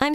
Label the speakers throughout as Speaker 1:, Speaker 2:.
Speaker 1: I'm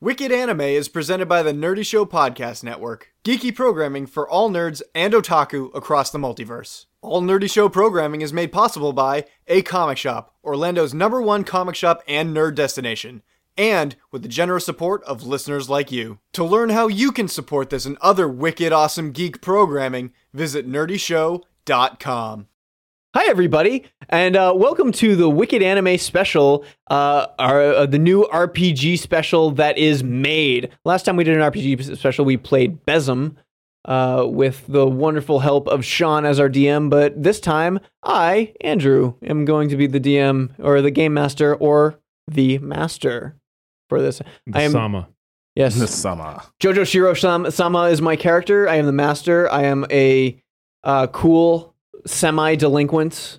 Speaker 2: Wicked Anime is presented by the Nerdy Show Podcast Network, geeky programming for all nerds and otaku across the multiverse. All Nerdy Show programming is made possible by A Comic Shop, Orlando's number one comic shop and nerd destination, and with the generous support of listeners like you. To learn how you can support this and other wicked awesome geek programming, visit nerdyshow.com.
Speaker 3: Hi, everybody, and uh, welcome to the Wicked Anime Special, uh, our, uh, the new RPG special that is made. Last time we did an RPG special, we played Besem uh, with the wonderful help of Sean as our DM, but this time I, Andrew, am going to be the DM or the game master or the master for this. I am
Speaker 4: Sama.
Speaker 3: yes,
Speaker 5: summer.
Speaker 3: Jojo Shiro Sam- Sama is my character. I am the master. I am a uh, cool semi delinquent.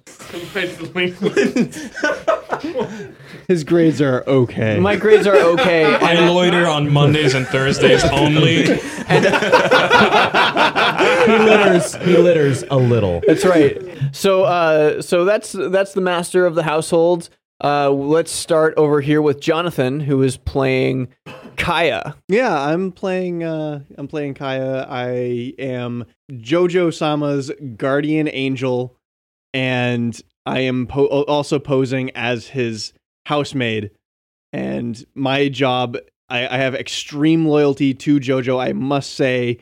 Speaker 6: His grades are okay.
Speaker 3: My grades are okay. and
Speaker 4: I loiter on Mondays and Thursdays only.
Speaker 6: he litters. He litters a little.
Speaker 3: That's right. So, uh, so that's that's the master of the household. Uh, let's start over here with Jonathan, who is playing Kaya.
Speaker 6: Yeah, I'm playing. Uh, I'm playing Kaya. I am Jojo Sama's guardian angel, and I am po- also posing as his housemaid. And my job, I, I have extreme loyalty to Jojo. I must say,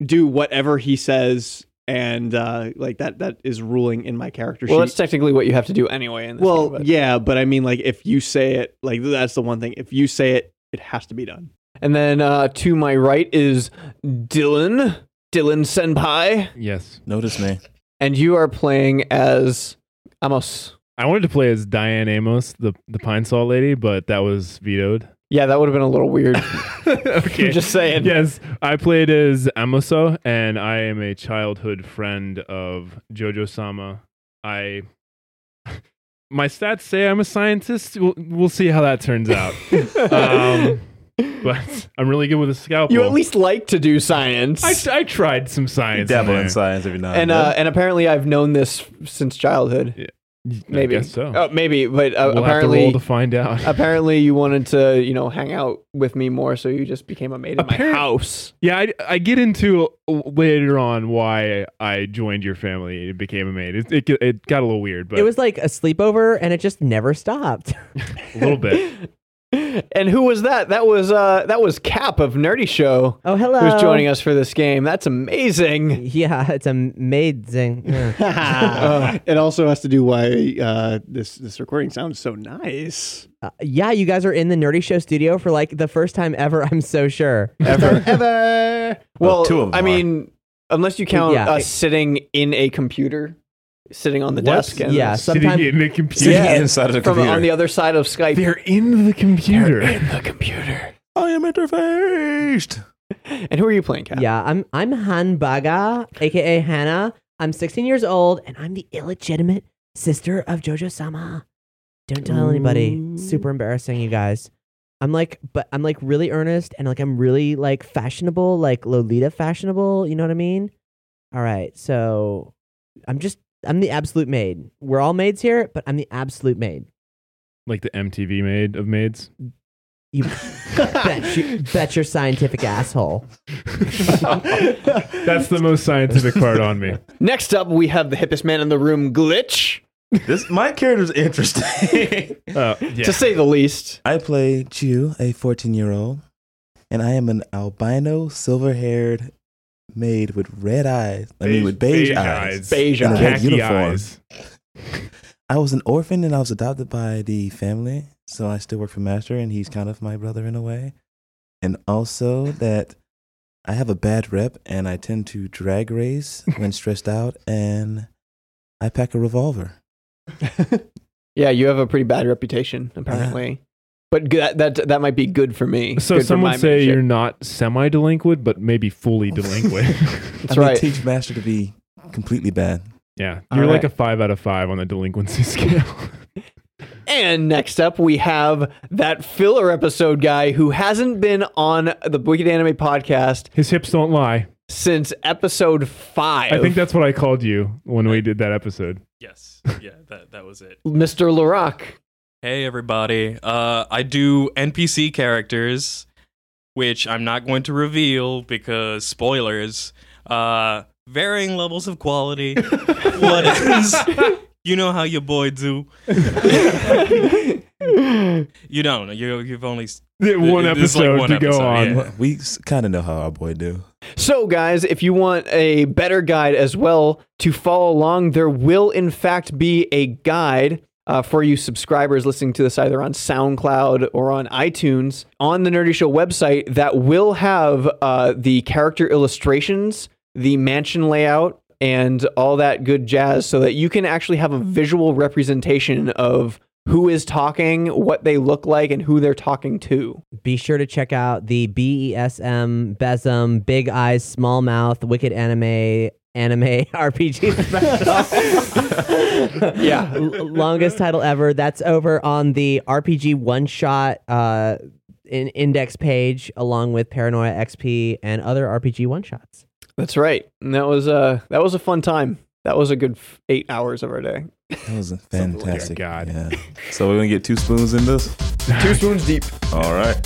Speaker 6: do whatever he says, and uh, like that. That is ruling in my character
Speaker 3: Well,
Speaker 6: sheet.
Speaker 3: that's technically what you have to do anyway. In this
Speaker 6: Well,
Speaker 3: game, but-
Speaker 6: yeah, but I mean, like, if you say it, like, that's the one thing. If you say it, it has to be done.
Speaker 3: and then uh, to my right is Dylan, Dylan Senpai,
Speaker 4: yes.
Speaker 5: Notice me.
Speaker 3: and you are playing as Amos.
Speaker 4: I wanted to play as Diane Amos, the, the pine saw lady, but that was vetoed.
Speaker 3: Yeah, that would have been a little weird.
Speaker 4: okay.
Speaker 3: Just saying.
Speaker 4: Yes, I played as Amoso, and I am a childhood friend of Jojo Sama. I. My stats say I'm a scientist. We'll, we'll see how that turns out. um, but I'm really good with a scalpel.
Speaker 3: You at least like to do science.
Speaker 4: I, I tried some science.
Speaker 5: Dabble
Speaker 4: in there.
Speaker 5: in science every now
Speaker 3: and
Speaker 5: and,
Speaker 3: uh,
Speaker 5: then.
Speaker 3: and apparently I've known this since childhood.
Speaker 4: I
Speaker 3: Maybe
Speaker 4: guess so.
Speaker 3: Oh, maybe, but uh,
Speaker 4: we'll have to
Speaker 3: apparently,
Speaker 4: roll to find out.
Speaker 3: apparently you wanted to, you know, hang out with me more, so you just became a maid in my
Speaker 4: Apparent-
Speaker 3: house.
Speaker 4: Yeah, I, I get into later on why I joined your family and became a maid. It, it, it got a little weird, but
Speaker 7: it was like a sleepover and it just never stopped.
Speaker 4: a little bit.
Speaker 3: And who was that? That was uh, that was Cap of Nerdy Show,
Speaker 7: Oh, hello.
Speaker 3: who's joining us for this game. That's amazing.
Speaker 7: Yeah, it's amazing. Yeah.
Speaker 6: Uh, it also has to do why uh, this this recording sounds so nice.
Speaker 7: Uh, yeah, you guys are in the Nerdy Show studio for like the first time ever, I'm so sure.
Speaker 3: Ever,
Speaker 6: Ever.
Speaker 3: Well,
Speaker 5: two of them
Speaker 3: I
Speaker 5: are.
Speaker 3: mean, unless you count
Speaker 7: Yeah.
Speaker 3: us sitting in a computer, sitting on the
Speaker 4: What?
Speaker 3: desk, and
Speaker 7: Yeah,
Speaker 4: Sitting
Speaker 7: sometimes
Speaker 4: in the computer.
Speaker 3: Yeah.
Speaker 5: inside of the
Speaker 3: from
Speaker 5: computer.
Speaker 3: on the other side of Skype.
Speaker 4: They're in the computer.
Speaker 3: the computer.
Speaker 5: I am interfaced.
Speaker 3: And who are you playing, Cap?
Speaker 7: Yeah, I'm I'm Han Baga, aka Hannah. I'm 16 years old and I'm the illegitimate sister of Jojo Sama. Don't tell anybody. Super embarrassing, you guys. I'm like, but I'm like really earnest and like I'm really like fashionable, like Lolita fashionable. You know what I mean? All right, so I'm just I'm the absolute maid. We're all maids here, but I'm the absolute maid.
Speaker 4: Like the MTV maid of maids.
Speaker 7: You bet, you bet your scientific asshole.
Speaker 4: That's the most scientific part on me.
Speaker 3: Next up, we have the hippest man in the room, Glitch,
Speaker 5: This my character's interesting.
Speaker 4: Uh, yeah.
Speaker 3: to say the least.
Speaker 5: I play Chu, a 14 year old, and I am an albino, silver haired maid with red eyes. I mean, with beige, eyes.
Speaker 3: Beige
Speaker 5: In a red
Speaker 3: eyes.
Speaker 4: Khaki
Speaker 5: uniform.
Speaker 4: eyes.
Speaker 5: I was an orphan and I was adopted by the family, so I still work for Master, and he's kind of my brother in a way. And also that I have a bad rep, and I tend to drag race when stressed out, and I pack a revolver.
Speaker 3: Yeah, you have a pretty bad reputation, apparently. but g- that, that that might be good for me.
Speaker 4: Uh-huh. So
Speaker 3: Good for
Speaker 4: some
Speaker 3: my
Speaker 4: would say
Speaker 3: membership.
Speaker 4: you're not semi delinquent, but maybe fully delinquent.
Speaker 3: That's
Speaker 5: I'm
Speaker 3: right.
Speaker 5: gonna teach Master to be completely bad.
Speaker 4: yeah,
Speaker 3: All
Speaker 4: you're like
Speaker 3: right.
Speaker 4: a five out of five on the delinquency scale.
Speaker 3: And next up, we have that filler episode guy who hasn't been on the Wicked Anime podcast
Speaker 4: His hips don't lie.
Speaker 3: since episode five.
Speaker 4: I think that's what I called you when we did that episode.
Speaker 8: Yes. Yeah, that, that was it.
Speaker 3: Mr. Larock.
Speaker 8: Hey, everybody. Uh, I do NPC characters, which I'm not going to reveal because spoilers. Uh, varying levels of quality. what is. You know how your boy do. you don't. You, you've only. s-
Speaker 4: Yeah, One
Speaker 8: It- it's like
Speaker 4: episode
Speaker 8: one
Speaker 4: to
Speaker 8: episode,
Speaker 4: go on.
Speaker 8: yeah.
Speaker 5: Well, we kind of know how our boy do.
Speaker 3: So, guys, if you want a better guide as well to follow along, there will in fact be a guide uh, for you subscribers listening to this either on SoundCloud or on iTunes on the Nerdy Show website that will have uh, the character illustrations, the mansion layout, and all that good jazz so that you can actually have a visual representation of who is talking, what they look like, and who they're talking to.
Speaker 7: Be sure to check out the E BESM Besm Big Eyes Small Mouth Wicked Anime Anime RPG special.
Speaker 3: Yeah.
Speaker 7: L- longest title ever. That's over on the RPG One Shot uh, in- index page, along with Paranoia XP and other RPG One Shots.
Speaker 3: That's right. And that was uh that was a fun time. That was a good f- eight hours of our day.
Speaker 5: That was a fantastic.
Speaker 4: God.
Speaker 5: Yeah. So we're gonna get two spoons in this.
Speaker 3: Two spoons deep.
Speaker 5: All right.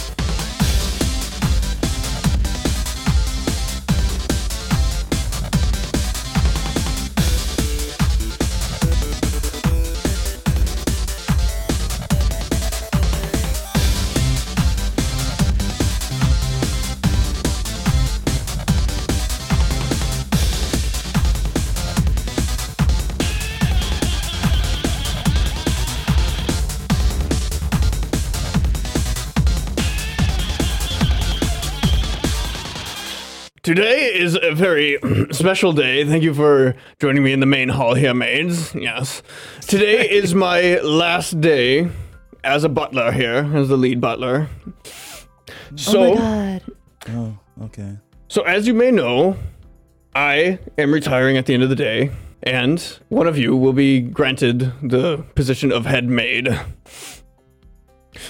Speaker 3: Today is a very special day. Thank you for joining me in the main hall here, maids. Yes. Today is my last day as a butler here, as the lead butler. So,
Speaker 5: Oh, okay.
Speaker 3: so as you may know, I am retiring at the end of the day, and one of you will be granted the position of head maid.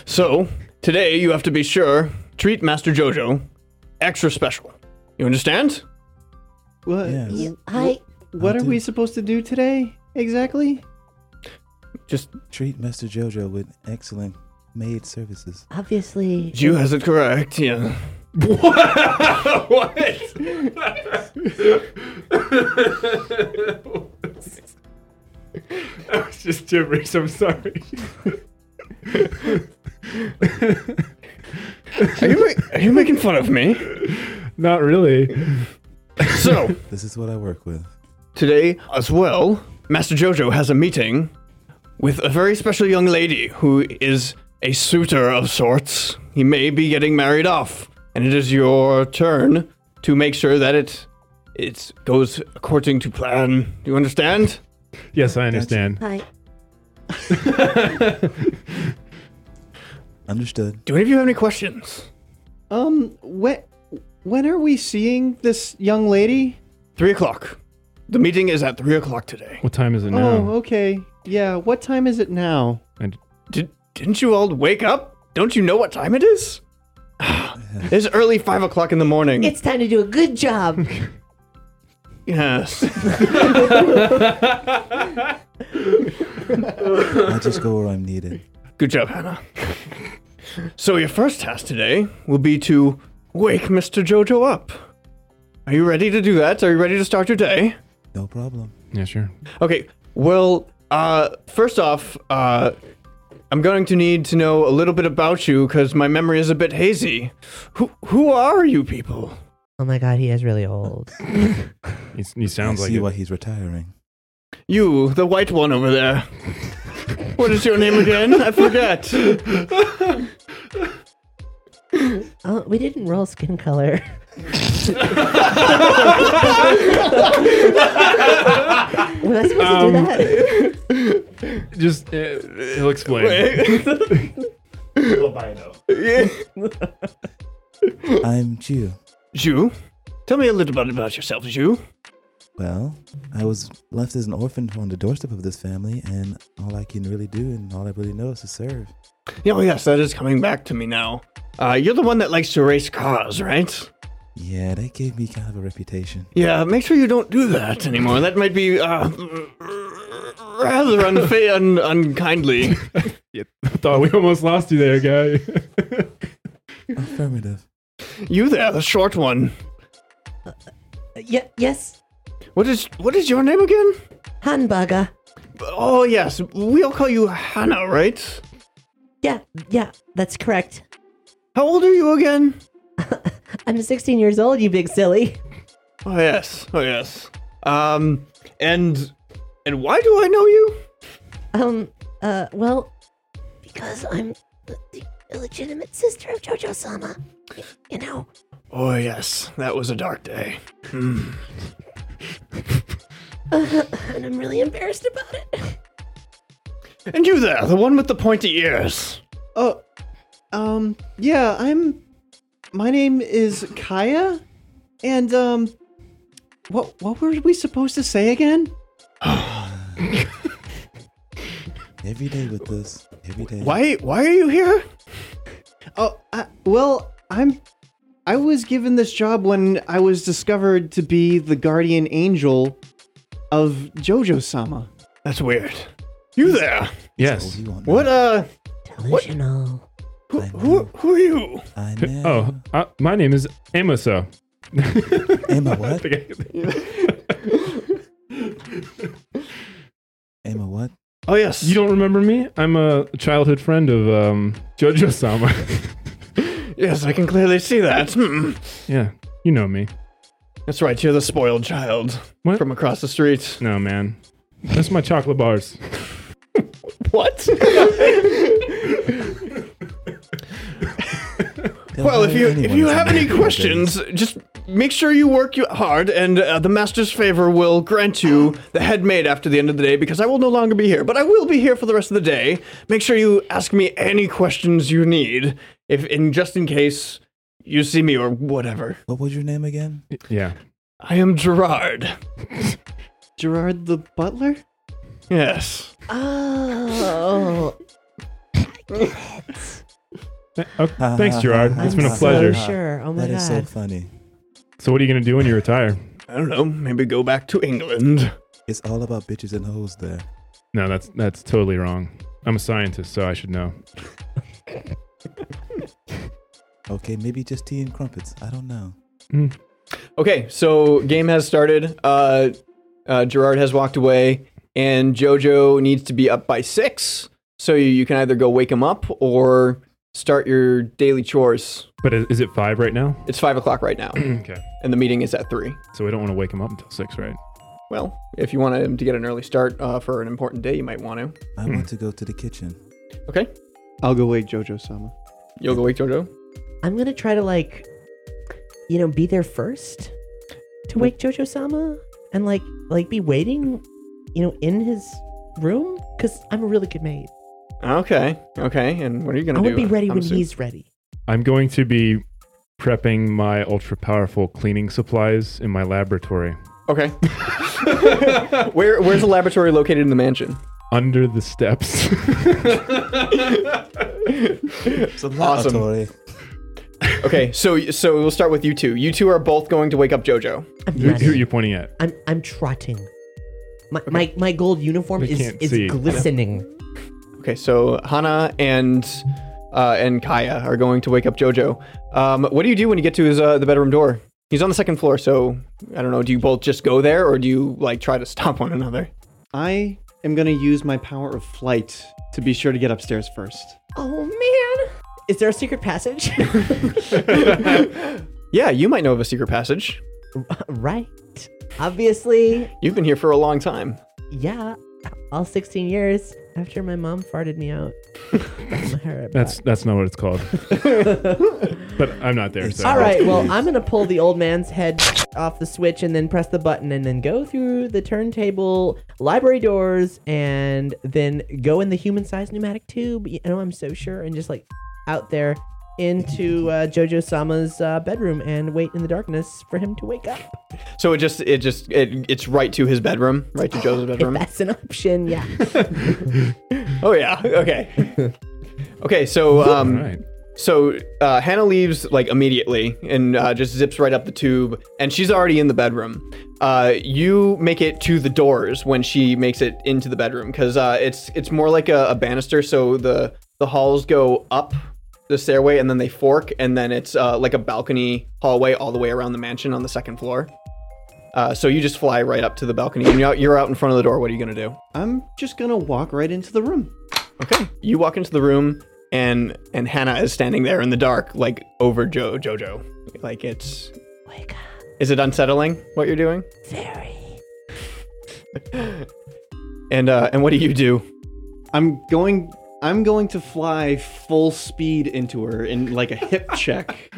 Speaker 3: So, today you have to be sure, treat Master Jojo extra special. You understand? Uh,
Speaker 6: What?
Speaker 5: Yes. Yeah,
Speaker 6: I. What
Speaker 5: I
Speaker 6: are
Speaker 5: do.
Speaker 6: we supposed to do today exactly?
Speaker 3: Just
Speaker 5: Treat Master Jojo with excellent maid services.
Speaker 7: Obviously,
Speaker 3: you has it correct, yeah.
Speaker 4: I was just gibberish. I'm sorry.
Speaker 3: Are you, ma- are you making fun of me?
Speaker 4: Not really.
Speaker 3: So,
Speaker 5: This is what I work with.
Speaker 3: Today, as well, Master Jojo has a meeting with a very special young lady who is a suitor of sorts. He may be getting married off, and it is your turn to make sure that it it goes according to plan. Do you understand?
Speaker 4: Yes, I understand.
Speaker 5: Understood.
Speaker 3: Do any of you have any questions?
Speaker 6: Um. When? When are we seeing this young lady?
Speaker 3: Three o'clock. The meeting is at three o'clock today.
Speaker 4: What time is it now?
Speaker 6: Oh, okay. Yeah. What time is it now?
Speaker 3: Did, didn't you all wake up? Don't you know what time it is? it's early five o'clock in the morning.
Speaker 7: time to do a good job.
Speaker 3: yes.
Speaker 5: I just go where I'm needed.
Speaker 3: Good job, Hannah. so your first task today will be to wake Mr. Jojo up. Are you ready to do that? Are you ready to start your day?
Speaker 5: No problem.
Speaker 4: Yeah, sure.
Speaker 3: Okay. Well, uh, first off, uh, I'm going to need to know a little bit about you because my memory is a bit hazy. Who who are you people?
Speaker 7: oh my god, he is really old.
Speaker 4: He, he sounds
Speaker 5: I
Speaker 4: like
Speaker 5: see
Speaker 4: it.
Speaker 5: why he's retiring.
Speaker 3: You, the white one over there. what is your name again? I forget.
Speaker 7: Oh, we didn't roll skin color. Was I supposed to do that?
Speaker 4: Just uh, he'll explain.
Speaker 5: Albino. I'm Jew.
Speaker 3: Jew, tell me a little bit about yourself, Jew.
Speaker 5: Well, I was left as an orphan on the doorstep of this family, and all I can really do and all I really know is to serve.
Speaker 3: Yeah, well, Oh, yes, that is coming back to me now. Uh, you're the one that likes to race cars, right?
Speaker 5: Yeah, that gave me kind of a reputation.
Speaker 3: Yeah, make sure you don't do that anymore. That might be uh, rather unfa- un- unkindly.
Speaker 4: Yeah, I thought we almost lost you there, guy.
Speaker 5: Affirmative.
Speaker 3: You there, the short one.
Speaker 7: Yeah, yes,
Speaker 3: What is what is your name again?
Speaker 7: Hamburger.
Speaker 3: Oh yes, we all call you Hannah, right?
Speaker 7: Yeah, yeah, that's correct.
Speaker 3: How old are you again?
Speaker 7: I'm 16 years old, you big silly.
Speaker 3: Oh yes, oh yes. Um, and and why do I know you?
Speaker 7: Um, uh, well, because I'm the, the illegitimate sister of Jojo Sama. You know,
Speaker 3: Oh yes, that was a dark day. Hmm.
Speaker 7: and I'm really embarrassed about it.
Speaker 3: And you there, the one with the pointy ears.
Speaker 6: Oh, um, yeah, I'm. My name is Kaya, and um, what what were we supposed to say again?
Speaker 5: Every day with this. Every day.
Speaker 3: Why why are you here?
Speaker 6: Oh, I, well, I'm. I was given this job when I was discovered to be the guardian angel of Jojo Sama.
Speaker 3: That's weird. You there?
Speaker 5: Oh,
Speaker 4: yes.
Speaker 5: you won't
Speaker 3: What
Speaker 5: know.
Speaker 3: uh?
Speaker 7: Delusional.
Speaker 5: I
Speaker 3: Who
Speaker 5: know.
Speaker 3: who are you?
Speaker 5: I know.
Speaker 4: Oh, uh, my name is Amoso. oh.
Speaker 5: Emma, what? Emma, what?
Speaker 3: Oh yes.
Speaker 4: You don't remember me? I'm a childhood friend of um, Jojo Sama.
Speaker 3: Yes, I can clearly see that. Hmm.
Speaker 4: yeah, you know me.
Speaker 3: That's right. You're the spoiled child
Speaker 4: What?
Speaker 3: from across the street.
Speaker 4: No, man. That's my chocolate bars.
Speaker 3: What?
Speaker 5: They'll
Speaker 3: well, if
Speaker 5: hire
Speaker 3: you if
Speaker 5: anyone
Speaker 3: you
Speaker 5: to
Speaker 3: have
Speaker 5: make
Speaker 3: any
Speaker 5: these
Speaker 3: questions, just make sure you work you- hard, and uh, the master's favor will grant you the head maid after the end of the day. Because I will no longer be here, but I will be here for the rest of the day. Make sure you ask me any questions you need, if in just in case you see me or whatever.
Speaker 5: What was your name again?
Speaker 4: Yeah.
Speaker 3: I am Gerard.
Speaker 6: Gerard the butler.
Speaker 3: Yes.
Speaker 7: Oh.
Speaker 4: Th- oh, thanks, Gerard. It's been a
Speaker 5: I'm
Speaker 4: pleasure.
Speaker 7: So sure. Oh my
Speaker 5: That
Speaker 7: god.
Speaker 5: is so funny.
Speaker 4: So, what are you going to do when you retire?
Speaker 3: I don't know. Maybe go back to England.
Speaker 5: It's all about bitches and hoes there.
Speaker 4: No, that's that's totally wrong. I'm a scientist, so I should know.
Speaker 5: Okay, maybe just tea and crumpets. I don't know.
Speaker 2: Okay, so game has started. Uh, uh, Gerard has walked away, and JoJo needs to be up by six. So you, you can either go wake him up or start your daily chores.
Speaker 4: But is, is it five right now?
Speaker 2: It's five o'clock right now,
Speaker 4: okay.
Speaker 2: and the meeting is at three.
Speaker 4: So we don't want to wake him up until six, right?
Speaker 2: Well, if you want him to get an early start uh, for an important day, you might want to.
Speaker 5: I want to go to the kitchen.
Speaker 2: Okay,
Speaker 6: I'll go wake Jojo Sama.
Speaker 2: you'll go wake JoJo.
Speaker 7: I'm gonna try to like, you know, be there first to wake Jojo Sama and like, like be waiting, you know, in his room because I'm a really good maid.
Speaker 2: Okay, okay. And what are you
Speaker 7: I
Speaker 2: gonna do?
Speaker 7: want to be ready
Speaker 2: I'm
Speaker 7: when
Speaker 2: assu-
Speaker 7: he's ready.
Speaker 4: I'm going to be prepping my ultra powerful cleaning supplies in my laboratory
Speaker 2: Okay. Where where's the laboratory located in the mansion?
Speaker 4: under the steps.
Speaker 2: Awesome.
Speaker 5: Tori.
Speaker 2: Okay, so so we'll start with you two. You two are both going to wake up JoJo.
Speaker 7: I'm
Speaker 4: who, who are
Speaker 7: running.
Speaker 4: you pointing at?
Speaker 7: I'm I'm trotting. My my, my gold uniform
Speaker 4: They
Speaker 7: is
Speaker 4: can't
Speaker 7: is
Speaker 4: see.
Speaker 7: glistening.
Speaker 2: Okay, so Hana and uh, and Kaya are going to wake up JoJo. Um, what do you do when you get to his uh, the bedroom door? He's on the second floor, so I don't know. Do you both just go there, or do you like try to stop one another?
Speaker 6: I am gonna use my power of flight to be sure to get upstairs first.
Speaker 7: Oh man! Is there a secret passage?
Speaker 2: Yeah, you might know of a secret passage.
Speaker 7: right. Obviously,
Speaker 2: You've been here for a long time.
Speaker 7: yeah. All 16 years after my mom farted me out.
Speaker 4: That's that's not what it's called. but I'm not there. So.
Speaker 7: All right. Well, I'm gonna pull the old man's head off the switch and then press the button and then go through the turntable library doors and then go in the human-sized pneumatic tube. You know, I'm so sure and just like out there into uh, Jojo Sama's uh, bedroom and wait in the darkness for him to wake up.
Speaker 3: So it just it just it, it's right to his bedroom, right to Joe's
Speaker 7: If
Speaker 3: bedroom.
Speaker 7: that's an option, yeah.
Speaker 3: Oh yeah. Okay. Okay. So
Speaker 4: All
Speaker 3: um,
Speaker 4: right.
Speaker 3: so uh, Hannah leaves like immediately and uh, just zips right up the tube, and she's already in the bedroom. Uh, you make it to the doors when she makes it into the bedroom because uh, it's it's more like a, a banister, so the the halls go up the stairway and then they fork, and then it's uh, like a balcony hallway all the way around the mansion on the second floor. Uh, so you just fly right up to the balcony, and you're out, you're out in front of the door. What are you gonna do?
Speaker 6: I'm just gonna walk right into the room.
Speaker 3: Okay. You walk into the room and and Hannah is standing there in the dark, like over Joe Jojo. Like it's
Speaker 7: wake up,
Speaker 3: is it unsettling what you're doing?
Speaker 7: fairy.
Speaker 3: And uh and what do you do?
Speaker 6: I'm going. I'm going to fly full speed into her in like a hip check.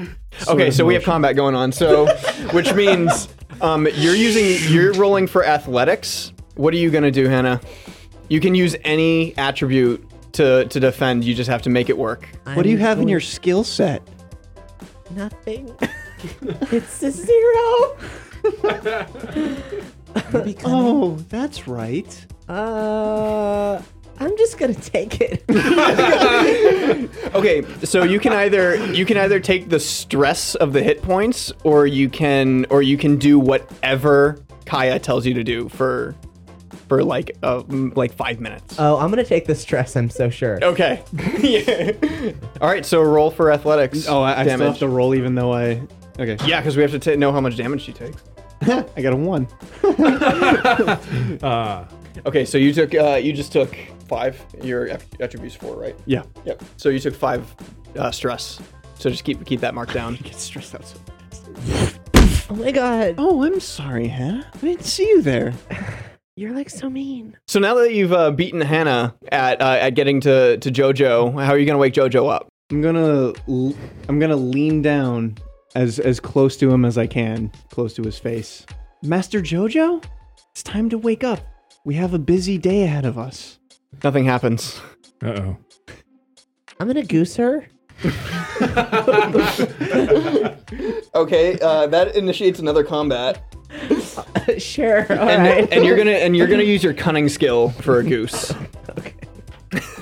Speaker 3: okay, so we have combat going on, so which means um you're using you're rolling for athletics. What are you gonna do, Hannah? You can use any attribute to to defend, you just have to make it work.
Speaker 6: What do you
Speaker 7: I'm
Speaker 6: have in your
Speaker 7: going-
Speaker 6: skill set?
Speaker 7: nothing? it's a zero.
Speaker 6: Oh, that's right.
Speaker 7: Uh, I'm just gonna take it.
Speaker 3: Okay, so you can either you can either take the stress of the hit points, or you can or you can do whatever Kaya tells you to do for for like uh, mm, like five minutes.
Speaker 7: oh, I'm gonna take the stress. I'm so sure.
Speaker 3: okay. yeah. All right. So roll for athletics.
Speaker 6: Oh, I, I still
Speaker 3: damage.
Speaker 6: have to roll, even though I. Okay,
Speaker 3: Yeah, because we have to ta know how much damage she takes.
Speaker 6: I got a one. Uh.
Speaker 3: Okay, so you took uh, you just took five. Your aff- attributes four, right?
Speaker 6: Yeah,
Speaker 3: Yep. So you took five uh, stress. So just keep keep that mark down.
Speaker 6: get stressed out. So-
Speaker 7: Oh my god,
Speaker 6: oh, I'm sorry, Hannah. I didn't see you there.
Speaker 7: you're like so mean.
Speaker 3: So now that you've uh, beaten Hannah at uh, at getting to to JoJo, how are you gonna wake JoJo up?
Speaker 6: I'm gonna. l- I'm gonna lean down as as close to him as I can, close to his face. Master Jojo, it's time to wake up. We have a busy day ahead of us.
Speaker 3: Nothing happens.
Speaker 4: Uh oh.
Speaker 7: I'm gonna goose her.
Speaker 3: Okay, uh, that initiates another combat,
Speaker 7: sure. All
Speaker 3: and,
Speaker 7: right.
Speaker 3: and you're gonna and you're gonna use your cunning skill for a goose.
Speaker 7: Okay.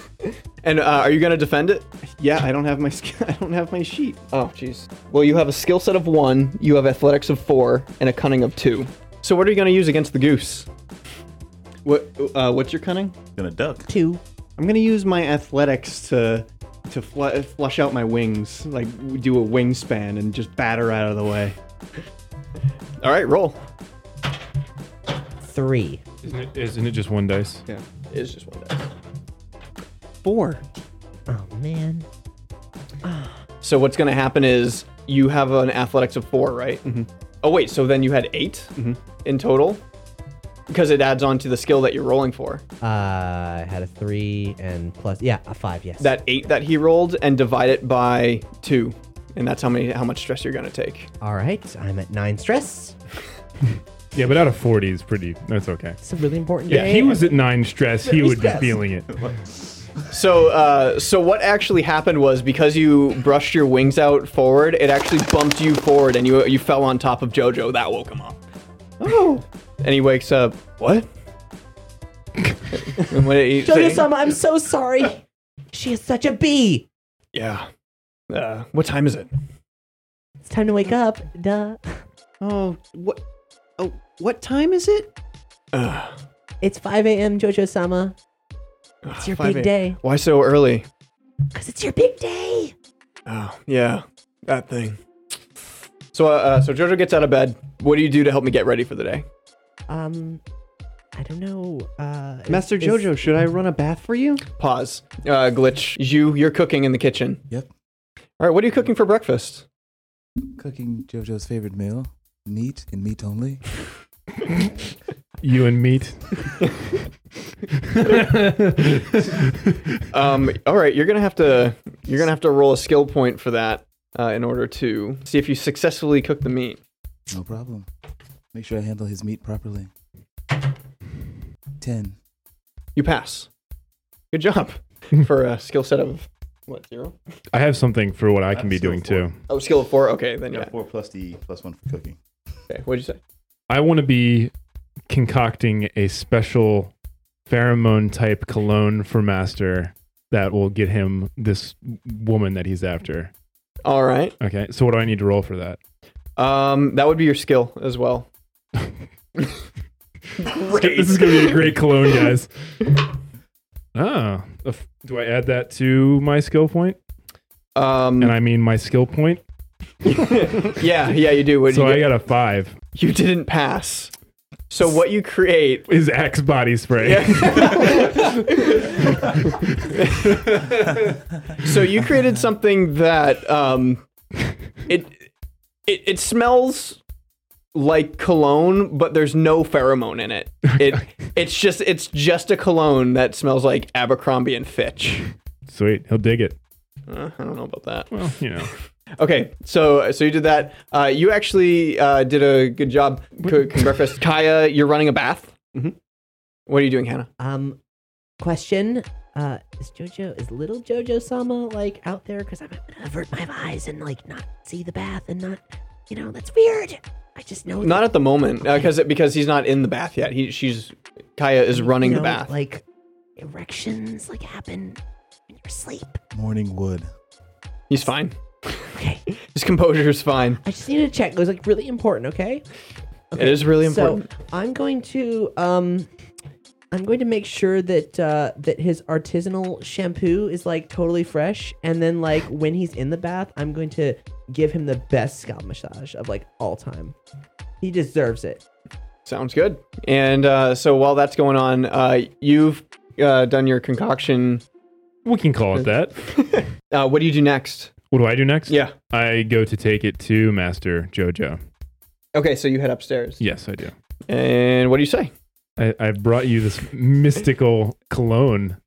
Speaker 3: And uh, are you gonna defend it?
Speaker 6: Yeah, I don't have my sk- I don't have my sheet.
Speaker 3: Oh, jeez. Well, you have a skill set of one, you have athletics of four, and a cunning of two. So what are you gonna use against the goose?
Speaker 6: What uh, what's your cunning?
Speaker 5: Gonna duck.
Speaker 7: Two.
Speaker 6: I'm gonna use my athletics to to fl- flush out my wings, like do a wingspan and just batter out of the way.
Speaker 3: All right, roll.
Speaker 7: Three.
Speaker 4: Isn't it, isn't it just one dice?
Speaker 6: Yeah,
Speaker 3: It's just one die.
Speaker 6: four.
Speaker 7: Oh man.
Speaker 3: So what's gonna happen is you have an athletics of four, right? Mm-hmm. Oh wait, so then you had 8 in total, because it adds on to the skill that you're rolling for.
Speaker 7: Uh, I had a three and plus, yeah, a five. Yes.
Speaker 3: That eight that he rolled and divide it by two, and that's how many how much stress you're gonna take.
Speaker 7: All right. I'm at nine stress.
Speaker 4: Yeah, but out of 40 is pretty. That's okay.
Speaker 7: It's a really important
Speaker 4: Yeah,
Speaker 7: day.
Speaker 4: he was at nine stress. He would
Speaker 7: stress.
Speaker 4: be feeling it.
Speaker 3: So uh, so what actually happened was because you brushed your wings out forward, it actually bumped you forward, and you you fell on top of Jojo. That woke him up. Oh. And he wakes up. What? and what did he say?
Speaker 7: Jojo Sama, I'm so sorry. she is such a bee.
Speaker 3: Yeah. Uh, what time is it?
Speaker 7: It's time to wake up. Duh.
Speaker 6: Oh, what? Oh, what time is it?
Speaker 3: Uh,
Speaker 7: It's 5 a.m. Jojo Sama. It's your
Speaker 3: 5
Speaker 7: big day.
Speaker 3: Why so early?
Speaker 7: Because it's your big day.
Speaker 3: Oh, yeah, that thing. So, uh, uh, so Jojo gets out of bed. What do you do to help me get ready for the day?
Speaker 7: Um, I don't know. Uh, is-
Speaker 6: Master
Speaker 7: is-
Speaker 6: Jojo, should I run a bath for you?
Speaker 3: Pause. Uh, glitch. You, you're cooking in the kitchen.
Speaker 5: Yep.
Speaker 3: All right. What are you cooking for breakfast?
Speaker 5: Cooking JoJo's favorite meal. Meat and meat only.
Speaker 4: You and meat.
Speaker 3: Um, all right. You're gonna have to. You're gonna have to roll a skill point for that uh, in order to see if you successfully cook the meat.
Speaker 5: No problem. Make sure I handle his meat properly. Ten.
Speaker 3: You pass. Good job for a skill set of What zero?
Speaker 4: I have something for what I can be doing too.
Speaker 3: Oh, skill of four. Okay, then
Speaker 5: Yeah,
Speaker 3: yeah.
Speaker 5: four plus the plus one for cooking.
Speaker 3: Okay, what'd you say?
Speaker 4: I want to be concocting a special pheromone type cologne for Master that will get him this woman that he's after.
Speaker 3: All right.
Speaker 4: Okay, so what do I need to roll for that?
Speaker 3: Um, that would be your skill as well.
Speaker 4: This is gonna be a great cologne, guys. Ah, a f- do I add that to my skill point?
Speaker 3: Um,
Speaker 4: And I mean my skill point.
Speaker 3: yeah, yeah, you do. What
Speaker 4: So
Speaker 3: you,
Speaker 4: I
Speaker 3: get?
Speaker 4: got a five.
Speaker 3: you didn't pass. So what you create
Speaker 4: Is Axe body spray?
Speaker 3: so you created something that um it it, it smells like cologne but there's no pheromone in it it it's just it's just a cologne that smells like abercrombie and fitch
Speaker 4: Sweet, he'll dig it.
Speaker 3: Uh, i don't know about that
Speaker 4: Well, you know.
Speaker 3: okay so so you did that uh you actually uh did a good job cooking breakfast kaya you're running a bath what are you doing hannah
Speaker 7: Um, question: uh, Is Jojo is little Jojo Sama like out there? Because I'm gonna avert my eyes and like not see the bath and not, you know, that's weird. I just know
Speaker 3: not at the moment because because he's not in the bath yet he she's kaya is running
Speaker 7: you
Speaker 3: the
Speaker 7: know,
Speaker 3: bath
Speaker 7: Like erections like happen in your sleep.
Speaker 5: Morning wood.
Speaker 3: he's fine
Speaker 7: Okay,
Speaker 3: His composure is fine.
Speaker 7: I just need to check. It was like really important. Okay,
Speaker 3: It is really important.
Speaker 7: So I'm going to um, I'm going to make sure that uh, that his artisanal shampoo is like totally fresh, and then like when he's in the bath, I'm going to give him the best scalp massage of like all time. He deserves it.
Speaker 3: Sounds good. And uh, so while that's going on, uh, you've uh, done your concoction.
Speaker 4: We can call it that.
Speaker 3: Uh, what do you do next?
Speaker 4: What do I do next?
Speaker 3: Yeah.
Speaker 4: I go to take it to Master Jojo.
Speaker 3: Okay, so you head upstairs.
Speaker 4: Yes, I do.
Speaker 3: And what do you say?
Speaker 4: I, I brought you this mystical cologne.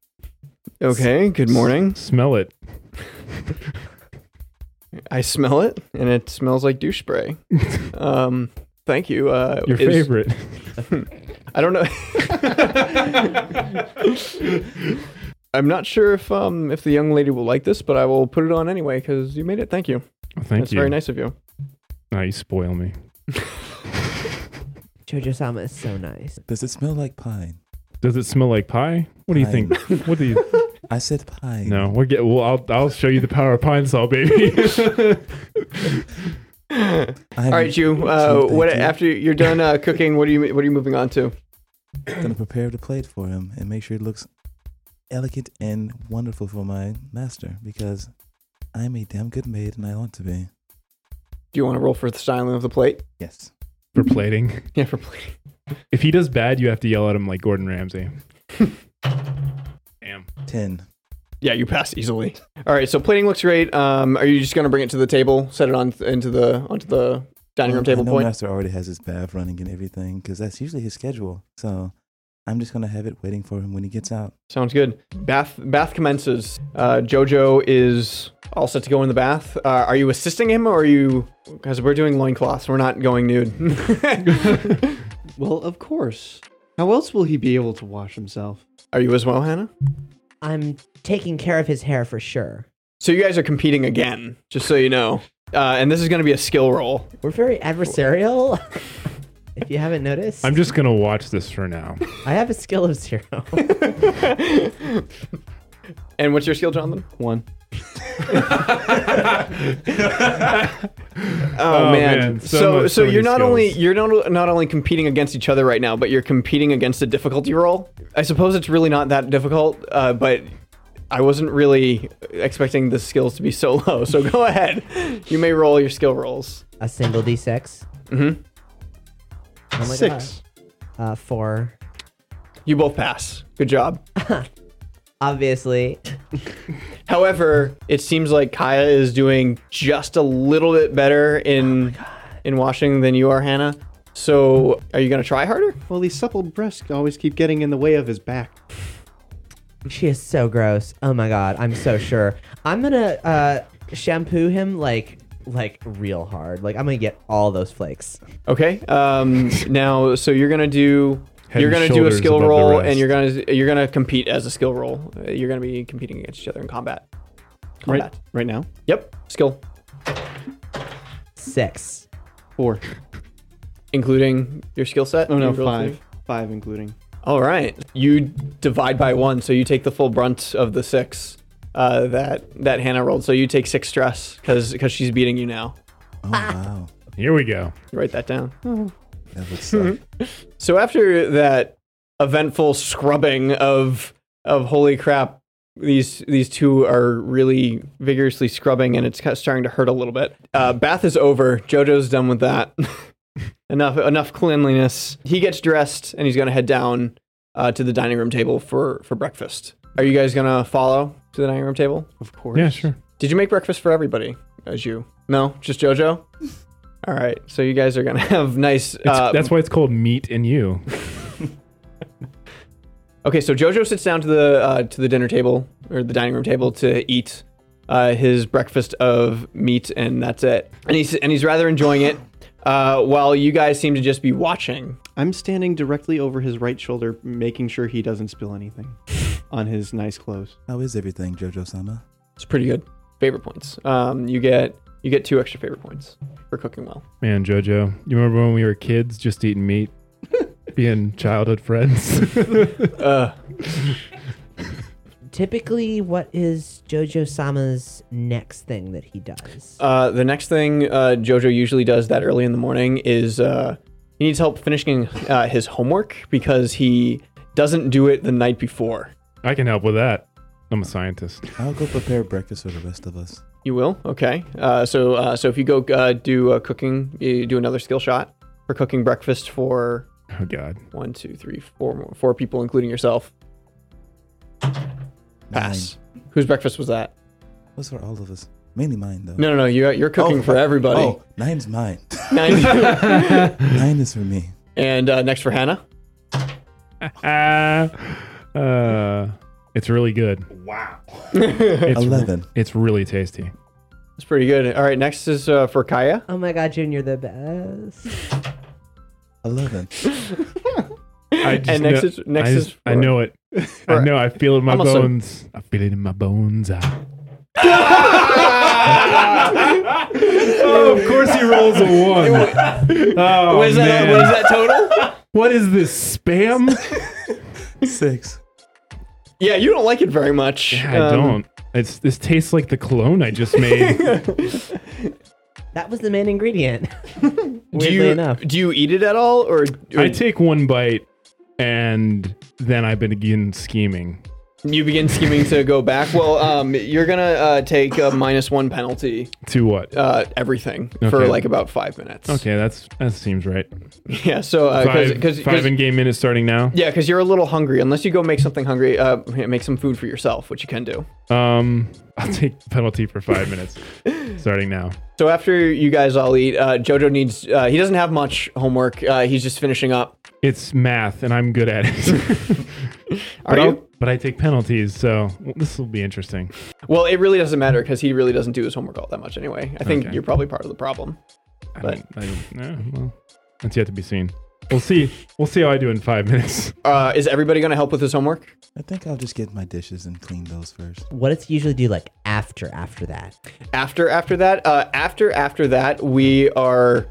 Speaker 3: Okay, good morning.
Speaker 4: Smell it.
Speaker 3: I smell it, and it smells like douche spray. Um, thank you. Uh,
Speaker 4: Your
Speaker 3: is-
Speaker 4: favorite.
Speaker 3: I don't know. I'm not sure if um, if the young lady will like this, but I will put it on anyway because you made it. Thank you.
Speaker 4: Oh, thank
Speaker 3: that's
Speaker 4: you.
Speaker 3: very nice of you.
Speaker 4: Now you spoil me.
Speaker 7: Jojo Sama is so nice.
Speaker 5: Does it smell like pine?
Speaker 4: Does it smell like pie? What do you
Speaker 5: Pine.
Speaker 4: think? What do you?
Speaker 5: I said pine.
Speaker 4: No, we're get. Well, I'll I'll show you the power of pine salt, baby.
Speaker 5: I
Speaker 3: All right, you. Uh, what after you're done uh, cooking? What are you What are you moving on to?
Speaker 5: I'm gonna prepare the plate for him and make sure it looks elegant and wonderful for my master because I'm a damn good maid and I want to be.
Speaker 3: Do you want to roll for the styling of the plate?
Speaker 5: Yes.
Speaker 4: For plating.
Speaker 3: Yeah, for plate.
Speaker 4: If he does bad, you have to yell at him like Gordon Ramsay. Damn.
Speaker 5: Ten.
Speaker 3: Yeah, you pass easily. All right, so plating looks great. Um, are you just gonna bring it to the table, set it on into the onto the dining room
Speaker 5: Well, I
Speaker 3: table
Speaker 5: know
Speaker 3: point?
Speaker 5: Master already has his bath running and everything because that's usually his schedule. So I'm just gonna have it waiting for him when he gets out.
Speaker 3: Sounds good. Bath bath commences. Uh, Jojo is all set to go in the bath. Uh, are you assisting him or are you? Because we're doing loincloths, we're not going nude.
Speaker 2: Well, of course. How else will he be able to wash himself?
Speaker 3: are you as well, Hannah?
Speaker 7: I'm taking care of his hair for sure.
Speaker 3: So you guys are competing again, just so you know. Uh, and this is gonna be a skill roll.
Speaker 7: We're very adversarial. if you haven't noticed,
Speaker 4: I'm just gonna watch this for now.
Speaker 7: I have a skill of zero.
Speaker 3: And what's your skill, Jonathan? One. oh,
Speaker 4: Oh,
Speaker 3: man.
Speaker 4: man. So
Speaker 3: So so,
Speaker 4: much- so many
Speaker 3: you're not only
Speaker 4: skills.
Speaker 3: you're not not only competing against each other right now, but you're competing against a difficulty roll. I suppose it's really not that difficult, uh, but I wasn't really expecting the skills to be so low. So go ahead. You may roll your skill rolls.
Speaker 7: a single d6.
Speaker 3: Mhm.
Speaker 7: Oh my
Speaker 2: Six.
Speaker 7: God. Uh, four.
Speaker 3: You both pass. Good job.
Speaker 7: Obviously.
Speaker 3: However, it seems like Kaya is doing just a little bit better
Speaker 4: Oh
Speaker 3: in in washing than you are, Hannah. So, are you gonna try harder?
Speaker 2: Well, these supple breasts always keep getting in the way of his back.
Speaker 7: She is so gross. Oh my god, I'm so sure. I'm gonna uh shampoo him like like real hard. Like I'm gonna get all those flakes.
Speaker 3: Okay. Um, now, so you're gonna do
Speaker 4: Head
Speaker 3: you're gonna
Speaker 4: and
Speaker 3: do a
Speaker 4: shoulders
Speaker 3: skill
Speaker 4: above the
Speaker 3: roll,
Speaker 4: rest.
Speaker 3: and you're gonna you're gonna compete as a skill roll. Uh, You're gonna be competing against each other in combat.
Speaker 6: Right,
Speaker 3: combat.
Speaker 6: right now.
Speaker 3: Yep. Skill,
Speaker 7: Six.
Speaker 6: Four.
Speaker 3: including your skill set.
Speaker 6: Oh no,
Speaker 3: You roll
Speaker 6: five.
Speaker 3: three.
Speaker 6: Five including.
Speaker 3: All right. You divide by one, so you take the full brunt of the six uh, that that Hannah rolled. So you take six stress because because she's beating you now.
Speaker 5: Oh, wow.
Speaker 4: Here we go.
Speaker 3: You write that down.
Speaker 5: That would
Speaker 3: Hmm.
Speaker 5: suck.
Speaker 3: So after that eventful scrubbing of of holy crap, these these two are really vigorously scrubbing, and it's kind of starting to hurt a little bit. Uh, bath is over. Jojo's done with that. enough enough cleanliness. He gets dressed, and he's gonna head down uh, to the dining room table for for breakfast. Are you guys gonna follow to the dining room table?
Speaker 6: Of course.
Speaker 4: Yeah, sure.
Speaker 3: Did you make breakfast for everybody? As you? No, just Jojo. All right, so you guys are gonna have nice.
Speaker 4: It's,
Speaker 3: uh,
Speaker 4: that's why it's called meat and you.
Speaker 3: Okay, so Jojo sits down to the uh, to the dinner table or the dining room table to eat uh, his breakfast of meat, and that's it. And he's and he's rather enjoying it, uh, while you guys seem to just be watching.
Speaker 6: I'm standing directly over his right shoulder, making sure he doesn't spill anything on his nice clothes.
Speaker 5: How is everything, Jojo Sama?
Speaker 3: It's pretty good. Favorite points. Um, you get you get two extra favorite points for cooking well.
Speaker 4: Man, Jojo, you remember when we were kids just eating meat? Being childhood friends.
Speaker 3: Uh,
Speaker 7: Typically, what is Jojo Sama's next thing that he does?
Speaker 3: uh, the next thing uh, Jojo usually does that early in the morning is uh, he needs help finishing uh, his homework because he doesn't do it the night before.
Speaker 4: I can help with that. I'm a scientist.
Speaker 5: I'll go prepare breakfast for the rest of us.
Speaker 3: You will. Okay. Uh, so uh, so if you go uh, do uh, cooking, you do another skill shot for cooking breakfast for
Speaker 4: Oh God.
Speaker 3: one, two, three, four more, four people, including yourself. Pass. Whose breakfast was that?
Speaker 5: Nine. What's for all of us? Mainly mine, though.
Speaker 3: No, no, no. You're you're cooking
Speaker 5: Oh,
Speaker 3: for everybody.
Speaker 5: Oh, nine's mine.
Speaker 3: Nine.
Speaker 5: Nine is for me.
Speaker 3: and uh, next for Hannah.
Speaker 4: Ah, uh, it's really good. Wow. It's,
Speaker 5: Eleven.
Speaker 4: it's really tasty.
Speaker 3: That's pretty good. All right. Next is uh, for Kaya.
Speaker 7: oh my god, June, you're the best.
Speaker 5: Eleven.
Speaker 4: I just
Speaker 3: And next
Speaker 4: know,
Speaker 3: is- next
Speaker 4: I,
Speaker 3: is
Speaker 4: just- I know it. I know. I feel it in my
Speaker 3: I'm also-
Speaker 4: bones. I feel it in my bones. Ah. oh, of course he rolls a one. Oh,
Speaker 3: What is that?
Speaker 4: man.
Speaker 3: What is that total?
Speaker 4: what is this spam?
Speaker 5: Six.
Speaker 3: yeah, you don't like it very much.
Speaker 4: I
Speaker 3: Um,
Speaker 4: don't. It's this tastes like the cologne I just made.
Speaker 7: That was the main ingredient.
Speaker 3: Do
Speaker 7: Weirdly
Speaker 3: you
Speaker 7: enough.
Speaker 3: do you eat it at all, or, or
Speaker 4: I take one bite and then I begin scheming.
Speaker 3: you begin scheming to go back? Well, um, you're gonna uh, take a minus one penalty
Speaker 4: To what?
Speaker 3: uh, everything for
Speaker 4: Okay.
Speaker 3: like about five minutes.
Speaker 4: okay, that's that seems right.
Speaker 3: Yeah. So uh, because
Speaker 4: Five,
Speaker 3: because
Speaker 4: five in game minutes starting now.
Speaker 3: yeah, because you're a little hungry. Unless you go make something hungry, uh, make some food for yourself, which you can do.
Speaker 4: Um, I'll take the penalty for five minutes starting now.
Speaker 3: So after you guys all eat, uh, Jojo needs. Uh, he doesn't have much homework. Uh, he's just finishing up.
Speaker 4: It's math, and I'm good at it.
Speaker 3: Are
Speaker 4: But I'll-
Speaker 3: you?
Speaker 4: But I take penalties, so this will be interesting.
Speaker 3: Well, it really doesn't matter because he really doesn't do his homework all that much anyway. I think
Speaker 4: Okay.
Speaker 3: you're probably part of the problem.
Speaker 4: I
Speaker 3: But-
Speaker 4: don't, I don't, eh, well, that's yet to be seen. We'll see. We'll see how I do in five minutes.
Speaker 3: Uh, is everybody going to help with his homework?
Speaker 5: I think I'll just get my dishes and clean those first.
Speaker 7: What does he usually do like after after that?
Speaker 3: after after that uh after after that we are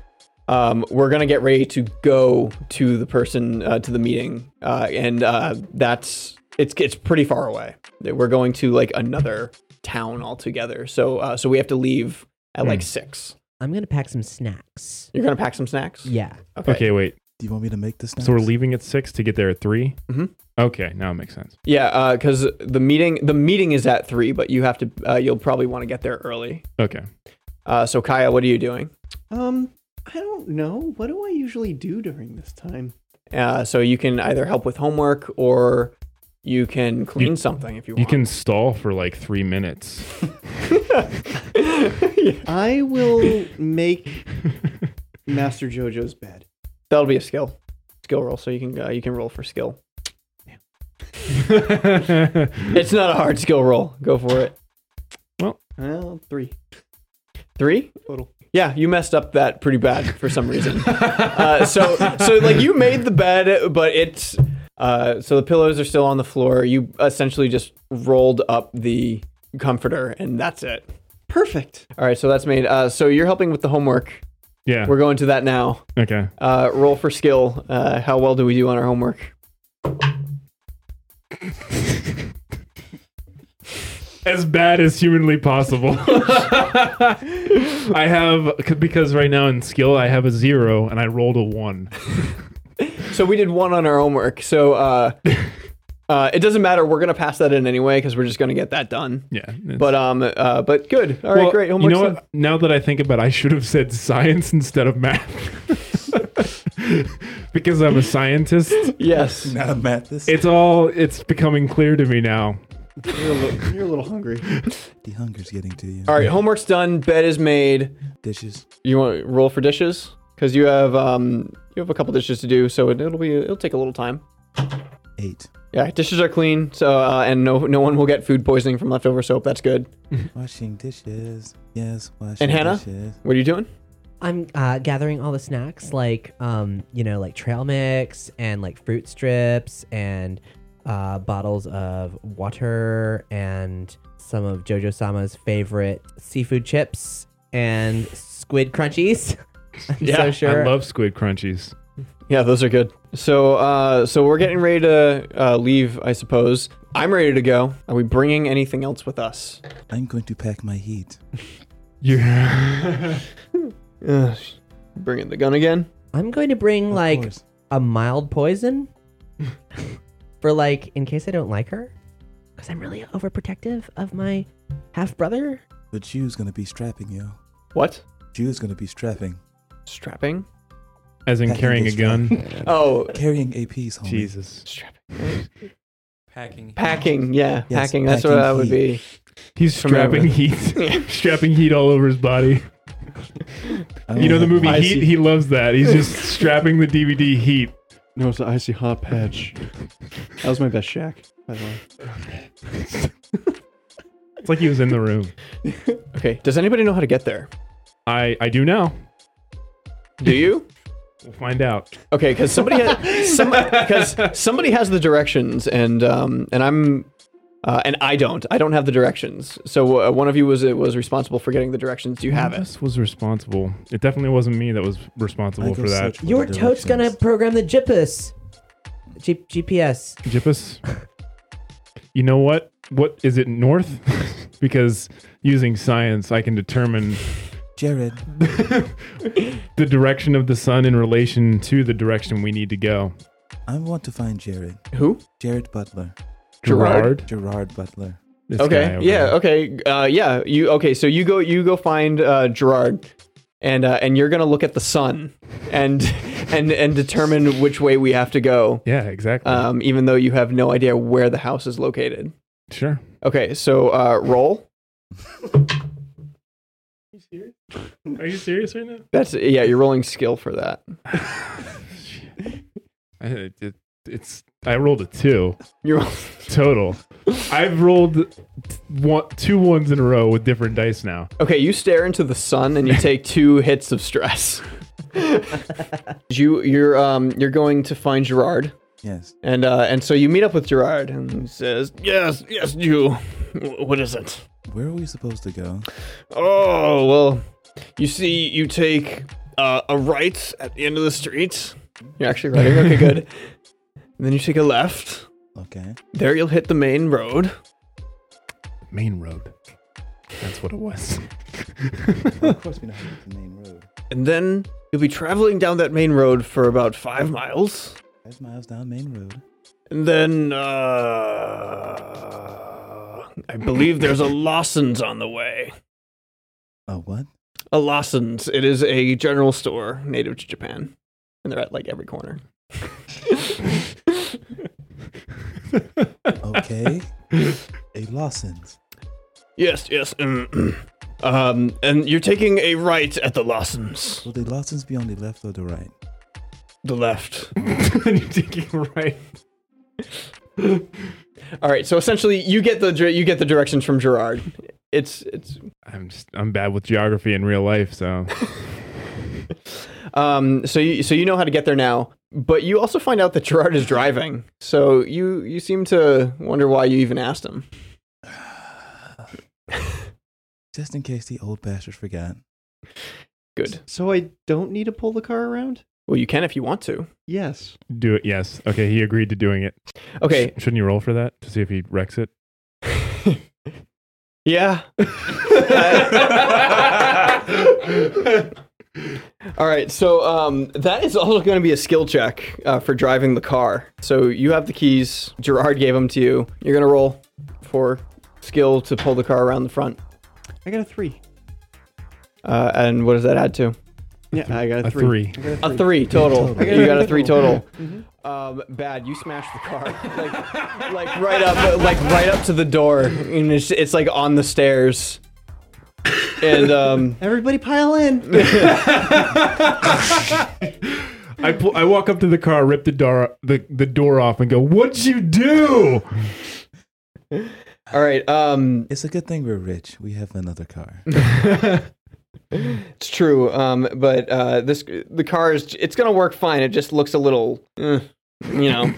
Speaker 3: um we're gonna get ready to go to the person uh to the meeting uh and uh that's it's it's pretty far away we're going to like another town altogether so uh so we have to leave at like six
Speaker 7: I'm gonna pack some snacks.
Speaker 3: you're gonna pack some snacks
Speaker 7: Yeah.
Speaker 3: okay,
Speaker 4: Okay, wait.
Speaker 5: Do you want me to make the snacks?
Speaker 4: So we're leaving at six to get there at 3
Speaker 3: Mhm.
Speaker 4: Okay, now it makes sense.
Speaker 3: yeah uh because the meeting the meeting is at three but you have to uh, you'll probably want to get there early
Speaker 4: Okay.
Speaker 3: uh so kaya what are you doing
Speaker 6: Um, I don't know. What do I usually do during this time?
Speaker 3: uh so you can either help with homework or you can clean something if you want
Speaker 4: You can stall for like three minutes.
Speaker 6: I will make Master Jojo's bed.
Speaker 3: That'll be a skill, skill roll. So you can uh, you can roll for skill. It's not a hard skill roll. Go for it.
Speaker 6: Well, three
Speaker 3: Three.
Speaker 6: total.
Speaker 3: Yeah, you messed up that pretty bad for some reason. uh, so so like you made the bed, but it's uh, so the pillows are still on the floor. You essentially just rolled up the comforter, and that's it.
Speaker 6: Perfect.
Speaker 3: All right, so that's made. Uh, so you're helping with the homework.
Speaker 4: Yeah.
Speaker 3: We're going to that now.
Speaker 4: okay.
Speaker 3: Uh, roll for skill. Uh, how well do we do on our homework?
Speaker 4: As bad as humanly possible. I have because right now in skill I have a zero and I rolled a one.
Speaker 3: So we did one on our homework. So uh, uh, it doesn't matter. We're gonna pass that in anyway because we're just gonna get that done.
Speaker 4: Yeah. it's-
Speaker 3: But um, uh, but good. All right,
Speaker 4: Well,
Speaker 3: great.
Speaker 4: You
Speaker 3: Homework.
Speaker 4: know what? Now that I think about it, I should have said science instead of math. because I'm a scientist.
Speaker 3: Yes.
Speaker 5: Not a math.
Speaker 4: It's all it's becoming clear to me now.
Speaker 6: You're a little, you're a little hungry.
Speaker 5: the hunger's getting to you.
Speaker 3: All right, homework's done. Bed is made.
Speaker 5: Dishes.
Speaker 3: You want to roll for dishes because you have um you have a couple dishes to do, so it, it'll be it'll take a little time.
Speaker 5: Eight.
Speaker 3: Yeah, dishes are clean, so uh, and no no one will get food poisoning from leftover soap. That's good.
Speaker 5: Washing dishes. Yes, washing
Speaker 3: Hannah?
Speaker 5: dishes.
Speaker 3: What are you doing?
Speaker 7: I'm uh, gathering all the snacks, like um, you know, like trail mix and like fruit strips and uh, bottles of water and some of Jojo Sama's favorite seafood chips and squid crunchies. I'm so sure.
Speaker 4: I love squid crunchies.
Speaker 3: Yeah, those are good. So uh so we're getting ready to uh, leave, I suppose. I'm ready to go. Are we bringing anything else with us?
Speaker 5: I'm going to pack my heat.
Speaker 4: You
Speaker 3: Ugh, bringing the gun again?
Speaker 7: I'm going to bring
Speaker 5: Of
Speaker 7: like
Speaker 5: course.
Speaker 7: a mild poison for like in case I don't like her, because I'm really overprotective of my half brother.
Speaker 5: But Jew's gonna be strapping you.
Speaker 3: What?
Speaker 5: Jew's gonna be strapping.
Speaker 3: Strapping?
Speaker 4: as in
Speaker 5: Packing
Speaker 4: carrying a
Speaker 5: is
Speaker 4: gun.
Speaker 3: Oh,
Speaker 5: Carrying a piece, homie.
Speaker 4: Jesus.
Speaker 3: strapping.
Speaker 8: Packing.
Speaker 3: Packing, yeah,
Speaker 5: Yes,
Speaker 3: packing. That's what
Speaker 5: packing
Speaker 3: that would be.
Speaker 4: He's
Speaker 3: Familiar
Speaker 4: strapping
Speaker 3: with-
Speaker 4: heat. strapping heat all over his body.
Speaker 5: I
Speaker 4: You know
Speaker 5: don't
Speaker 4: the
Speaker 5: like
Speaker 4: movie
Speaker 5: that.
Speaker 4: Heat? He loves that. He's just strapping the DVD Heat.
Speaker 6: No, it's the icy hot patch. That was my best shack, by the way.
Speaker 4: It's like he was in the room.
Speaker 3: Okay. Does anybody know how to get there?
Speaker 4: I I do now.
Speaker 3: Do you?
Speaker 4: We'll find out.
Speaker 3: Okay, because somebody has some, cause somebody has the directions, and um, and I'm, uh, and I don't. I don't have the directions. So uh, one of you was was responsible for getting the directions. Do you have it?
Speaker 4: This was responsible. It definitely wasn't me that was
Speaker 5: I
Speaker 4: responsible
Speaker 5: go
Speaker 4: for that.
Speaker 5: search for the
Speaker 7: Your tote's gonna
Speaker 5: directions.
Speaker 7: program the GPS. G- GPS.
Speaker 4: Jippus, you know what? What is it north? because using science, I can determine
Speaker 5: Jared.
Speaker 4: the direction of the sun in relation to the direction we need to go.
Speaker 5: I want to find Jared.
Speaker 3: Who?
Speaker 5: Jared Butler.
Speaker 3: Gerard?
Speaker 5: Gerard Butler.
Speaker 4: This guy
Speaker 3: Okay.
Speaker 4: over
Speaker 3: Yeah.
Speaker 4: there.
Speaker 3: Okay. Uh, yeah. You. Okay. So you go. You go find uh, Gerard, and uh, and you're gonna look at the sun, and and and determine which way we have to go.
Speaker 4: Yeah, exactly.
Speaker 3: Um, even though you have no idea where the house is located.
Speaker 4: sure.
Speaker 3: Okay. So uh, roll.
Speaker 4: Are you serious right now?
Speaker 3: That's yeah. You're rolling skill for that.
Speaker 4: I, it, it's I rolled a two
Speaker 3: You're.
Speaker 4: total. I've rolled one, two ones in a row with different dice now.
Speaker 3: Okay, you stare into the sun and you take two hits of stress. you you're um you're going to find Gerard
Speaker 5: Yes.
Speaker 3: and uh and so you meet up with Gerard and he says, "Yes, yes, you. Wh- What is it?
Speaker 5: Where are we supposed to go?
Speaker 3: Oh, well, you see you take uh, a right at the end of the street. You're actually right. Okay, good. And then you take a left.
Speaker 5: Okay.
Speaker 3: There you'll hit the main road.
Speaker 4: Main road. That's what it was.
Speaker 5: of course we know how to get the main road.
Speaker 3: And then you'll be traveling down that main road for about 5 miles.
Speaker 5: Five miles down main road.
Speaker 3: And then, uh, I believe there's a Lawson's on the way.
Speaker 5: Oh what?
Speaker 3: A Lawson's. It is a general store native to Japan, and they're at like every corner.
Speaker 5: Okay. a Lawson's.
Speaker 3: Yes, yes. mm, um, and you're taking a right at the Lawson's,
Speaker 5: Will the Lawson's be on the left or the right?
Speaker 3: the left.
Speaker 4: and you're taking right.
Speaker 3: All right. So essentially, you get the dir- you get the directions from Gerard. It's it's
Speaker 4: I'm just, I'm bad with geography in real life, so
Speaker 3: Um, so you so you know how to get there now, but you also find out that Gerard is driving. So you you seem to wonder why you even asked him.
Speaker 5: just in case the old bastard forgot.
Speaker 3: Good.
Speaker 6: So I don't need to pull the car around?
Speaker 3: Well, you can if you want to.
Speaker 6: Yes.
Speaker 4: Do it. Yes. Okay. He agreed to doing it.
Speaker 3: Okay.
Speaker 4: Sh- shouldn't you roll for that to see if he wrecks it?
Speaker 3: Yeah. all right. So um, that is also going to be a skill check uh, for driving the car. So you have the keys. Gerard gave them to you. You're going to roll for skill to pull the car around the front.
Speaker 6: I got a three.
Speaker 3: Uh, and what does that add to?
Speaker 6: Yeah, I got a
Speaker 4: A
Speaker 6: three.
Speaker 4: three.
Speaker 3: A three total. You got a three total. Um, bad. You smashed the car, like, like right up, like right up to the door, and it's, it's like on the stairs. And um,
Speaker 6: Everybody pile in.
Speaker 4: I pull, I walk up to the car, rip the door the, the door off, and go, "What'd you do?"
Speaker 3: all right, um,
Speaker 5: It's a good thing we're rich. We have another car.
Speaker 3: it's true. Um, but uh, this the car is it's gonna work fine. It just looks a little, eh, you know,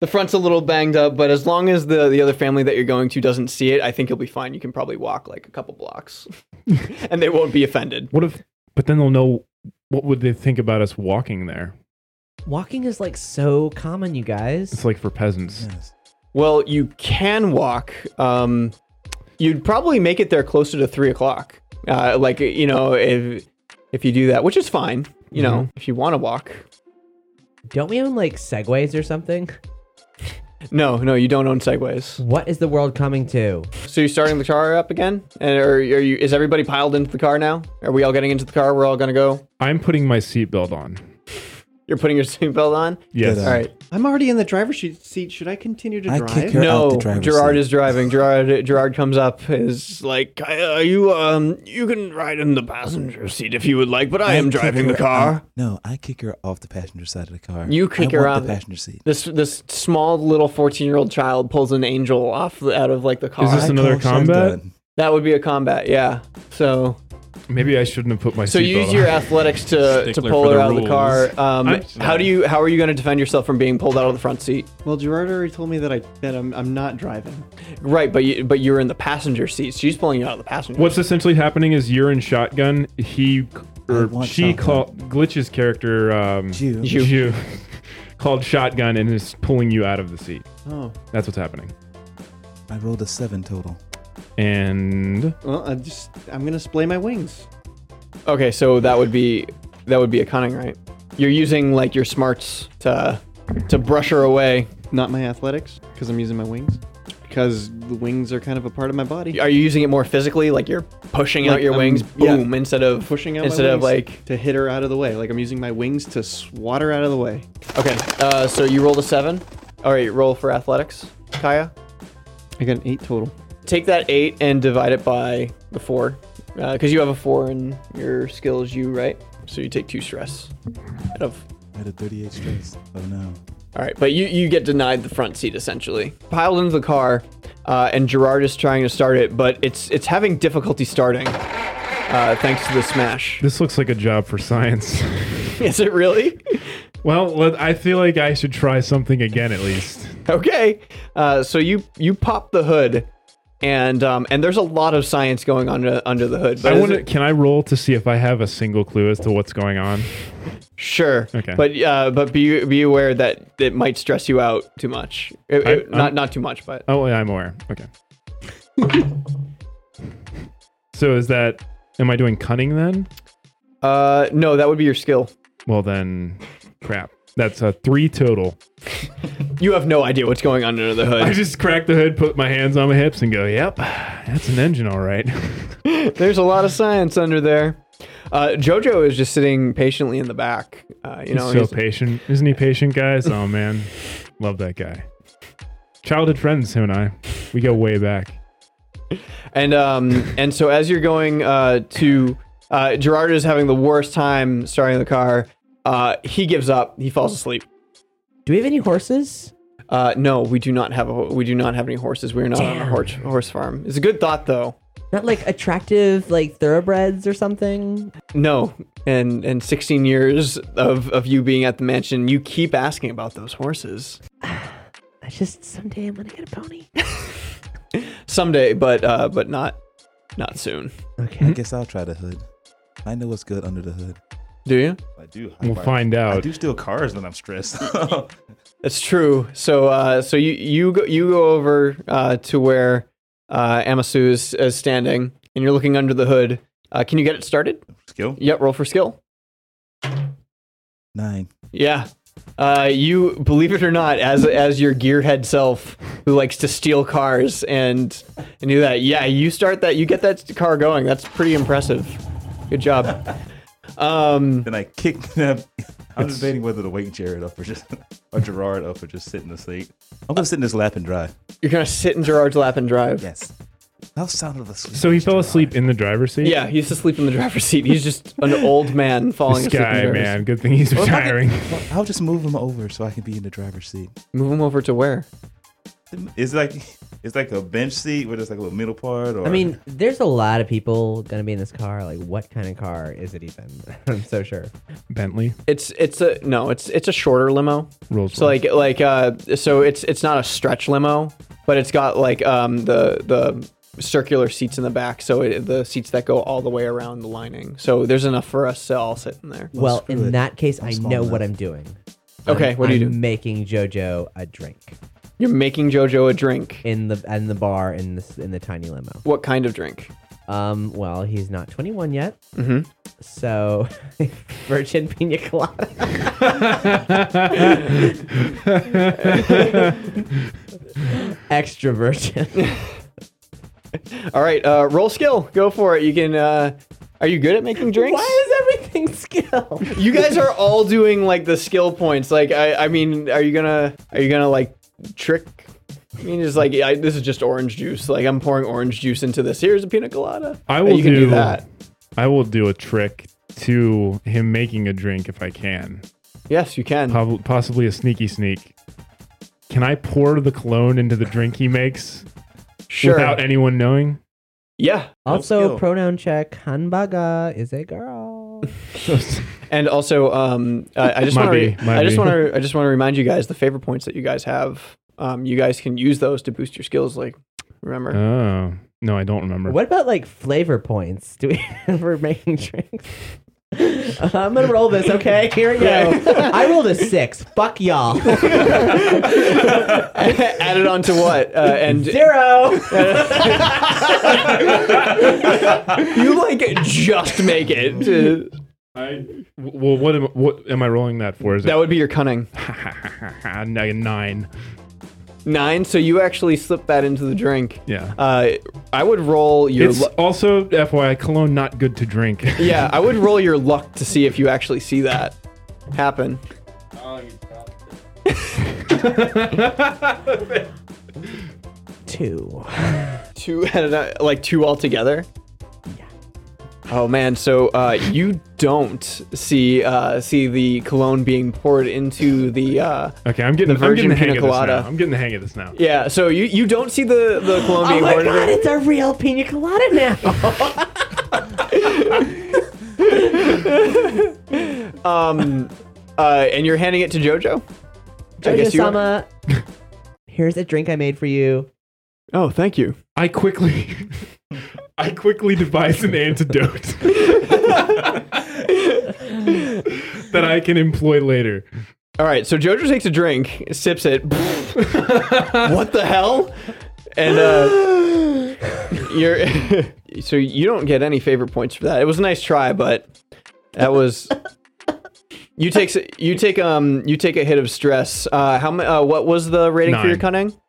Speaker 3: the front's a little banged up. But as long as the the other family that you're going to doesn't see it, I think you'll be fine. You can probably walk like a couple blocks, and they won't be offended.
Speaker 4: What if? But then they'll know. What would they think about us walking there?
Speaker 7: Walking is like so common, you
Speaker 4: It's
Speaker 7: guys.
Speaker 4: like for peasants.
Speaker 5: Yes.
Speaker 3: Well, you can walk. Um, you'd probably make it there closer to three o'clock. Uh, like you know, if if you do that, which is fine. You
Speaker 5: Mm-hmm.
Speaker 3: know, if you want to walk.
Speaker 7: Don't we own like segways or something?
Speaker 3: No, no, you don't own segways.
Speaker 7: What is the world coming to?
Speaker 3: So you're starting the car up again, and are, are you? Is everybody piled into the car now? Are we all getting into the car? We're all gonna go.
Speaker 4: I'm putting my seatbelt on.
Speaker 3: You're putting your seatbelt on.
Speaker 4: Yes.
Speaker 5: Good,
Speaker 3: All
Speaker 5: uh,
Speaker 3: right.
Speaker 6: I'm already in the driver's she- seat. Should I continue to
Speaker 5: I
Speaker 6: drive?
Speaker 5: kick her out
Speaker 3: No,
Speaker 5: the driver's
Speaker 3: Gerard
Speaker 5: seat.
Speaker 3: is driving. Gerard Gerard comes up. Is like, uh, you um, you can ride in the passenger seat if you would like, but I, am
Speaker 5: kick
Speaker 3: driving
Speaker 5: her
Speaker 3: the car.
Speaker 5: out- no, I kick her off the passenger side of the car.
Speaker 3: You kick
Speaker 5: I
Speaker 3: her
Speaker 5: want
Speaker 3: off.
Speaker 5: the passenger seat.
Speaker 3: This this small little fourteen year old child pulls an angel off the, out of like the car.
Speaker 4: Is this
Speaker 5: I
Speaker 4: another
Speaker 5: call Sean
Speaker 4: combat?
Speaker 5: Dunn.
Speaker 3: that would be a combat, yeah. So
Speaker 4: Maybe I shouldn't have put my
Speaker 3: so
Speaker 4: seatbelt
Speaker 3: you use
Speaker 4: on.
Speaker 3: your athletics to, to
Speaker 8: Stickler
Speaker 3: pull
Speaker 8: for
Speaker 3: her
Speaker 8: the
Speaker 3: out of the
Speaker 8: rules.
Speaker 3: car. Um,
Speaker 4: I-
Speaker 3: how do you how are you going to defend yourself from being pulled out of the front seat?
Speaker 6: Well, Gerard already told me that I that I'm, I'm not driving.
Speaker 3: Right, but you, but you're in the passenger seat. She's pulling you out of the passenger.
Speaker 4: What's essentially happening is you're in shotgun. He
Speaker 5: I
Speaker 4: or
Speaker 5: want
Speaker 4: she
Speaker 5: shotgun.
Speaker 4: called glitch's character um,
Speaker 5: Jew.
Speaker 3: Jew.
Speaker 4: Jew, called shotgun and is pulling you out of the seat.
Speaker 6: Oh,
Speaker 4: That's what's happening.
Speaker 5: I rolled a seven total.
Speaker 4: And
Speaker 6: well, I just I'm gonna splay my wings.
Speaker 3: seat. Okay, so that would be that would be a cunning, right? You're using like your smarts to to brush her away.
Speaker 6: Not my athletics, because I'm using my wings. Because the wings are kind of a part of my body.
Speaker 3: Are you using it more physically? Like you're pushing out
Speaker 6: Like,
Speaker 3: your
Speaker 6: I'm-
Speaker 3: wings,
Speaker 6: yeah.
Speaker 3: boom, instead of
Speaker 6: Pushing out
Speaker 3: instead
Speaker 6: my
Speaker 3: of
Speaker 6: wings
Speaker 3: like
Speaker 6: to hit her out of the way. Like I'm using my wings to swat her out of the way.
Speaker 3: Okay, uh, so you rolled a seven. All right, roll for athletics, Kaya.
Speaker 6: I got an eight total.
Speaker 3: Take that eight and divide it by the four, because you have a four in your skills, you right? So you take two stress. Out of
Speaker 5: I had a 38 stress. Oh no.
Speaker 3: all right, but you you get denied the front seat essentially. Piled into the car, uh, and Gerard is trying to start it, but it's it's having difficulty starting, uh, thanks to the smash.
Speaker 4: this looks like a job for science.
Speaker 3: is it really?
Speaker 4: well, let, I feel like I should try something again at least.
Speaker 3: okay uh, so you you pop the hood and um, and there's a lot of science going on uh, under, under the hood but
Speaker 4: I
Speaker 3: is
Speaker 4: wonder,
Speaker 3: it-
Speaker 4: can I roll to see if I have a single clue as to what's going on?
Speaker 3: sure
Speaker 4: Okay.
Speaker 3: but uh, but be be aware that it might stress you out too much It-
Speaker 4: I-
Speaker 3: it- not
Speaker 4: I'm-
Speaker 3: not too much but
Speaker 4: Oh, yeah, I'm aware. Okay. so is that? Am I doing cunning then?
Speaker 3: uh, no that would be your skill
Speaker 4: Well then, crap. That's a three total.
Speaker 3: you have no idea what's going on under the
Speaker 4: I
Speaker 3: hood
Speaker 4: just crack the hood, put my hands on my hips, and go, "Yep, that's an engine, all right."
Speaker 3: there's a lot of science under there uh, jojo is just sitting patiently in the back uh, you know
Speaker 4: he's so
Speaker 3: he's-
Speaker 4: patient, isn't he? Patient guys. Oh man, love that guy. Childhood friends, him and I. We go way back.
Speaker 3: And um, and so as you're going uh, to uh, Gerard is having the worst time starting the car. Uh, he gives up. He falls asleep.
Speaker 7: Do we have any horses?
Speaker 3: Uh, no, we do not have a, we do not have any horses. We are not on a horse, horse farm. It's a good thought though.
Speaker 7: Not like attractive like thoroughbreds or something?
Speaker 3: No, and and 16 years of of you being at the mansion, you keep asking about those horses.
Speaker 7: I just someday I'm gonna get a pony.
Speaker 3: Someday, but uh, but not Not soon.
Speaker 4: Hmm?
Speaker 5: I
Speaker 7: Okay.
Speaker 5: guess I'll try the hood. I know what's good under the hood.
Speaker 3: Do you?
Speaker 9: I do.
Speaker 4: We'll
Speaker 9: I-
Speaker 4: find
Speaker 9: I
Speaker 4: out.
Speaker 9: do steal cars when I'm stressed.
Speaker 3: That's true. So, uh, so you you go, you go over uh, to where uh, Amasu is, is standing, and you're looking under the hood. Uh, can you get it started?
Speaker 9: Skill.
Speaker 3: Yep. Roll for skill.
Speaker 5: Nine.
Speaker 3: Yeah. Uh, you believe it or not, as as your gearhead self who likes to steal cars and and do that. Yeah, you start that. You get that car going. That's pretty impressive. Good job. Um,
Speaker 9: Then I kick them. I'm debating whether to wake Jared up or just or Gerard up or just sit in the seat.
Speaker 5: I'm gonna sit in this lap and drive.
Speaker 3: you're gonna sit in Gerard's lap and drive.
Speaker 5: Yes. How sound of a sleep.
Speaker 4: So he fell asleep in the driver's seat.
Speaker 3: Yeah, he used to sleep in the driver's seat. He's just an old man falling
Speaker 4: This
Speaker 3: asleep. in the
Speaker 4: guy,
Speaker 3: driver's
Speaker 4: man. Good thing he's retiring.
Speaker 5: I'll just move him over so I can be in the driver's seat.
Speaker 3: Move him over to where?
Speaker 9: It's like it's like a bench seat where there's like a little middle part. Or
Speaker 7: I mean, there's a lot of people gonna be in this car. Like, what kind of car is it even? I'm so sure.
Speaker 4: Bentley
Speaker 3: It's it's a no. It's it's a shorter limo.
Speaker 4: rolls.
Speaker 3: So like like uh so it's it's not a stretch limo, but it's got like um the the circular seats in the back. So it, the seats that go all the way around the lining. So there's enough for us to all sit in there.
Speaker 7: Well,
Speaker 5: screw
Speaker 7: in
Speaker 5: it.
Speaker 7: that case, i
Speaker 5: I'm small
Speaker 7: know
Speaker 5: enough.
Speaker 7: what I'm doing.
Speaker 3: Okay, what do you
Speaker 7: I'm
Speaker 3: do?
Speaker 7: Making JoJo a drink
Speaker 3: You're making JoJo a drink.
Speaker 7: in the in the bar in this in the tiny limo.
Speaker 3: What kind of drink?
Speaker 7: Um, well, he's not 21 yet,
Speaker 3: Mhm.
Speaker 7: so virgin pina colada. Extra virgin.
Speaker 3: All right, uh, roll skill. Go for it. You can. Uh, are you good at making drinks?
Speaker 7: Why is everything skill?
Speaker 3: You guys are all doing like the skill points. Like, I, I mean, are you gonna, are you gonna like trick? I mean, just like I, this is just orange juice. Like, I'm pouring orange juice into this. Here's a pina colada.
Speaker 4: I will
Speaker 3: you can do,
Speaker 4: do-
Speaker 3: that.
Speaker 4: I will do a trick to him making a drink if I can.
Speaker 3: Yes, you can.
Speaker 4: Prob- Possibly a sneaky sneak. Can I pour the cologne into the drink he makes
Speaker 3: sure.
Speaker 4: without anyone knowing?
Speaker 3: yeah,
Speaker 7: Also,
Speaker 5: skill.
Speaker 7: pronoun check. Hanbaga is a girl.
Speaker 3: and also, um, I, I just
Speaker 4: Might
Speaker 3: want
Speaker 4: be,
Speaker 3: to,
Speaker 4: might
Speaker 3: I just
Speaker 4: be.
Speaker 3: want to, I just want to remind you guys the favorite points that you guys have. Um, you guys can use those to boost your skills. Like, remember.
Speaker 4: Oh no, I don't remember.
Speaker 7: What about like flavor points? Do we for making drinks? Uh, I'm gonna roll this, okay? Here we go. I rolled a six. Fuck y'all.
Speaker 3: Add it on to what? Uh, and
Speaker 7: Zero.
Speaker 3: you like just make it. to-
Speaker 4: I, well, what am, what am I rolling that for? Is
Speaker 3: that would be your cunning.
Speaker 4: it nine?
Speaker 3: Nine. So you actually slip that into the drink.
Speaker 4: Yeah.
Speaker 3: Uh, I would roll your.
Speaker 4: It's
Speaker 3: Lu-
Speaker 4: also FYI, cologne not good to drink.
Speaker 3: yeah, I would roll your luck to see if you actually see that happen.
Speaker 7: Two.
Speaker 3: Two at a, like two altogether. Oh man, so uh, you don't see uh, see the cologne being poured into the uh,
Speaker 4: Okay, I'm
Speaker 3: The
Speaker 4: getting I'm getting
Speaker 3: virgin
Speaker 4: the hang
Speaker 3: pina
Speaker 4: of this
Speaker 3: colada.
Speaker 4: now. I'm getting the hang of this now.
Speaker 3: yeah. So you, you don't see the the cologne
Speaker 7: Oh
Speaker 3: being
Speaker 7: my
Speaker 3: poured. into
Speaker 7: god,
Speaker 3: it.
Speaker 7: it's a real pina colada now.
Speaker 3: Uh, and you're handing it to Jojo. I
Speaker 7: Jojo
Speaker 3: guess you are.
Speaker 7: Sama, here's a drink I made for you.
Speaker 3: Oh, thank you.
Speaker 4: I quickly I quickly devised an antidote that I can employ later.
Speaker 3: All right, so Jojo takes a drink, sips it. what the hell? And uh, you're so you don't get any favorite points for that. It was a nice try, but that was you take s- you take um you take a hit of stress. Uh, how ma- uh, What was the rating for your
Speaker 4: Nine.
Speaker 3: cunning?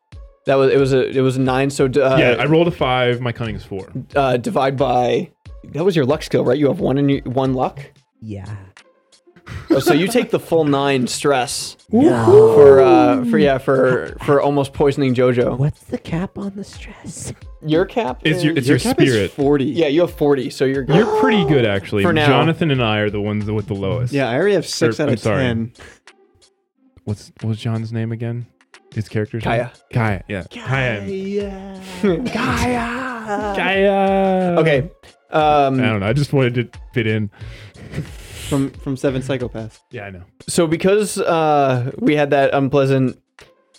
Speaker 3: That was it was a it was a nine. So d- uh,
Speaker 4: Yeah, I rolled a five. My cunning's four.
Speaker 3: uh, divide by that was your luck skill, right? You have one in your, one luck.
Speaker 7: Yeah.
Speaker 3: Oh, so you take the full nine stress for uh, for yeah for for almost poisoning Jojo.
Speaker 7: What's the cap on the
Speaker 3: Uh,
Speaker 7: stress?
Speaker 3: Your cap
Speaker 4: It's your-
Speaker 3: is-
Speaker 4: it's your
Speaker 3: cap is
Speaker 4: spirit.
Speaker 3: forty. Yeah, you have forty, so you're good.
Speaker 4: You're pretty good actually.
Speaker 3: For now.
Speaker 4: Jonathan and I are the ones that with the lowest.
Speaker 6: Yeah, I already have six
Speaker 4: Or-
Speaker 6: out
Speaker 4: I'm
Speaker 6: of
Speaker 4: sorry.
Speaker 6: ten.
Speaker 4: What's what was John's name again? His character's
Speaker 3: Kaya.
Speaker 4: name? Kaya. Yeah. Kaya.
Speaker 3: Gaia.
Speaker 4: Kaya.
Speaker 3: Okay.
Speaker 4: I
Speaker 3: Um,
Speaker 4: don't know. I just wanted to fit in.
Speaker 6: From from seven psychopaths.
Speaker 4: Yeah, I know.
Speaker 3: so because uh, we had that unpleasant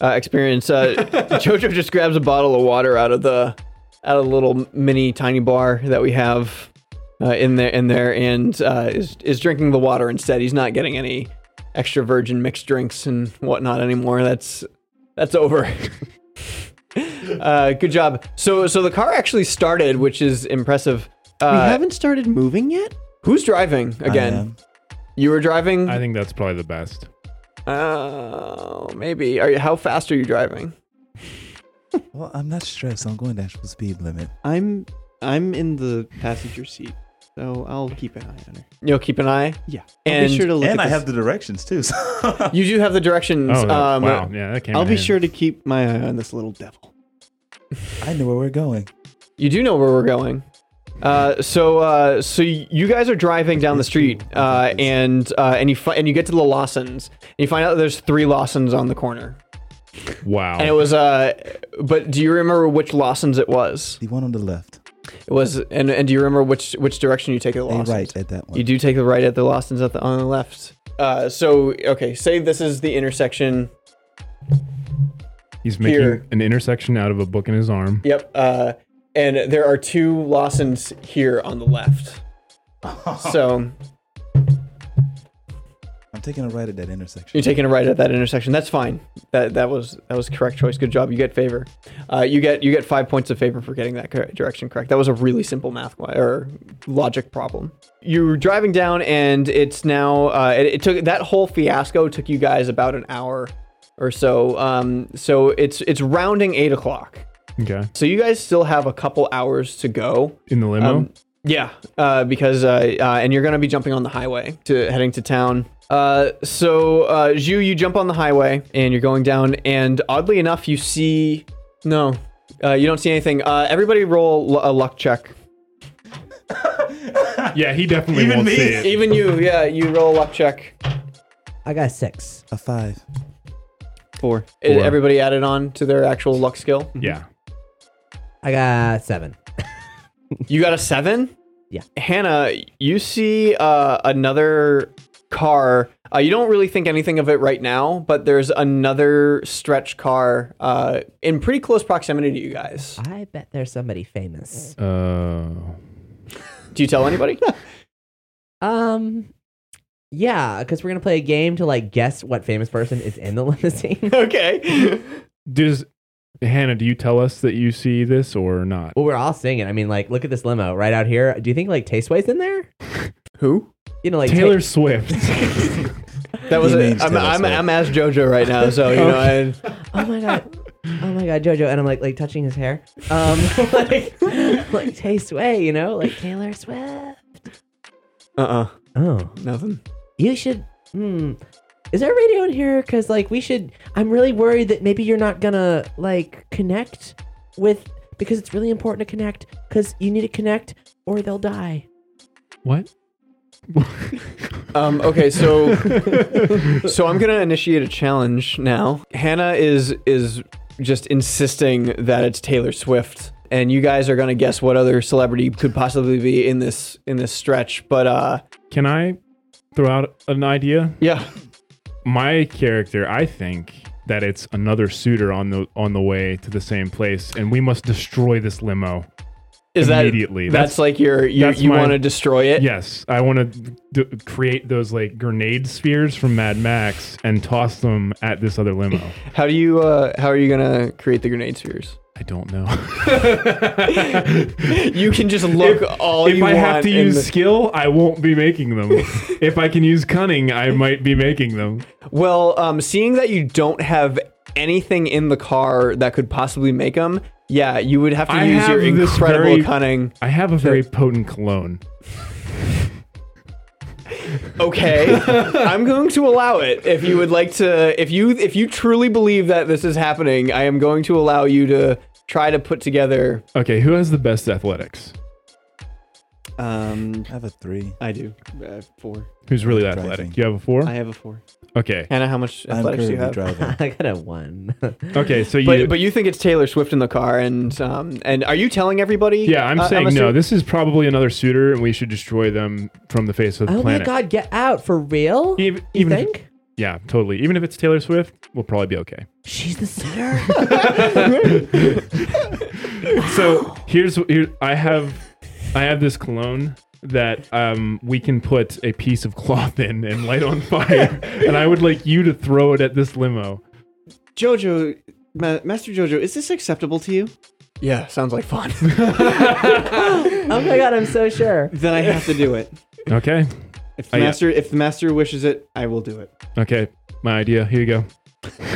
Speaker 3: uh, experience, uh, Jojo just grabs a bottle of water out of the at a little mini tiny bar that we have uh, in there in there and uh, is is drinking the water instead. He's not getting any extra virgin mixed drinks and whatnot anymore. That's that's over. uh, good job. So so the car actually started, which is impressive.
Speaker 6: we
Speaker 3: Uh,
Speaker 6: haven't started moving yet.
Speaker 3: who's driving
Speaker 5: I
Speaker 3: again?
Speaker 5: am.
Speaker 3: You were driving.
Speaker 4: I think that's probably the best.
Speaker 3: Oh, maybe. Are you? How fast are you driving?
Speaker 5: Well, I'm not stressed. I'm going to actual speed limit.
Speaker 6: I'm I'm in the passenger seat, so I'll keep an eye on her.
Speaker 3: You'll keep an eye.
Speaker 6: Yeah, I'll
Speaker 3: And-
Speaker 6: be sure to look
Speaker 9: and
Speaker 6: at
Speaker 9: I
Speaker 6: this-
Speaker 9: have the directions too. So
Speaker 3: You do have the directions.
Speaker 4: Oh, that-
Speaker 3: um,
Speaker 4: wow. Yeah, that came
Speaker 6: I'll
Speaker 4: in
Speaker 6: be
Speaker 4: handy.
Speaker 6: sure to keep my eye on this little devil.
Speaker 5: I know where we're going.
Speaker 3: You do know where we're going. Uh, so, uh, so you guys are driving down the street, uh, and uh, and you fi- and you get to the Lawsons, and you find out there's three Lawsons on the corner,
Speaker 4: Wow.
Speaker 3: and it was uh, but do you remember which Lawsons it was?
Speaker 5: The one on the left.
Speaker 3: It was, and and do you remember which which direction you take the
Speaker 5: A
Speaker 3: Lawsons?
Speaker 5: right at that one.
Speaker 3: You do take the right at the Lawsons at the on the left. Uh, so okay, say this is the intersection.
Speaker 4: He's making
Speaker 3: here.
Speaker 4: an intersection out of a book in his arm.
Speaker 3: Yep. Uh, and there are two Lawsons here on the left. so
Speaker 5: I'm taking a right at that intersection.
Speaker 3: You're taking a right at that intersection. That's fine. That that was that was correct choice. Good job. You get favor. Uh, you get you get five points of favor for getting that cor- direction correct. That was a really simple math que- or logic problem. You're driving down, and it's now. Uh, it, it took that whole fiasco took you guys about an hour or so. Um, so it's it's rounding eight o'clock.
Speaker 4: Okay.
Speaker 3: So you guys still have a couple hours to go.
Speaker 4: In the limo.
Speaker 3: Um, yeah, uh, because uh, uh, and you're gonna be jumping on the highway to heading to town. Uh, so uh, Zhu, you jump on the highway and you're going down, and oddly enough, you see no, uh, you don't see anything. Uh, everybody roll l- a luck check.
Speaker 4: yeah, he definitely
Speaker 9: Even
Speaker 4: won't
Speaker 9: me?
Speaker 4: see it.
Speaker 3: Even you, yeah, you roll a luck check.
Speaker 7: I got a six.
Speaker 5: a five.
Speaker 6: Four.
Speaker 3: It,
Speaker 4: Four.
Speaker 3: everybody added on to their actual luck skill.
Speaker 4: Yeah.
Speaker 7: I got seven.
Speaker 3: You got a seven.
Speaker 7: Yeah.
Speaker 3: Hannah, you see uh, another car. Uh, you don't really think anything of it right now, but there's another stretch car uh, in pretty close proximity to you guys.
Speaker 7: I bet there's somebody famous.
Speaker 4: Uh,
Speaker 3: Do you tell anybody?
Speaker 7: Um, yeah, because we're gonna play a game to like guess what famous person is in the limousine.
Speaker 3: okay.
Speaker 4: does Hannah? Do you tell us that you see this or not?
Speaker 7: well, we're all singing. I mean, like, look at this limo right out here. Do you think like Tasteway's in there?
Speaker 3: Who?
Speaker 7: You know, like
Speaker 4: Taylor
Speaker 7: Ta-
Speaker 4: Swift.
Speaker 3: That was.
Speaker 5: He
Speaker 3: A,
Speaker 5: names
Speaker 3: I'm,
Speaker 5: Taylor
Speaker 3: I'm,
Speaker 5: Swift.
Speaker 3: I'm as JoJo right now, so you know. I,
Speaker 7: oh my god, oh my god, JoJo, and I'm like like touching his hair. Um, like like Tasteway, you know, like Taylor Swift.
Speaker 3: uh. uh
Speaker 7: Oh,
Speaker 3: Nothing.
Speaker 7: you should. Hmm. Is there a radio in here? Cause like we should. I'm really worried that maybe you're not gonna like connect with because it's really important to connect. Cause you need to connect or they'll die.
Speaker 4: what?
Speaker 3: Um, okay, so so I'm gonna initiate a challenge now. Hannah is is just insisting that it's Taylor Swift, and you guys are gonna guess what other celebrity could possibly be in this in this stretch. But uh,
Speaker 4: Can I throw out an idea?
Speaker 3: yeah,
Speaker 4: My character, I think that it's another suitor on the on the way to the same place, and we must destroy this limo.
Speaker 3: is that
Speaker 4: Immediately.
Speaker 3: That's,
Speaker 4: That's-
Speaker 3: like your you
Speaker 4: that's
Speaker 3: you
Speaker 4: my-
Speaker 3: want to destroy it.
Speaker 4: Yes, I want to d- create those like grenade spheres from Mad Max and toss them at this other limo.
Speaker 3: How do you uh, how are you gonna create the grenade spheres?
Speaker 4: I don't know.
Speaker 3: You can just look all
Speaker 4: if
Speaker 3: you
Speaker 4: I
Speaker 3: want.
Speaker 4: have to
Speaker 3: in
Speaker 4: use
Speaker 3: the-
Speaker 4: skill, I won't be making them. if I can use cunning, I might be making them.
Speaker 3: Well, um, seeing that you don't have anything in the car that could possibly make them, yeah, you would have to
Speaker 4: I
Speaker 3: use your
Speaker 4: have this
Speaker 3: incredible
Speaker 4: very-
Speaker 3: cunning.
Speaker 4: I have a very potent cologne.
Speaker 3: Okay, I'm going to allow it if you would like to. If you if you truly believe that this is happening, I am going to allow you to try to put together.
Speaker 4: Okay, who has the best athletics?
Speaker 6: Um,
Speaker 5: I have a three.
Speaker 6: I do. Uh, four.
Speaker 4: Who's really
Speaker 5: Driving.
Speaker 4: athletic? You have a four.
Speaker 6: I have a four.
Speaker 4: okay.
Speaker 3: Hannah, how much
Speaker 5: I'm
Speaker 3: athletics do
Speaker 5: currently
Speaker 3: you have?
Speaker 5: driving.
Speaker 7: I got a one.
Speaker 4: Okay, so you.
Speaker 3: But but you think it's Taylor Swift in the car, and um and are you telling everybody?
Speaker 4: yeah, I'm
Speaker 3: Uh,
Speaker 4: saying
Speaker 3: unless
Speaker 4: no.
Speaker 3: you're-
Speaker 4: This is probably another suitor, and we should destroy them from the face of the
Speaker 7: oh my
Speaker 4: planet.
Speaker 7: god, get out for real?
Speaker 4: Ev- Even,
Speaker 7: you
Speaker 4: If,
Speaker 7: think?
Speaker 4: yeah, totally. Even if it's Taylor Swift, we'll probably be okay.
Speaker 7: She's the sitter.
Speaker 4: so here's here I have I have this cologne that um we can put a piece of cloth in and light on fire and I would like you to throw it at this limo.
Speaker 6: Jojo, Ma- Master Jojo, is this acceptable to you? Yeah, sounds like fun.
Speaker 7: Oh my god, I'm so sure.
Speaker 6: then I have to do it.
Speaker 4: Okay.
Speaker 6: If the
Speaker 4: I-
Speaker 6: master, if the master wishes it, I will do it.
Speaker 4: Okay. My idea. Here you go.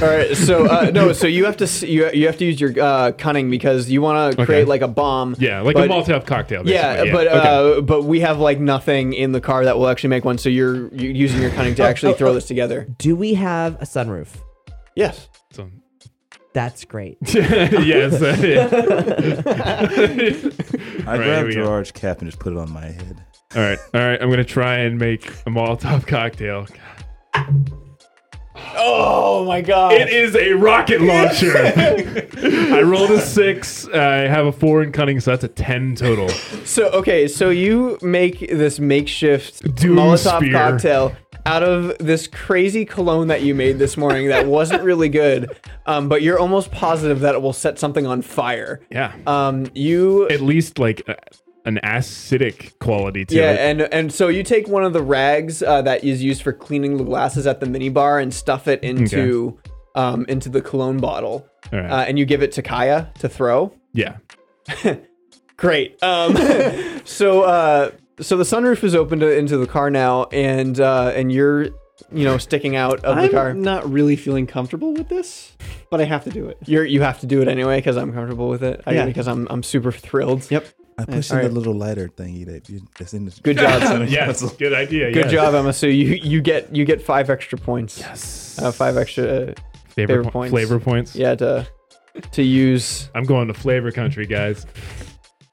Speaker 3: All right, so uh, no, so you have to s- you, you have to use your uh, cunning because you want to create like a bomb.
Speaker 4: Yeah, like
Speaker 3: but-
Speaker 4: a Molotov cocktail.
Speaker 3: Yeah,
Speaker 4: basically.
Speaker 3: but
Speaker 4: Okay.
Speaker 3: uh, but we have like nothing in the car that will actually make one. So you're, you using your cunning to
Speaker 6: Oh,
Speaker 3: actually throw this together.
Speaker 7: Do we have a sunroof?
Speaker 3: Yes.
Speaker 4: So-
Speaker 7: That's great.
Speaker 4: yes.
Speaker 5: I
Speaker 4: Right, here
Speaker 5: grabbed
Speaker 4: we go.
Speaker 5: Gerard's cap and just put it on my head.
Speaker 4: all right. All right. I'm gonna try and make a Molotov cocktail.
Speaker 3: Oh my god.
Speaker 4: It is a rocket launcher. I rolled a six. I have a four in cunning, so that's a ten total.
Speaker 3: So okay, so you make this makeshift
Speaker 4: Doom
Speaker 3: Molotov
Speaker 4: spear.
Speaker 3: cocktail out of this crazy cologne that you made this morning that wasn't really good, um, but you're almost positive that it will set something on fire.
Speaker 4: Yeah.
Speaker 3: Um, you
Speaker 4: At least like a, an acidic quality to
Speaker 3: yeah,
Speaker 4: it.
Speaker 3: and and so you take one of the rags uh, that is used for cleaning the glasses at the minibar and stuff it into um, into the cologne bottle,
Speaker 4: All right.
Speaker 3: uh, and you give it to Kaya to throw.
Speaker 4: yeah.
Speaker 3: Great. Um, so uh, so the sunroof is opened into the car now, and uh, and you're you know sticking out of the
Speaker 6: I'm
Speaker 3: car.
Speaker 6: not really feeling comfortable with this, but I have to do it.
Speaker 3: You're you have to do it anyway because I'm comfortable with it. I,
Speaker 6: Yeah.
Speaker 3: because I'm I'm super thrilled.
Speaker 6: Yep.
Speaker 5: I pushed in
Speaker 3: alright.
Speaker 5: the little lighter thingy that you, that's in the.
Speaker 3: Good job. Son.
Speaker 4: Yes. Good idea.
Speaker 3: Good
Speaker 4: yes.
Speaker 3: job, Emma. So you you get you get five extra points. Yes. Uh, five extra. Uh,
Speaker 4: Flavor,
Speaker 3: Favorite
Speaker 4: po-
Speaker 3: points.
Speaker 4: Flavor points.
Speaker 3: yeah. To to use
Speaker 4: I'm going to flavor country, guys.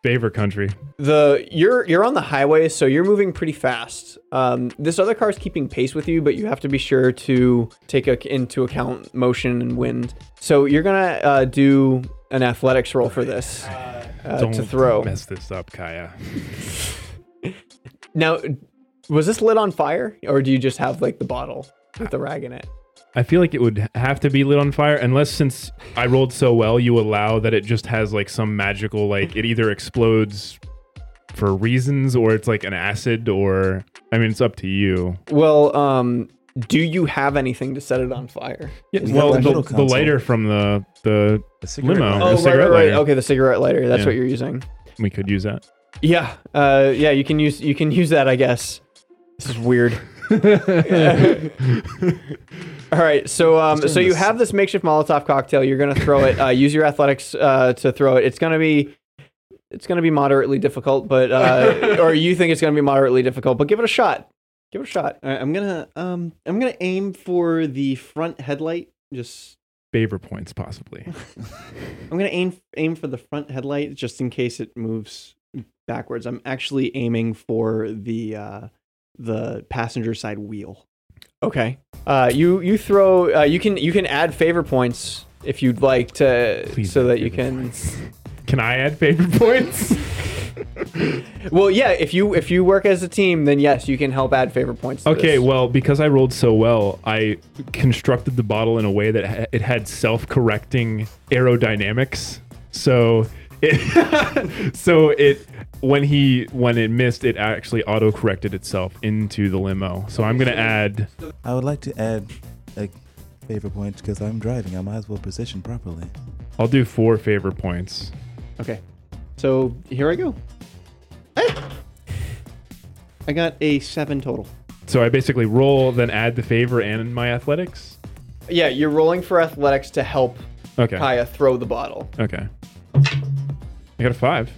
Speaker 4: Favor country.
Speaker 3: the you're you're on the highway, so you're moving pretty fast. Um, this other car is keeping pace with you, but you have to be sure to take a, into account motion and wind. So you're gonna uh, do an athletics roll for this uh,
Speaker 4: Don't
Speaker 3: to throw.
Speaker 4: mess this up, Kaya.
Speaker 3: Now, was this lit on fire, or do you just have like the bottle with the rag in it?
Speaker 4: I feel like it would have to be lit on fire, unless since I rolled so well, you allow that it just has like some magical, like it either explodes for reasons or it's like an acid, or I mean, it's up to you.
Speaker 3: Well, um, do you have anything to set it on fire?
Speaker 5: We
Speaker 4: well,
Speaker 5: got that
Speaker 4: the,
Speaker 5: little
Speaker 4: the
Speaker 5: console.
Speaker 4: lighter from the the
Speaker 5: A cigarette
Speaker 4: limo,
Speaker 5: lighter.
Speaker 4: the
Speaker 3: Oh, right,
Speaker 4: cigarette
Speaker 3: right, right.
Speaker 4: lighter,
Speaker 3: Okay, the cigarette lighter. That's
Speaker 4: Yeah.
Speaker 3: what you're using.
Speaker 4: we could use that.
Speaker 3: Yeah, uh, yeah. You can use you can use that, I guess. This is weird. All right, so um, so you have this makeshift Molotov cocktail. You're gonna throw it. Uh, use your athletics uh, to throw it. It's gonna be it's gonna be moderately difficult, but uh, or you think it's gonna be moderately difficult, but give it a shot. Give it a shot.
Speaker 6: All right, I'm gonna um, I'm gonna aim for the front headlight. Just
Speaker 4: Favor points, possibly.
Speaker 6: I'm gonna aim aim for the front headlight just in case it moves backwards. I'm actually aiming for the uh, the passenger side wheel.
Speaker 3: Okay. Uh, you you throw. Uh, you can you can add favor points if you'd like to,
Speaker 4: Please
Speaker 3: so
Speaker 4: add
Speaker 3: that you
Speaker 4: favor
Speaker 3: can.
Speaker 4: Can I add favor points?
Speaker 3: Well, yeah. If you if you work as a team, then yes, you can help add favor points. To
Speaker 4: Okay,
Speaker 3: this.
Speaker 4: well, because I rolled so well, I constructed the bottle in a way that ha- it had self-correcting aerodynamics. So it so it when he when it missed, it actually auto-corrected itself into the limo. So I'm going to add
Speaker 5: I would like to add a favor point because I'm driving. I might as well position properly.
Speaker 4: I'll do 4 favor points.
Speaker 6: Okay, so here I go. Ah! I got a seven total.
Speaker 4: So I basically roll then add the favor and my athletics.
Speaker 3: yeah, you're rolling for athletics to help
Speaker 4: Okay.
Speaker 3: Kaya throw the bottle.
Speaker 4: Okay. I got a 5.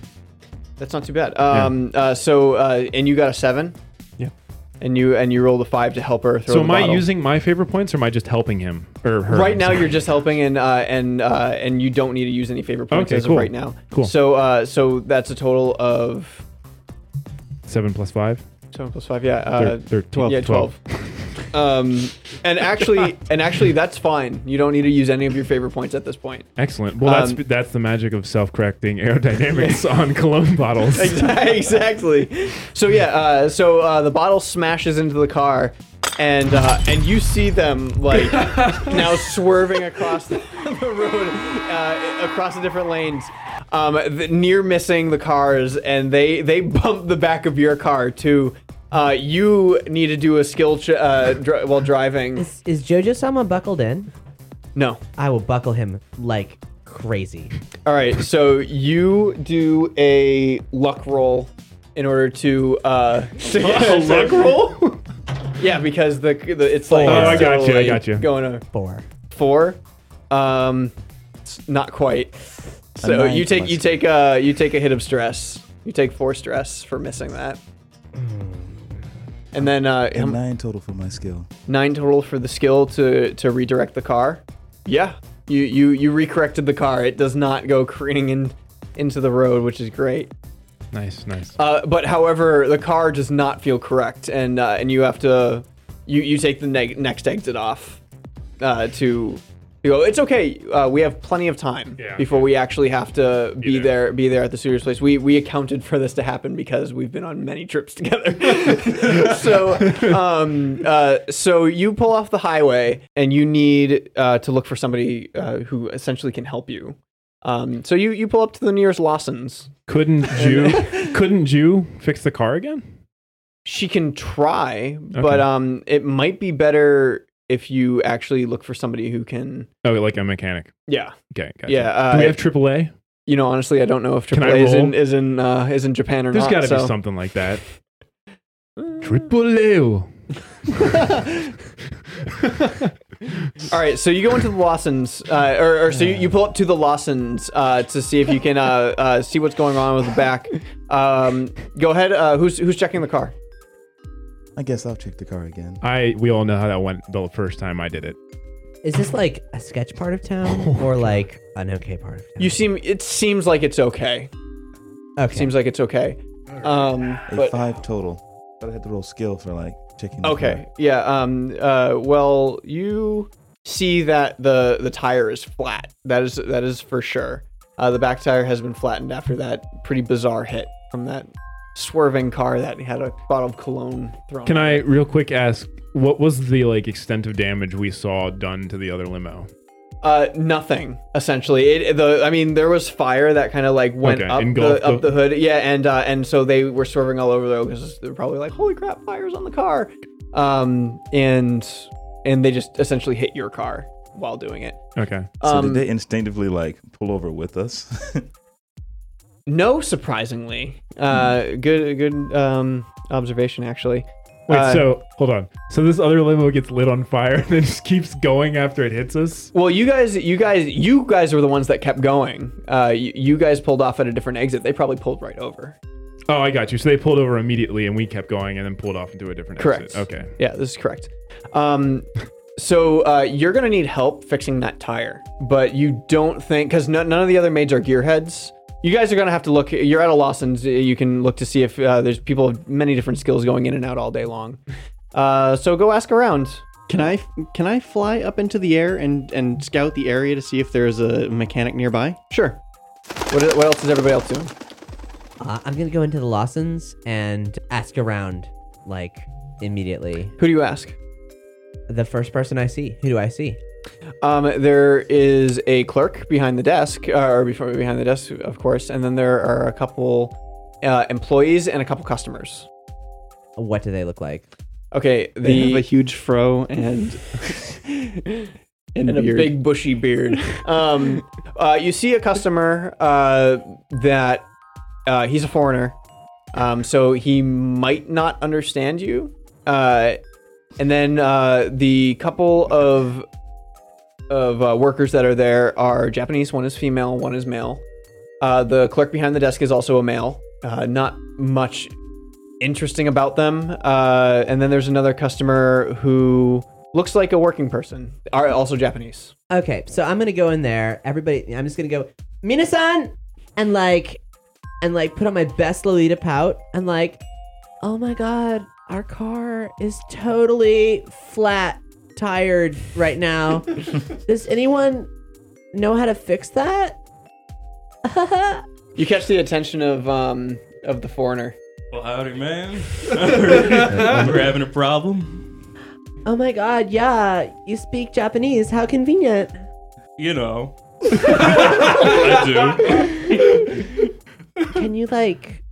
Speaker 3: That's not too bad. Um, uh, so uh, and you got a seven.
Speaker 4: Yeah.
Speaker 3: And you and you roll the five to help her throw.
Speaker 4: So
Speaker 3: the
Speaker 4: am I
Speaker 3: bottle.
Speaker 4: using my favor points or am I just helping him or her?
Speaker 3: Right
Speaker 4: I'm
Speaker 3: now,
Speaker 4: sorry.
Speaker 3: you're just helping, and uh, and uh, and you don't need to use any favor points
Speaker 4: Okay,
Speaker 3: as
Speaker 4: cool.
Speaker 3: of right now.
Speaker 4: Cool.
Speaker 3: So uh, so that's a total of
Speaker 4: 7 plus 5.
Speaker 3: seven plus five. Yeah.
Speaker 4: Thir-
Speaker 3: Uh,
Speaker 4: thir- twelve.
Speaker 3: Yeah, twelve. um, and actually, and actually, that's fine. You don't need to use any of your favor points at this point.
Speaker 4: Excellent. Well, that's
Speaker 3: Um,
Speaker 4: that's the magic of self-correcting aerodynamics on cologne bottles.
Speaker 3: exactly. So yeah, uh, so uh, the bottle smashes into the car, and uh, and you see them like now swerving across the, the road, uh, across the different lanes, um, th- near missing the cars, and they they bump the back of your car too. Uh, you need to do a skill ch- uh, dri- while driving.
Speaker 7: Is, is Jojo Sama buckled in?
Speaker 3: No.
Speaker 7: I will buckle him like crazy.
Speaker 3: All right. So you do a luck roll in order to uh, a luck roll. yeah, because the, the it's like
Speaker 4: Oh, I
Speaker 3: it's
Speaker 4: got
Speaker 3: still,
Speaker 4: you, I
Speaker 3: like,
Speaker 4: got you.
Speaker 3: Going over.
Speaker 7: Four.
Speaker 3: four. Um, it's not quite. So
Speaker 5: nine
Speaker 3: you
Speaker 5: for
Speaker 3: take
Speaker 5: my
Speaker 3: you take uh you take a hit of stress. You take four stress for missing that.
Speaker 4: Hmm.
Speaker 3: And then uh,
Speaker 5: And
Speaker 3: um,
Speaker 5: nine total for my skill.
Speaker 3: nine total for the skill to to redirect the car. Yeah, you you you recorrected the car. It does not go careening in, into the road, which is great.
Speaker 4: Nice, nice.
Speaker 3: Uh, but however, the car does not feel correct, and uh, and you have to you you take the neg- next exit off uh, to you go. It's okay. Uh, we have plenty of time
Speaker 4: Yeah.
Speaker 3: before we actually have to be, there. be there at the suitor's place. We we accounted for this to happen because we've been on many trips together. so um uh so you pull off the highway and you need uh to look for somebody uh, who essentially can help you. Um, so you, you pull up to the nearest Lawson's
Speaker 4: Couldn't you? couldn't you fix the car again?
Speaker 3: She can try, but um, it might be better if you actually look for somebody who can.
Speaker 4: Oh, like a mechanic.
Speaker 3: Yeah,
Speaker 4: Okay, gotcha.
Speaker 3: yeah. Uh,
Speaker 4: Do we have AAA?
Speaker 3: you know, honestly, I don't know if
Speaker 4: Can I
Speaker 3: AAA is in
Speaker 4: roll?
Speaker 3: is in uh, is in Japan or
Speaker 4: There's
Speaker 3: not.
Speaker 4: got to
Speaker 3: so. Uh,
Speaker 4: be something like that. Triple A.
Speaker 3: All right, so you go into the Lawson's, uh, or, or so you, you pull up to the Lawson's uh, to see if you can uh, uh, see what's going on with the back. Um, go ahead. Uh, who's who's checking the car?
Speaker 5: I guess I'll check the car again.
Speaker 4: I we all know how that went the first time I did it.
Speaker 7: Is this like a sketch part of
Speaker 4: Oh
Speaker 7: town or like an okay part of town?
Speaker 3: You seem it seems like it's okay.
Speaker 7: okay.
Speaker 3: Seems like it's okay. Um,
Speaker 5: A
Speaker 3: but
Speaker 5: five total. But I had to roll skill for like checking. the
Speaker 3: Okay. Yeah. Um. Uh. Well, you see that the the tire is flat. That is that is for sure. Uh, the back tire has been flattened after that pretty bizarre hit from that swerving car that had a bottle of cologne thrown.
Speaker 4: Can
Speaker 3: at
Speaker 4: I
Speaker 3: it.
Speaker 4: real quick ask what was the like extent of damage we saw done to the other limo?
Speaker 3: Uh, nothing essentially. It the I mean there was fire that kind of like went
Speaker 4: Okay,
Speaker 3: up
Speaker 4: engulfed
Speaker 3: the, up
Speaker 4: the-
Speaker 3: the hood. Yeah, and uh, and so they were swerving all over though because they're probably like, holy crap, fires on the car. Um, and and they just essentially hit your car while doing it.
Speaker 4: Okay.
Speaker 5: So
Speaker 3: Um,
Speaker 5: did they instinctively like pull over with us?
Speaker 3: No, surprisingly. Uh, good, good um, observation, actually.
Speaker 4: Wait,
Speaker 3: Uh,
Speaker 4: so hold on. So this other limo gets lit on fire and then just keeps going after it hits us.
Speaker 3: well, you guys, you guys, you guys were the ones that kept going. Uh, you, you guys pulled off at a different exit. They probably pulled right over.
Speaker 4: Oh, I got you. So they pulled over immediately and we kept going and then pulled off into a different
Speaker 3: Correct.
Speaker 4: exit. Okay.
Speaker 3: Yeah, this is correct. Um, so uh, you're gonna need help fixing that tire, but you don't think because no, none of the other maids are gearheads. You guys are gonna have to look. You're at a loss, and you can look to see if uh, there's people of many different skills going in and out all day long. Uh, so go ask around.
Speaker 6: Can I can I fly up into the air and and scout the area to see if there's a mechanic nearby?
Speaker 3: Sure. What, what else is everybody else doing?
Speaker 7: Uh, I'm gonna go into the Lawsons and ask around, like immediately.
Speaker 3: Who do you ask?
Speaker 7: The first person I see, who do I see?
Speaker 3: Um, there is a clerk behind the desk, uh, or before behind the desk, of course, and then there are a couple uh, employees and a couple customers.
Speaker 7: What do they look like?
Speaker 3: Okay,
Speaker 6: They have a
Speaker 3: the
Speaker 6: huge fro and and,
Speaker 3: and a
Speaker 6: beard.
Speaker 3: big bushy beard. um, uh, you see a customer uh, that uh, he's a foreigner, um, so he might not understand you. Uh, and then uh, the couple of of uh, workers that are there are Japanese. One is female, one is male. Uh, the clerk behind the desk is also a male. Uh, not much interesting about them. Uh, and then there's another customer who looks like a working person, are also Japanese.
Speaker 7: Okay, so I'm gonna go in there. Everybody, I'm just gonna go Minasan, and like, and like, put on my best Lolita pout, and like, oh my god, our car is totally flat, tired right now. Does anyone know how to fix that?
Speaker 3: You catch the attention of um of the foreigner.
Speaker 8: Well, howdy, man. We're having a problem.
Speaker 7: Oh my god, yeah, you speak Japanese. How convenient.
Speaker 8: You know. I do.
Speaker 7: Can you, like,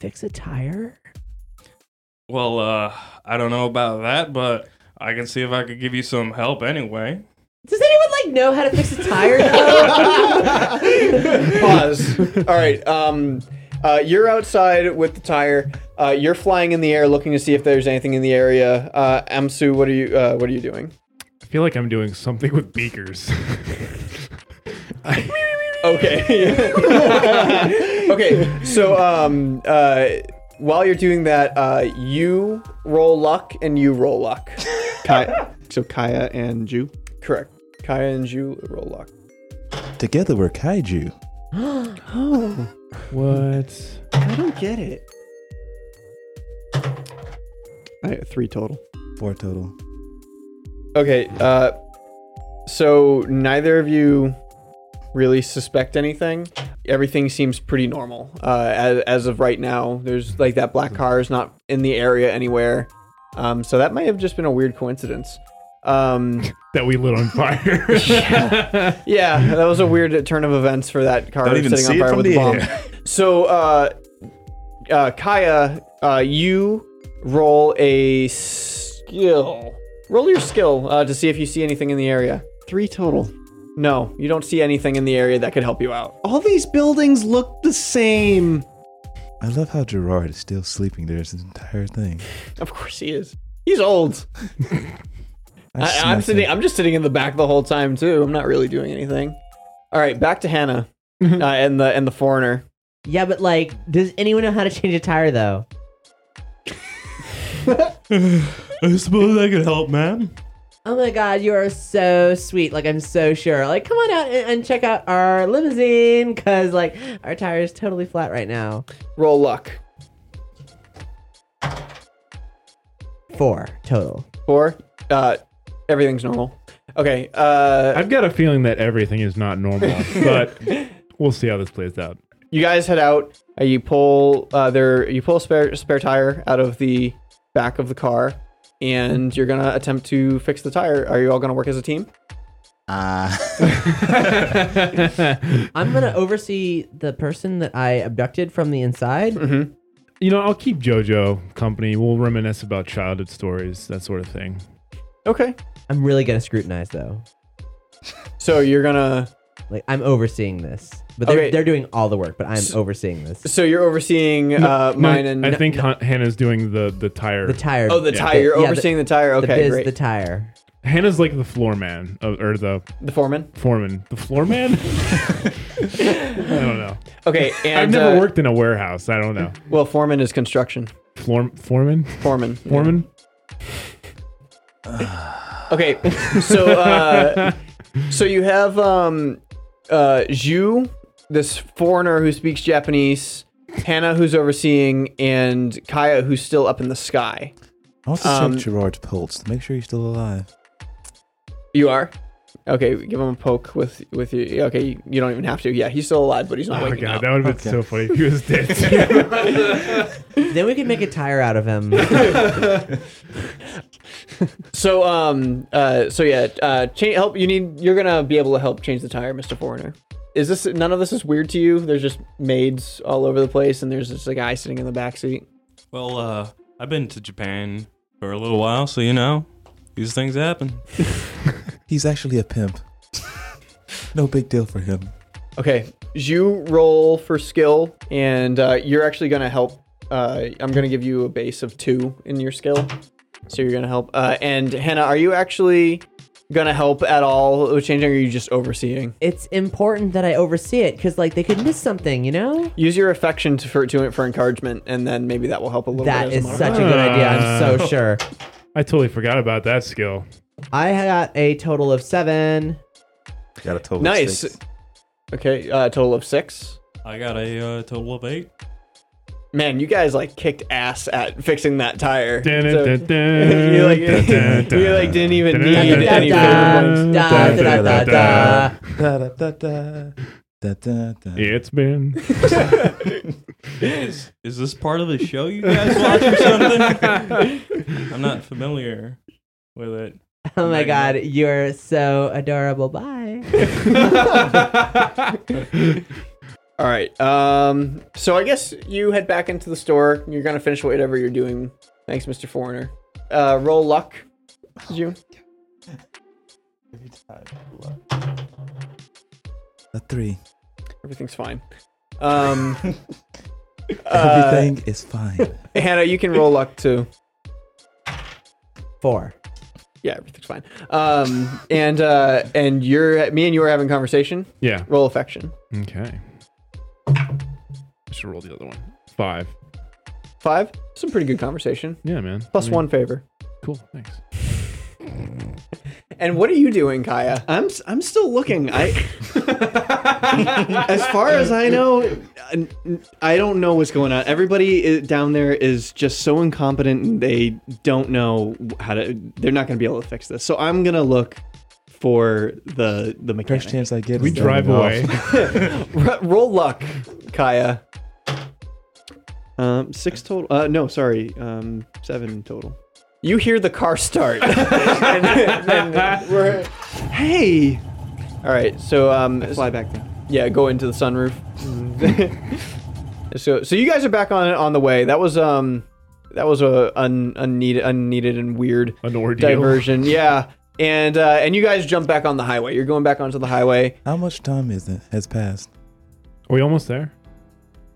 Speaker 7: fix a tire?
Speaker 8: Well, uh, I don't know about that, but I can see if I could give you some help anyway.
Speaker 7: Does anyone, like, know how to fix a tire? though?
Speaker 3: Pause. All right. Um, uh, you're outside with the tire. Uh, you're flying in the air, looking to see if there's anything in the area. Uh, Amsu, what are you? Uh, what are you doing?
Speaker 4: I feel like I'm doing something with beakers.
Speaker 3: Okay. okay. So, um, uh, while you're doing that, uh, you roll luck and you roll luck.
Speaker 6: Kai- so Kaya and Ju.
Speaker 3: Correct. Kaya and you roll luck.
Speaker 5: Together we're kaiju.
Speaker 4: what?
Speaker 6: I don't get it. three total.
Speaker 5: Four total.
Speaker 3: Okay. Uh, so neither of you really suspect anything. Everything seems pretty normal. Uh, as, as of right now, there's like that black car is not in the area anywhere. Um, so that might have just been a weird coincidence. Um,
Speaker 4: That we lit on fire.
Speaker 3: yeah, that was a weird turn of events for that car
Speaker 9: Don't even
Speaker 3: sitting on
Speaker 9: see it
Speaker 3: fire
Speaker 9: from
Speaker 3: with
Speaker 9: the
Speaker 3: a bomb.
Speaker 9: air.
Speaker 3: So, uh, uh, Kaya, uh, you roll a skill. Roll your skill uh, to see if you see anything in the area.
Speaker 6: Three total.
Speaker 3: No, you don't see anything in the area that could help you out.
Speaker 6: All these buildings look the same.
Speaker 5: I love how Gerard is still sleeping during this entire thing.
Speaker 3: Of course he is. He's old. I,
Speaker 5: just
Speaker 3: I'm
Speaker 5: messed
Speaker 3: sitting.
Speaker 5: up.
Speaker 3: I'm just sitting in the back the whole time too. I'm not really doing anything. All right, back to Hannah uh, and the and the foreigner.
Speaker 7: yeah, but, like, does anyone know how to change a tire, though?
Speaker 8: I suppose I could help, man.
Speaker 7: Oh my god, you are so sweet. Like, I'm so sure. Like, come on out and, and check out our limousine, because, like, our tire is totally flat right now.
Speaker 3: Roll luck.
Speaker 7: Four total.
Speaker 3: Four. Uh, everything's normal. Okay. Uh,
Speaker 4: I've got a feeling that everything is not normal, but we'll see how this plays out.
Speaker 3: you guys head out. Uh, you pull uh, their you pull a spare spare tire out of the back of the car, and you're gonna attempt to fix the tire. Are you all gonna work as a team?
Speaker 7: I'm gonna oversee the person that I abducted from the inside.
Speaker 4: Mm-hmm. You know, I'll keep JoJo company. We'll reminisce about childhood stories, that sort of thing.
Speaker 3: Okay.
Speaker 7: I'm really gonna scrutinize though.
Speaker 3: So you're gonna
Speaker 7: Like I'm overseeing this, but they're,
Speaker 3: Okay.
Speaker 7: they're doing all the work, but I'm overseeing this.
Speaker 3: so you're overseeing uh, mine
Speaker 4: No,
Speaker 3: and
Speaker 4: I think Han- Hannah's doing the the tire.
Speaker 7: The tire.
Speaker 3: oh the tire. You're
Speaker 7: yeah,
Speaker 3: overseeing the, tire.
Speaker 7: the
Speaker 3: Okay,
Speaker 7: biz,
Speaker 3: great.
Speaker 7: the tire.
Speaker 4: Hannah's like the floor man of, or the
Speaker 3: the foreman.
Speaker 4: foreman. The floor man? I don't know.
Speaker 3: Okay, and
Speaker 4: I've never
Speaker 3: uh,
Speaker 4: worked in a warehouse. I don't know.
Speaker 3: Well, foreman is construction.
Speaker 4: Floor foreman?
Speaker 3: Foreman. yeah.
Speaker 4: Foreman?
Speaker 3: Okay, so uh, so you have um, uh, Zhu, this foreigner who speaks Japanese, Hannah who's overseeing, and Kaya who's still up in the sky.
Speaker 5: I want to
Speaker 3: um,
Speaker 5: check Gerard's pulse to make sure he's still alive.
Speaker 3: You are. Okay, give him a poke with with you. Okay, you don't even have to. Yeah, he's still alive, but he's not
Speaker 4: Oh,
Speaker 3: waking
Speaker 4: God.
Speaker 3: up.
Speaker 4: That would have been so
Speaker 5: Okay.
Speaker 4: funny if he was dead.
Speaker 7: Then we could make a tire out of him.
Speaker 3: So um uh so yeah uh change help you need you're gonna be able to help change the tire, Mister Foreigner. Is this none of this is weird to you? There's just maids all over the place, and there's just a guy sitting in the back seat.
Speaker 8: Well, uh, I've been to Japan for a little while, so you know, these things happen.
Speaker 5: He's actually a pimp. no big deal for him.
Speaker 3: Okay, you roll for skill, and uh, you're actually gonna help. Uh, I'm gonna give you a base of two in your skill, so you're gonna help. Uh, and Hannah, are you actually gonna help at all with changing, or are you just overseeing?
Speaker 7: it's important that I oversee it because like they could miss something, you know.
Speaker 3: Use your affection to, for to for encouragement, and then maybe that will help a little
Speaker 7: That
Speaker 3: bit. as
Speaker 7: is
Speaker 3: a
Speaker 7: such a
Speaker 3: modifier.
Speaker 7: good idea. I'm
Speaker 4: Ah.
Speaker 7: so sure.
Speaker 4: I totally forgot about that skill.
Speaker 7: I got a total of seven.
Speaker 9: Got a total. of
Speaker 3: nice.
Speaker 9: six.
Speaker 3: Okay, uh, total of six.
Speaker 8: I got a uh, total of eight.
Speaker 3: Man, you guys like kicked ass at fixing that tire.
Speaker 4: Dun,
Speaker 3: So-
Speaker 4: dun, dun,
Speaker 3: you like,
Speaker 4: dun, dun, dun.
Speaker 3: you like didn't even
Speaker 4: Dun,
Speaker 3: need
Speaker 4: dun, dun,
Speaker 3: any
Speaker 4: dun,
Speaker 3: further ones.
Speaker 7: Da, da, da, da,
Speaker 5: Da,
Speaker 7: da.
Speaker 5: da, da, da. Da, da, da.
Speaker 4: It's been.
Speaker 8: Is this part of the show you guys watch or something? I'm not familiar. with it.
Speaker 7: Oh my
Speaker 8: There you go.
Speaker 7: god, you're so adorable. Bye.
Speaker 3: All right. Um, so I guess you head back into the store. You're gonna finish whatever you're doing. Thanks, Mr. Foreigner. Uh, roll luck. Did you?
Speaker 5: A three.
Speaker 3: Everything's fine. Um, uh,
Speaker 5: Everything is fine.
Speaker 3: Hannah, you can roll luck too.
Speaker 7: Four.
Speaker 3: Yeah, everything's fine. Um, and uh, and you're me and you are having a conversation.
Speaker 4: Yeah.
Speaker 3: Roll affection.
Speaker 4: Okay. I should roll the other one. Five.
Speaker 3: Five. Some pretty good conversation.
Speaker 4: Yeah, man.
Speaker 3: Plus
Speaker 4: I mean,
Speaker 3: one favor.
Speaker 4: Cool. Thanks.
Speaker 3: And what are you doing, Kaya?
Speaker 6: I'm s- I'm still looking. I as far as I know, n- n- I don't know what's going on. Everybody i- down there is just so incompetent. and They don't know how to. They're not going to be able to fix this. So I'm going to look for the the mechanic.
Speaker 5: First chance I get.
Speaker 4: We
Speaker 5: is
Speaker 4: drive
Speaker 5: driving off.
Speaker 4: away.
Speaker 3: R- roll luck, Kaya.
Speaker 6: Um, six total. Uh, no, sorry. Um, seven total.
Speaker 3: You hear the car start. And then we're-
Speaker 6: Hey,
Speaker 3: all right, so um,
Speaker 6: fly back down.
Speaker 3: yeah, go into the sunroof. so, so you guys are back on on the way. That was um, that was a un, unneeded, unneeded and weird
Speaker 4: An ordeal.
Speaker 3: diversion. Yeah, and uh, and you guys jump back on the highway. You're going back onto the highway.
Speaker 5: How much time is it? Has passed.
Speaker 4: Are we almost there?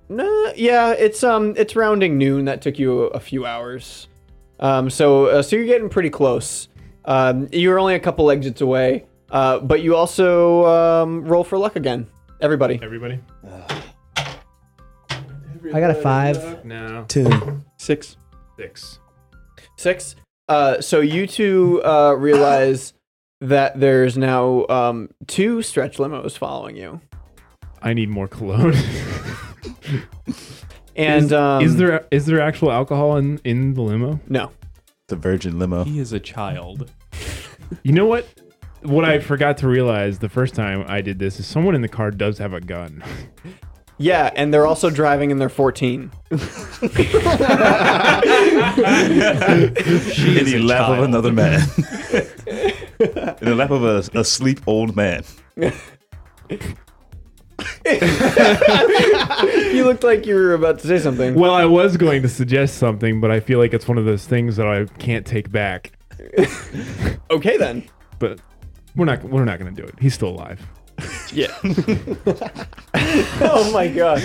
Speaker 3: No, yeah, it's um, it's rounding noon. That took you a few hours. Um, so uh, so you're getting pretty close. Um, you're only a couple exits away. Uh, but you also um, roll for luck again, everybody.
Speaker 4: Everybody?
Speaker 7: I got a five.
Speaker 4: No.
Speaker 5: Two.
Speaker 6: Six.
Speaker 4: Six.
Speaker 3: Six. Uh, so you two uh, realize that there's now um, two stretch limos following you.
Speaker 4: I need more cologne.
Speaker 3: And
Speaker 4: is,
Speaker 3: um,
Speaker 4: is there is there actual alcohol in in the limo?
Speaker 3: no?
Speaker 5: The Virgin limo.
Speaker 8: He is a child.
Speaker 4: You know what? What I forgot to realize the first time I did this is someone in the car does have a gun.
Speaker 3: Yeah, and they're also driving in their 14.
Speaker 8: She
Speaker 9: in
Speaker 8: is
Speaker 9: the
Speaker 8: a
Speaker 9: lap
Speaker 8: child.
Speaker 9: of another man. in the lap of a, a sleep old man.
Speaker 3: You looked like you were about to say something.
Speaker 4: Well, I was going to suggest something, but I feel like it's one of those things that I can't take back.
Speaker 3: Okay then.
Speaker 4: But we're not we're not going to do it. He's still alive.
Speaker 3: Yeah. oh my god.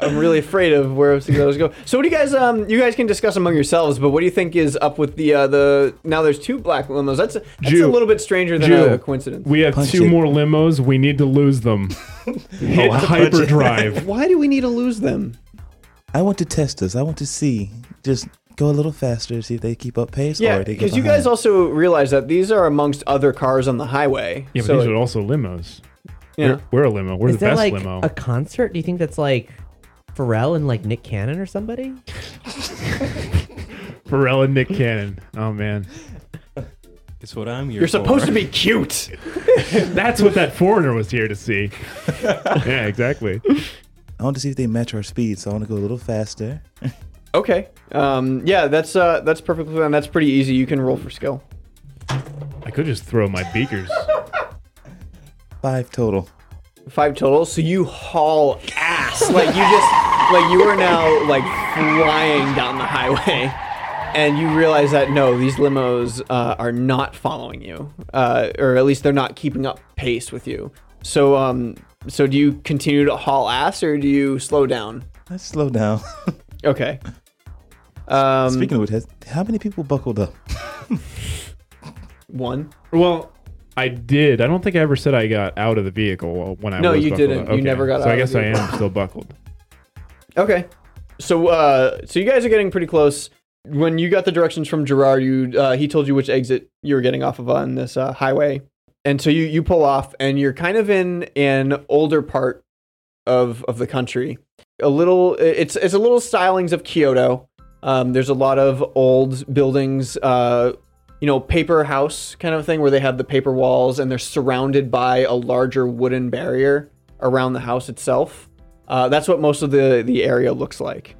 Speaker 3: I'm really afraid of where I was going to go. So, what do you guys? Um, you guys can discuss among yourselves. But what do you think is up with the uh, the now? There's two black limos. That's, that's a
Speaker 4: Jew.
Speaker 3: little bit stranger than
Speaker 4: Jew.
Speaker 3: a coincidence.
Speaker 4: We have
Speaker 5: Punch
Speaker 4: two
Speaker 5: it.
Speaker 4: more limos. We need to lose them. Hit hyperdrive.
Speaker 6: Why do we need to lose them?
Speaker 5: I want to test us. I want to see. Just go a little faster, see if they keep up pace
Speaker 3: yeah,
Speaker 5: or they get
Speaker 3: because you guys
Speaker 5: behind.
Speaker 3: also realize that these are amongst other cars on the highway.
Speaker 4: yeah, but
Speaker 3: so,
Speaker 4: these are also limos.
Speaker 3: you know,
Speaker 4: We're a limo. We're
Speaker 7: Is
Speaker 4: the
Speaker 7: there
Speaker 4: best
Speaker 7: like
Speaker 4: limo.
Speaker 7: a concert? Do you think that's like Pharrell and like Nick Cannon or somebody?
Speaker 4: Pharrell and Nick Cannon. Oh man,
Speaker 8: It's what I'm here
Speaker 3: you're supposed
Speaker 8: for.
Speaker 3: to be cute.
Speaker 4: that's what that foreigner was here to see. yeah, exactly.
Speaker 5: I want to see if they match our speed, so I want to go a little faster.
Speaker 3: Okay. Um, yeah, that's uh, that's perfectly fine. That's pretty easy. You can roll for skill.
Speaker 4: I could just throw my beakers.
Speaker 5: Five total.
Speaker 3: Five total. So you haul ass. Like you just like you are now like flying down the highway, and you realize that no, these limos uh, are not following you, uh, or at least they're not keeping up pace with you. So um, so do you continue to haul ass or do you slow down?
Speaker 5: Let's slow down.
Speaker 3: Okay. Um,
Speaker 5: Speaking of which, has, how many people buckled up?
Speaker 3: one.
Speaker 4: Well, I did. I don't think I ever said I got out of the vehicle when I
Speaker 3: No,
Speaker 4: was
Speaker 3: you
Speaker 4: buckled
Speaker 3: didn't.
Speaker 4: up.
Speaker 3: You never got out
Speaker 4: so I
Speaker 3: of the
Speaker 4: guess I
Speaker 3: vehicle.
Speaker 4: am still buckled.
Speaker 3: Okay. So uh so you guys are getting pretty close. When you got the directions from Gerard, you uh, he told you which exit you were getting off of on this uh, highway. And so you you pull off and you're kind of in an older part of of the country. A little it's it's a little stylings of Kyoto. Um, there's a lot of old buildings uh you know, paper house kind of thing where they have the paper walls and they're surrounded by a larger wooden barrier around the house itself. Uh, that's what most of the, the area looks like.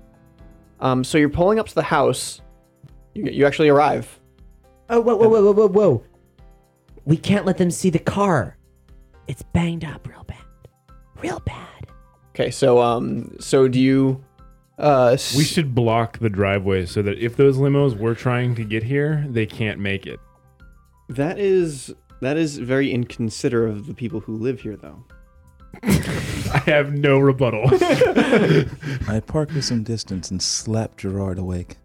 Speaker 3: Um, so you're pulling up to the house, You, you actually arrive.
Speaker 7: Oh, whoa, whoa, whoa, whoa, whoa, whoa. We can't let them see the car. It's banged up real bad. Real bad.
Speaker 3: Okay, so um, so do you? Uh, s-
Speaker 4: We should block the driveway so that if those limos were trying to get here, they can't make it.
Speaker 6: That is that is very inconsiderate of the people who live here, though.
Speaker 4: I have no rebuttal.
Speaker 5: I park with some distance and slap Gerard awake.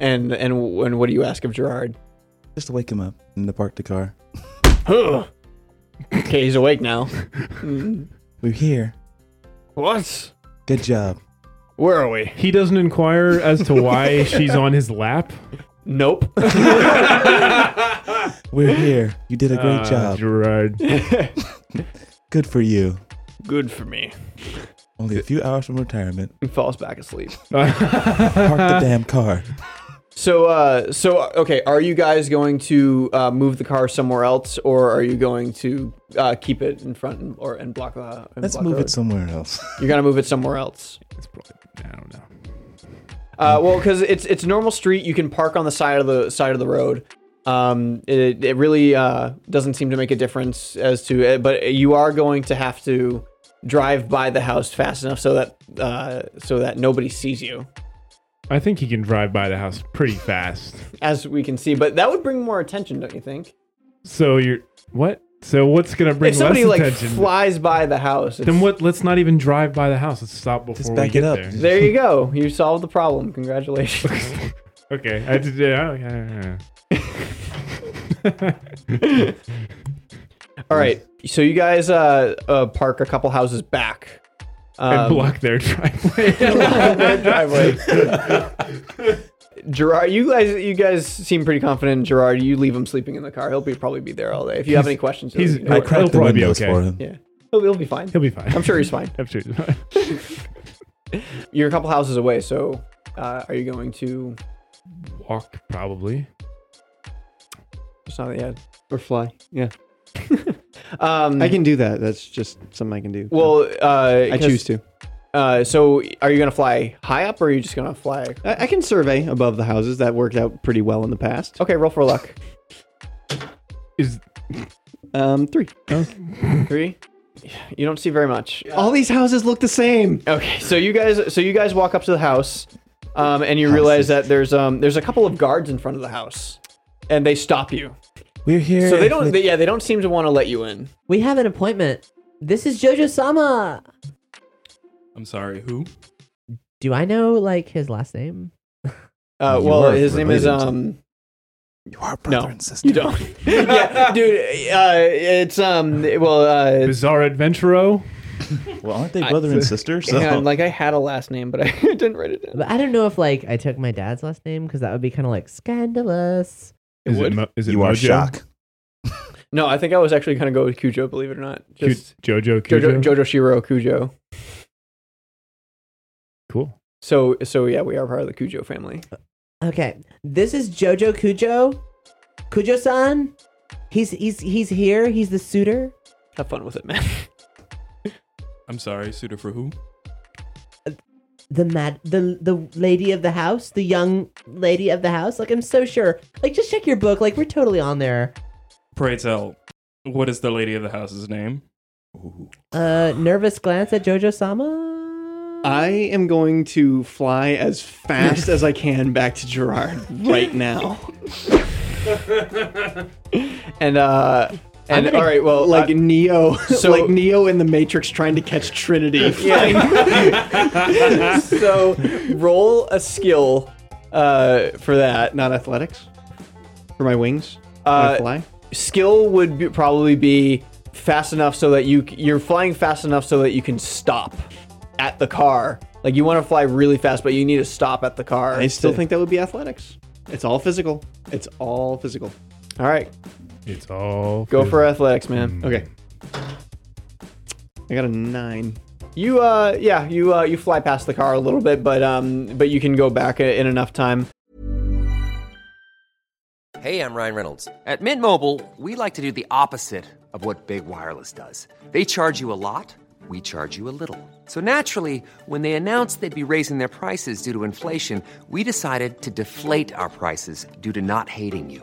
Speaker 3: and and and what do you ask of Gerard?
Speaker 5: Just to wake him up and to park the car.
Speaker 3: Huh. okay, he's awake now. Mm-hmm.
Speaker 5: We're here.
Speaker 3: What?
Speaker 5: Good job.
Speaker 3: Where are we?
Speaker 4: he doesn't inquire as to why she's on his lap.
Speaker 3: Nope.
Speaker 5: We're here. You did a
Speaker 3: Uh,
Speaker 5: great
Speaker 4: Ah,
Speaker 5: job.
Speaker 4: Gerard.
Speaker 5: Good for you.
Speaker 3: Good for me.
Speaker 5: Only a few hours from retirement.
Speaker 3: He falls back asleep.
Speaker 5: Park the damn car.
Speaker 3: Oh So uh, so uh, okay, are you guys going to uh, move the car somewhere else, or are you going to uh, keep it in front and, or and block the? and
Speaker 5: Let's
Speaker 3: block
Speaker 5: move
Speaker 3: the
Speaker 5: it somewhere else.
Speaker 3: road? You're gonna move it somewhere else.
Speaker 4: It's probably, I don't know.
Speaker 3: Uh, well, because it's it's a normal street, you can park on the side of the side of the road. Um, it, it really uh, doesn't seem to make a difference as to, uh, but you are going to have to drive by the house fast enough so that uh, so that nobody sees you,
Speaker 4: I think he can drive by the house pretty fast.
Speaker 3: as we can see. But that would bring more attention, don't you think?
Speaker 4: So you're what? So what's gonna bring
Speaker 3: if somebody
Speaker 4: less
Speaker 3: like
Speaker 4: attention?
Speaker 3: flies by the house, it's-
Speaker 4: then what? Let's not even drive by the house. Let's stop before
Speaker 5: Just
Speaker 4: we
Speaker 5: back
Speaker 4: get
Speaker 5: it up.
Speaker 4: there.
Speaker 3: There you go. You solved the problem. Congratulations.
Speaker 4: Okay, I did. Yeah, yeah, yeah.
Speaker 3: All right. So you guys uh, uh, park a couple houses back.
Speaker 4: and
Speaker 3: Um,
Speaker 4: block their driveway.
Speaker 3: that driveway. Gerard, you guys, you guys seem pretty confident. in Gerard, you leave him sleeping in the car. He'll be probably be there all day. If you have any questions, he'll-
Speaker 4: he's-
Speaker 3: he'll,
Speaker 5: I
Speaker 4: He'll
Speaker 5: cracked the
Speaker 4: probably be
Speaker 5: windows
Speaker 4: okay.
Speaker 5: for him.
Speaker 3: yeah, he'll, he'll be fine.
Speaker 4: He'll be fine.
Speaker 3: I'm sure he's fine.
Speaker 4: I'm sure he's fine.
Speaker 3: You're a couple houses away, so uh, are you going to?
Speaker 4: Walk probably.
Speaker 3: Just not yet.
Speaker 6: Or fly. Yeah,
Speaker 3: Um,
Speaker 6: I can do that. That's just something I can do.
Speaker 3: Well, uh,
Speaker 6: I choose to.
Speaker 3: Uh, so, are you gonna fly high up, or are you just gonna fly?
Speaker 6: I, I can survey above the houses. That worked out pretty well in the past.
Speaker 3: Okay, roll for luck.
Speaker 4: Is
Speaker 6: Um, three.
Speaker 3: Three. You don't see very much.
Speaker 6: All these houses look the same.
Speaker 3: Okay, so you guys, so you guys walk up to the house, um, and you realize that there's um, there's a couple of guards in front of the house, and they stop you.
Speaker 5: We're here.
Speaker 3: So they don't, they, yeah, they don't seem to want to let you in.
Speaker 7: We have an appointment. This is Jojo Sama.
Speaker 8: I'm sorry, who?
Speaker 7: Do I know like his last name?
Speaker 3: Uh,
Speaker 5: You
Speaker 3: well,
Speaker 5: are
Speaker 3: his name is
Speaker 5: related to-
Speaker 3: um,
Speaker 5: you are brother
Speaker 3: no,
Speaker 5: and sister.
Speaker 3: you don't. yeah, dude, uh, it's um, well, uh,
Speaker 4: Bizarre Adventuro?
Speaker 5: Well, aren't they brother and sister? So
Speaker 3: hang on, like I had a last name, but I didn't write it down.
Speaker 7: But I don't know if like I took my dad's last name because that would be kind of like scandalous.
Speaker 4: Is
Speaker 3: would.
Speaker 4: it, mo- is it
Speaker 5: you are
Speaker 4: Mojo?
Speaker 5: shock.
Speaker 3: No, I think I was actually gonna go with Cujo, believe it or not.
Speaker 4: Cu-
Speaker 3: Just
Speaker 4: Jojo
Speaker 3: Jojo,
Speaker 4: Cujo?
Speaker 3: Jojo Shiro Cujo.
Speaker 4: Cool.
Speaker 3: So, so yeah, we are part of the Cujo family.
Speaker 7: Okay, this is Jojo Kujo. Kujo-san. He's he's he's here. He's the suitor.
Speaker 3: Have fun with it, man.
Speaker 8: I'm sorry, suitor for who?
Speaker 7: the mad the the lady of the house, the young lady of the house. Like I'm so sure. Like just check your book. Like we're totally on there.
Speaker 8: Pray tell, what is the lady of the house's name?
Speaker 7: Uh nervous glance at Jojo Sama.
Speaker 6: I am going to fly as fast as I can back to Gerard right now.
Speaker 3: And uh, and all right, well,
Speaker 6: Like
Speaker 3: uh,
Speaker 6: Neo,
Speaker 3: so-
Speaker 6: like Neo in the Matrix trying to catch Trinity.
Speaker 3: so roll a skill uh, for that.
Speaker 6: Not athletics. For my wings. when I
Speaker 3: Uh,
Speaker 6: fly.
Speaker 3: skill would be, probably be fast enough so that you c- you're flying fast enough so that you can stop at the car. Like you want to fly really fast, but you need to stop at the car.
Speaker 6: I still
Speaker 3: to-
Speaker 6: think that would be athletics. It's all physical. It's all physical.
Speaker 3: All right,
Speaker 4: It's all.
Speaker 3: go for
Speaker 4: it.
Speaker 3: athletics, man.
Speaker 6: Okay. I got a nine.
Speaker 3: You uh, yeah, you uh, you fly past the car a little bit, but um, but you can go back i- in enough time.
Speaker 10: Hey, I'm Ryan Reynolds. At Mint Mobile, we like to do the opposite of what Big Wireless does. They charge you a lot, we charge you a little. So naturally, when they announced they'd be raising their prices due to inflation, we decided to deflate our prices due to not hating you.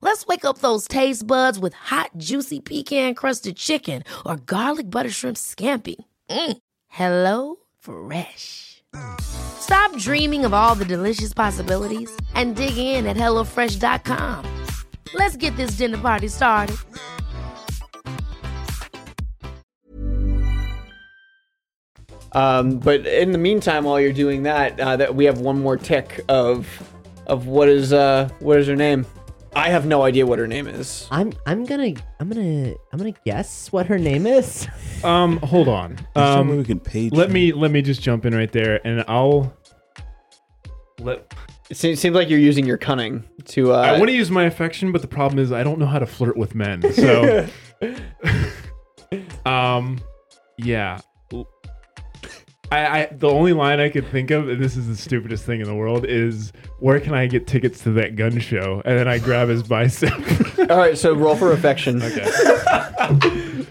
Speaker 11: Let's wake up those taste buds with hot, juicy pecan crusted chicken or garlic butter shrimp scampi. Mm. Hello Fresh. Stop dreaming of all the delicious possibilities and dig in at HelloFresh.com. Let's get this dinner party started.
Speaker 3: Um, but in the meantime, while you're doing that, uh, that we have one more tick of of what is uh what is her name? I have no idea what her name is.
Speaker 7: I'm I'm gonna I'm gonna I'm gonna guess what her name is.
Speaker 4: Um, hold on. Um,
Speaker 5: we can page.
Speaker 4: let me let me just jump in right there, and I'll let.
Speaker 3: It seems, seems like you're using your cunning to. Uh,
Speaker 4: I want to use my affection, but the problem is I don't know how to flirt with men. So, um, yeah. I, I the only line I could think of, and this is the stupidest thing in the world, is where can I get tickets to that gun show? And then I grab his bicep.
Speaker 3: All right, so roll for affection.
Speaker 4: okay.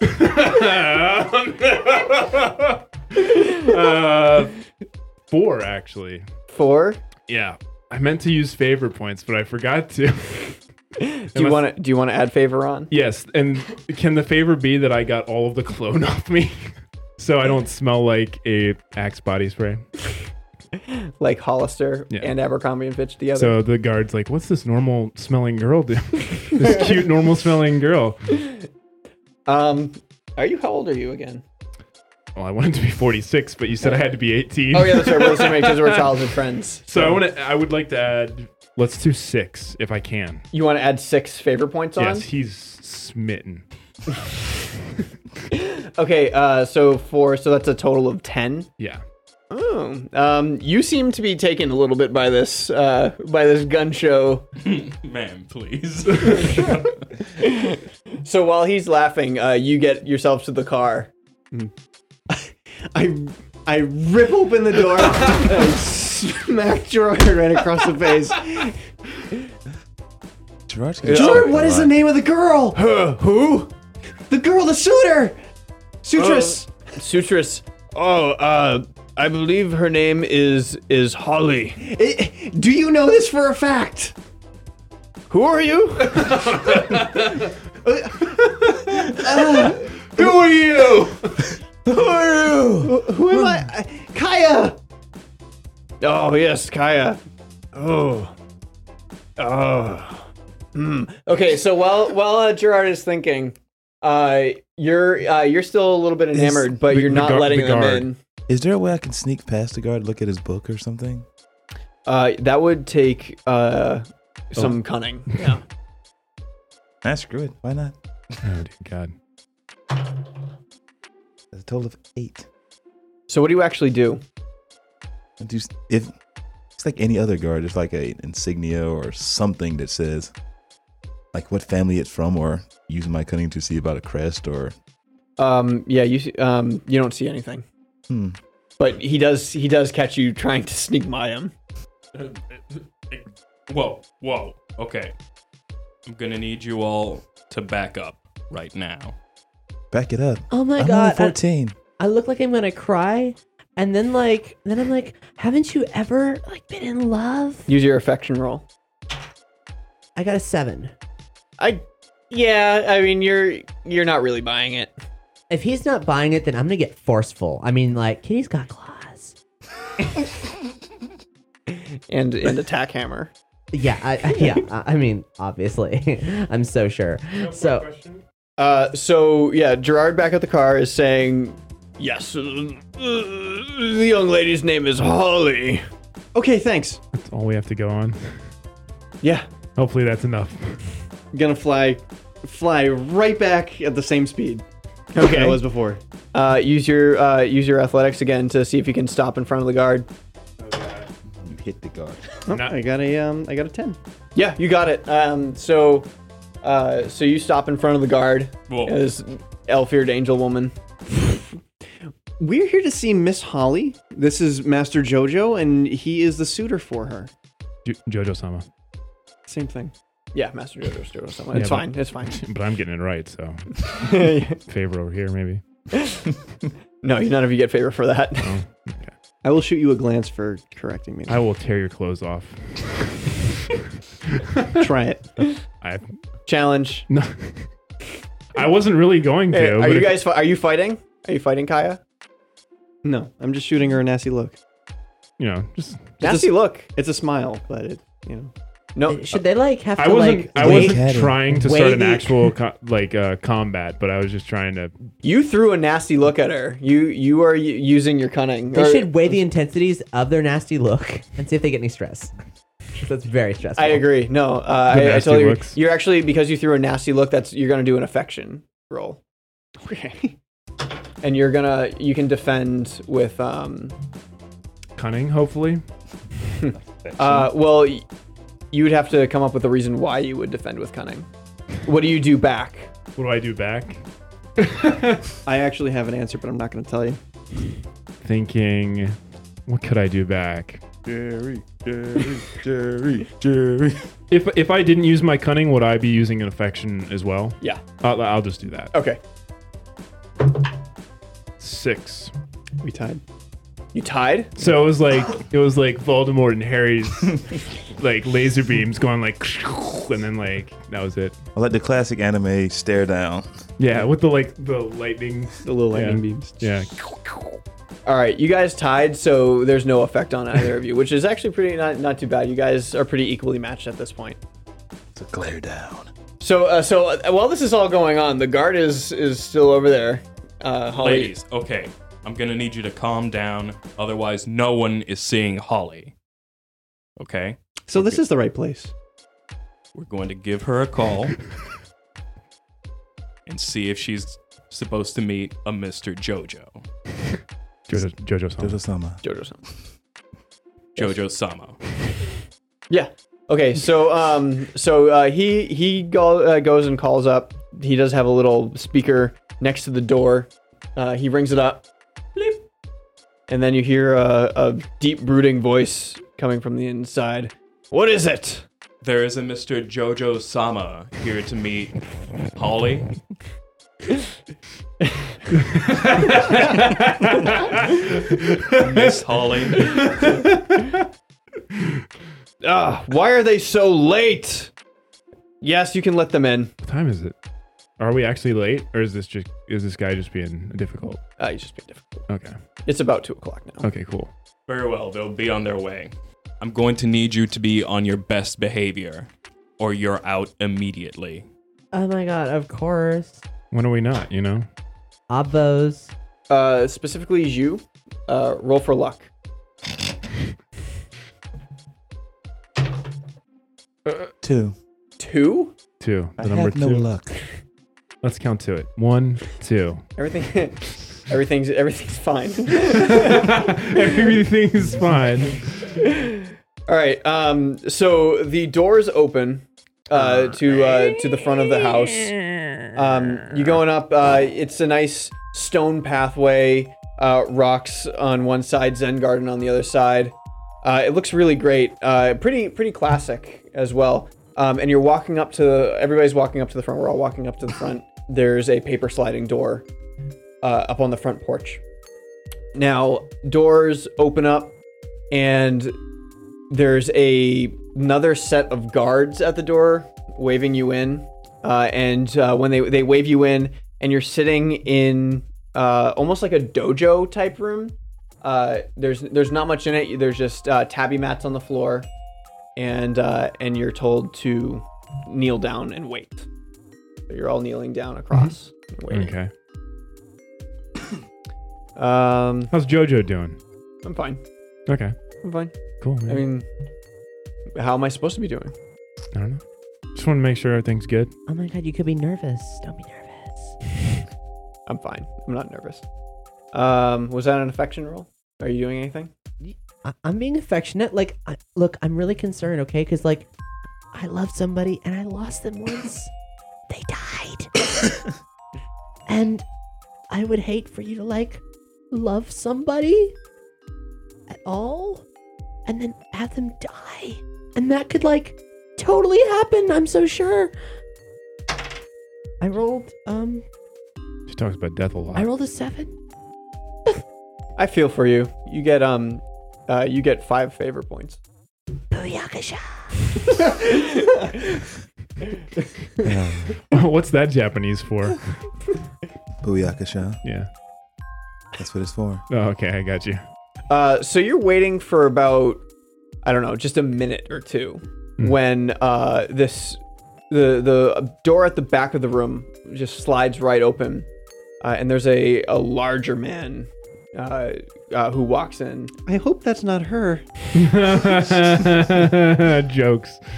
Speaker 4: uh, four actually.
Speaker 3: Four.
Speaker 4: Yeah, I meant to use favor points, but I forgot to.
Speaker 3: Do you want to? Do you want to add favor on?
Speaker 4: Yes, and can the favor be that I got all of the cologne off me, so I don't smell like a Axe body spray?
Speaker 3: Like Hollister
Speaker 4: Yeah.
Speaker 3: and Abercrombie and Fitch together.
Speaker 4: So the guard's like, "What's this normal smelling girl do? this cute normal smelling girl."
Speaker 3: um, are you? How old are you again?
Speaker 4: Well, I wanted to be 46, but you said I had to be 18.
Speaker 3: Oh yeah, that's right. We're the same age because we're childhood friends.
Speaker 4: So I want to. I would like to add. Let's do six if I can.
Speaker 3: You want to add six favor points on?
Speaker 4: Yes, he's smitten.
Speaker 3: Okay, uh, so four, so that's a total of ten.
Speaker 4: Yeah.
Speaker 3: Oh, um, you seem to be taken a little bit by this, uh, by this gun show.
Speaker 8: Man, please.
Speaker 3: So while he's laughing, uh, you get yourself to the car.
Speaker 6: Hmm. I I rip open the door and smack Gerard right across the face.
Speaker 5: Gerard's
Speaker 6: Gerard, what is the name of the girl?
Speaker 3: Who?
Speaker 6: The girl, the suitor! Sutress!
Speaker 3: Sutras. Oh, uh, I believe her name is is Holly.
Speaker 6: I- do you know this for a fact? Uh,
Speaker 3: Who are you?
Speaker 4: Who are you?
Speaker 6: Who, who am I? I- Kaya!
Speaker 3: Oh yes, Kaya. Oh. Oh. Okay, so while while uh, Gerard is thinking, uh, you're uh, you're still a little bit enamored, but
Speaker 4: the-
Speaker 3: you're
Speaker 4: the
Speaker 3: not
Speaker 4: guard-
Speaker 3: letting
Speaker 4: the
Speaker 3: them
Speaker 4: guard.
Speaker 3: in.
Speaker 5: Is there a way I can sneak past the guard, look at his book or something?
Speaker 3: Uh, that would take uh,
Speaker 4: Oh.
Speaker 3: some cunning. Yeah.
Speaker 5: Ah, screw it. Why not?
Speaker 4: Oh dear God.
Speaker 5: That's a total of eight.
Speaker 3: So what do you actually do?
Speaker 5: I do s- if it's like any other guard, it's like a insignia or something that says like what family it's from, or use my cunning to see about a crest, or
Speaker 3: Um, yeah, you see- um, you don't see anything,
Speaker 5: hmm.
Speaker 3: but he does he does catch you trying to sneak by him.
Speaker 8: whoa, whoa. Okay. I'm going to need you all to back up right now.
Speaker 5: Back it up.
Speaker 7: Oh my
Speaker 5: I'm
Speaker 7: god.
Speaker 5: only fourteen.
Speaker 7: I look like I'm gonna cry, and then like, then I'm like, haven't you ever like been in love?
Speaker 3: Use your affection roll.
Speaker 7: I got a seven.
Speaker 3: I. Yeah, I mean you're you're not really buying it.
Speaker 7: If he's not buying it, then I'm gonna get forceful. I mean, like, kitty's got claws.
Speaker 3: And and attack hammer.
Speaker 7: Yeah, I, I- yeah. I I mean, obviously, I'm so sure. So,
Speaker 3: Uh, so yeah, Gerard back at the car is saying, "Yes, uh, the young lady's name is Holly."
Speaker 6: Okay, thanks.
Speaker 4: That's all we have to go on.
Speaker 6: Yeah,
Speaker 4: Hopefully that's enough.
Speaker 6: gonna fly fly right back at the same speed that I was before.
Speaker 3: Uh, use your uh, use your athletics again to see if you can stop in front of the guard.
Speaker 9: hit the guard.
Speaker 6: I got a um, I got a ten.
Speaker 3: Yeah, you got it. Um, so, uh, so you stop in front of the guard.
Speaker 8: Whoa.
Speaker 3: This elf-eared angel woman.
Speaker 6: We're here to see Miss Holly. This is Master Jojo, and he is the suitor for her.
Speaker 4: Jo- Jojo Sama.
Speaker 6: Same thing.
Speaker 3: Yeah, Master Jojo's doing something. It's
Speaker 4: Yeah,
Speaker 3: fine. It's fine.
Speaker 4: But I'm getting it right, so favor over here maybe.
Speaker 3: No, none of you get favor for that.
Speaker 4: Oh,
Speaker 6: I will shoot you a glance for correcting me.
Speaker 4: I will tear your clothes off.
Speaker 6: Try it.
Speaker 4: I
Speaker 3: Challenge.
Speaker 4: no. I wasn't really going to.
Speaker 3: Hey, are
Speaker 4: but
Speaker 3: you
Speaker 4: if-
Speaker 3: guys? Fi- are you fighting? Are you fighting, Kaya?
Speaker 6: No, I'm just shooting her a nasty look.
Speaker 4: you know, just
Speaker 3: Nasty look.
Speaker 6: It's a smile, but it, you know.
Speaker 3: No.
Speaker 7: uh, Should they like have to
Speaker 4: I wasn't.
Speaker 7: like
Speaker 4: I
Speaker 7: wait?
Speaker 4: wasn't trying to start
Speaker 7: wait
Speaker 4: an
Speaker 7: the-
Speaker 4: actual co- like uh, combat, but I was just trying to.
Speaker 3: You threw a nasty look at her. You you are u- using your cunning.
Speaker 7: They
Speaker 3: Or-
Speaker 7: should weigh the intensities of their nasty look and see if they get any stress. That's very stressful.
Speaker 3: I agree. No, uh,
Speaker 4: The
Speaker 3: I, I
Speaker 4: nasty
Speaker 3: totally. Agree.
Speaker 4: looks.
Speaker 3: You're actually because you threw a nasty look. That's you're gonna do an affection roll. Okay. And you're gonna you can defend with um
Speaker 4: cunning, hopefully.
Speaker 3: uh well y- you would have to come up with a reason why you would defend with cunning. What do you do back?
Speaker 4: What do I do back?
Speaker 6: I actually have an answer, but I'm not going to tell you.
Speaker 4: Thinking, what could I do back?
Speaker 9: Jerry, Jerry, Jerry, Jerry.
Speaker 4: If if I didn't use my cunning, would I be using an affection as well?
Speaker 3: Yeah.
Speaker 4: I'll, I'll just do
Speaker 9: Oh.
Speaker 4: that.
Speaker 3: Okay.
Speaker 4: Six.
Speaker 6: We tied.
Speaker 3: You tied.
Speaker 4: So it was like it was like Voldemort and Harry's like laser beams going like, and then like that was it.
Speaker 5: I like the classic anime stare down.
Speaker 4: Yeah, with the like the lightning.
Speaker 6: The little lightning
Speaker 4: Yeah.
Speaker 6: beams.
Speaker 4: Yeah,
Speaker 3: All right, you guys tied, so there's no effect on either of you, which is actually pretty not not too bad. You guys are pretty equally matched at this point.
Speaker 5: It's a glare down.
Speaker 3: So uh, so uh, while this is all going on, the guard is is still over there. Uh, Holly,
Speaker 8: Ladies, okay. I'm gonna need you to calm down, otherwise no one is seeing Holly. Okay?
Speaker 6: So this is the right place.
Speaker 8: We're going to give her a call and see if she's supposed to meet a Mr. Jojo.
Speaker 4: Jojo, Jojo song.
Speaker 5: Jojo Sama.
Speaker 3: Jojo's home.
Speaker 8: Jojo Samo.
Speaker 3: Yeah. Okay. So um so uh, he he go, uh, goes and calls up. He does have a little speaker next to the door. Uh, he rings it up. Bleep. And then you hear a, a deep brooding voice coming from the inside. What is it?
Speaker 8: There is a Mr. Jojo Sama here to meet Holly. Miss Holly.
Speaker 3: Ah, why are they so late? Yes, you can let them in.
Speaker 4: What time is it? Are we actually late, or is this just is this guy just being difficult?
Speaker 3: Uh, he's just being difficult.
Speaker 4: Okay.
Speaker 3: It's about two o'clock now.
Speaker 4: Okay. Cool.
Speaker 8: Very well, they'll be on their way. I'm going to need you to be on your best behavior, or you're out immediately.
Speaker 7: Oh my god! Of course,
Speaker 4: When are we not? You know.
Speaker 7: Abos.
Speaker 3: Uh, specifically, you uh, roll for luck.
Speaker 5: Two.
Speaker 3: Two.
Speaker 4: Two. The
Speaker 5: I
Speaker 4: number
Speaker 5: have no
Speaker 4: two.
Speaker 5: luck.
Speaker 4: Let's count to it. One, two.
Speaker 3: Everything. everything's everything's fine.
Speaker 4: Everything's fine.
Speaker 3: All right. Um. So the doors open uh, to uh, to the front of the house. Um. You going up? Uh, it's a nice stone pathway. Uh, rocks on one side, Zen garden on the other side. Uh, it looks really great. Uh, pretty pretty classic as well. Um, and you're walking up to everybody's walking up to the front. We're all walking up to the front. There's a paper sliding door uh, up on the front porch. Now doors open up, and there's a another set of guards at the door waving you in uh, and uh, when they they wave you in and you're sitting in uh, almost like a dojo type room uh, there's there's not much in it there's just uh, tabby mats on the floor and uh, and you're told to kneel down and wait so you're all kneeling down across and waiting
Speaker 4: Okay.
Speaker 3: um,
Speaker 4: How's Jojo doing?
Speaker 3: I'm fine
Speaker 4: Okay.
Speaker 3: I'm fine
Speaker 4: Cool.
Speaker 3: I
Speaker 6: Mm.
Speaker 4: man.
Speaker 3: mean how am I supposed to be doing
Speaker 4: I don't know. Just want to make sure everything's good.
Speaker 7: Oh my god! You could be nervous. Don't be nervous.
Speaker 3: I'm fine. I'm not nervous. Um, was that an affection roll? Are you doing anything?
Speaker 7: I- I'm being affectionate. Like, I- look, I'm really concerned, okay? Because, like, I love somebody and I lost them once. they died. and I would hate for you to, like, love somebody at all and then have them die. And that could, like, totally happen. I'm so sure. I rolled, um,
Speaker 4: She talks about death a lot.
Speaker 7: I rolled a seven.
Speaker 3: I feel for you. You get um, uh, you get five favor points.
Speaker 7: Booyakasha.
Speaker 4: What's that Japanese for?
Speaker 5: Booyakasha.
Speaker 4: Yeah.
Speaker 5: That's what it's for.
Speaker 4: Oh, okay, I got you.
Speaker 3: Uh, so you're waiting for about I don't know, just a minute or two
Speaker 6: Mm.
Speaker 3: when uh, this the the door at the back of the room just slides right open, uh, and there's a a larger man uh, uh, who walks in.
Speaker 6: I hope that's not her.
Speaker 4: Jokes.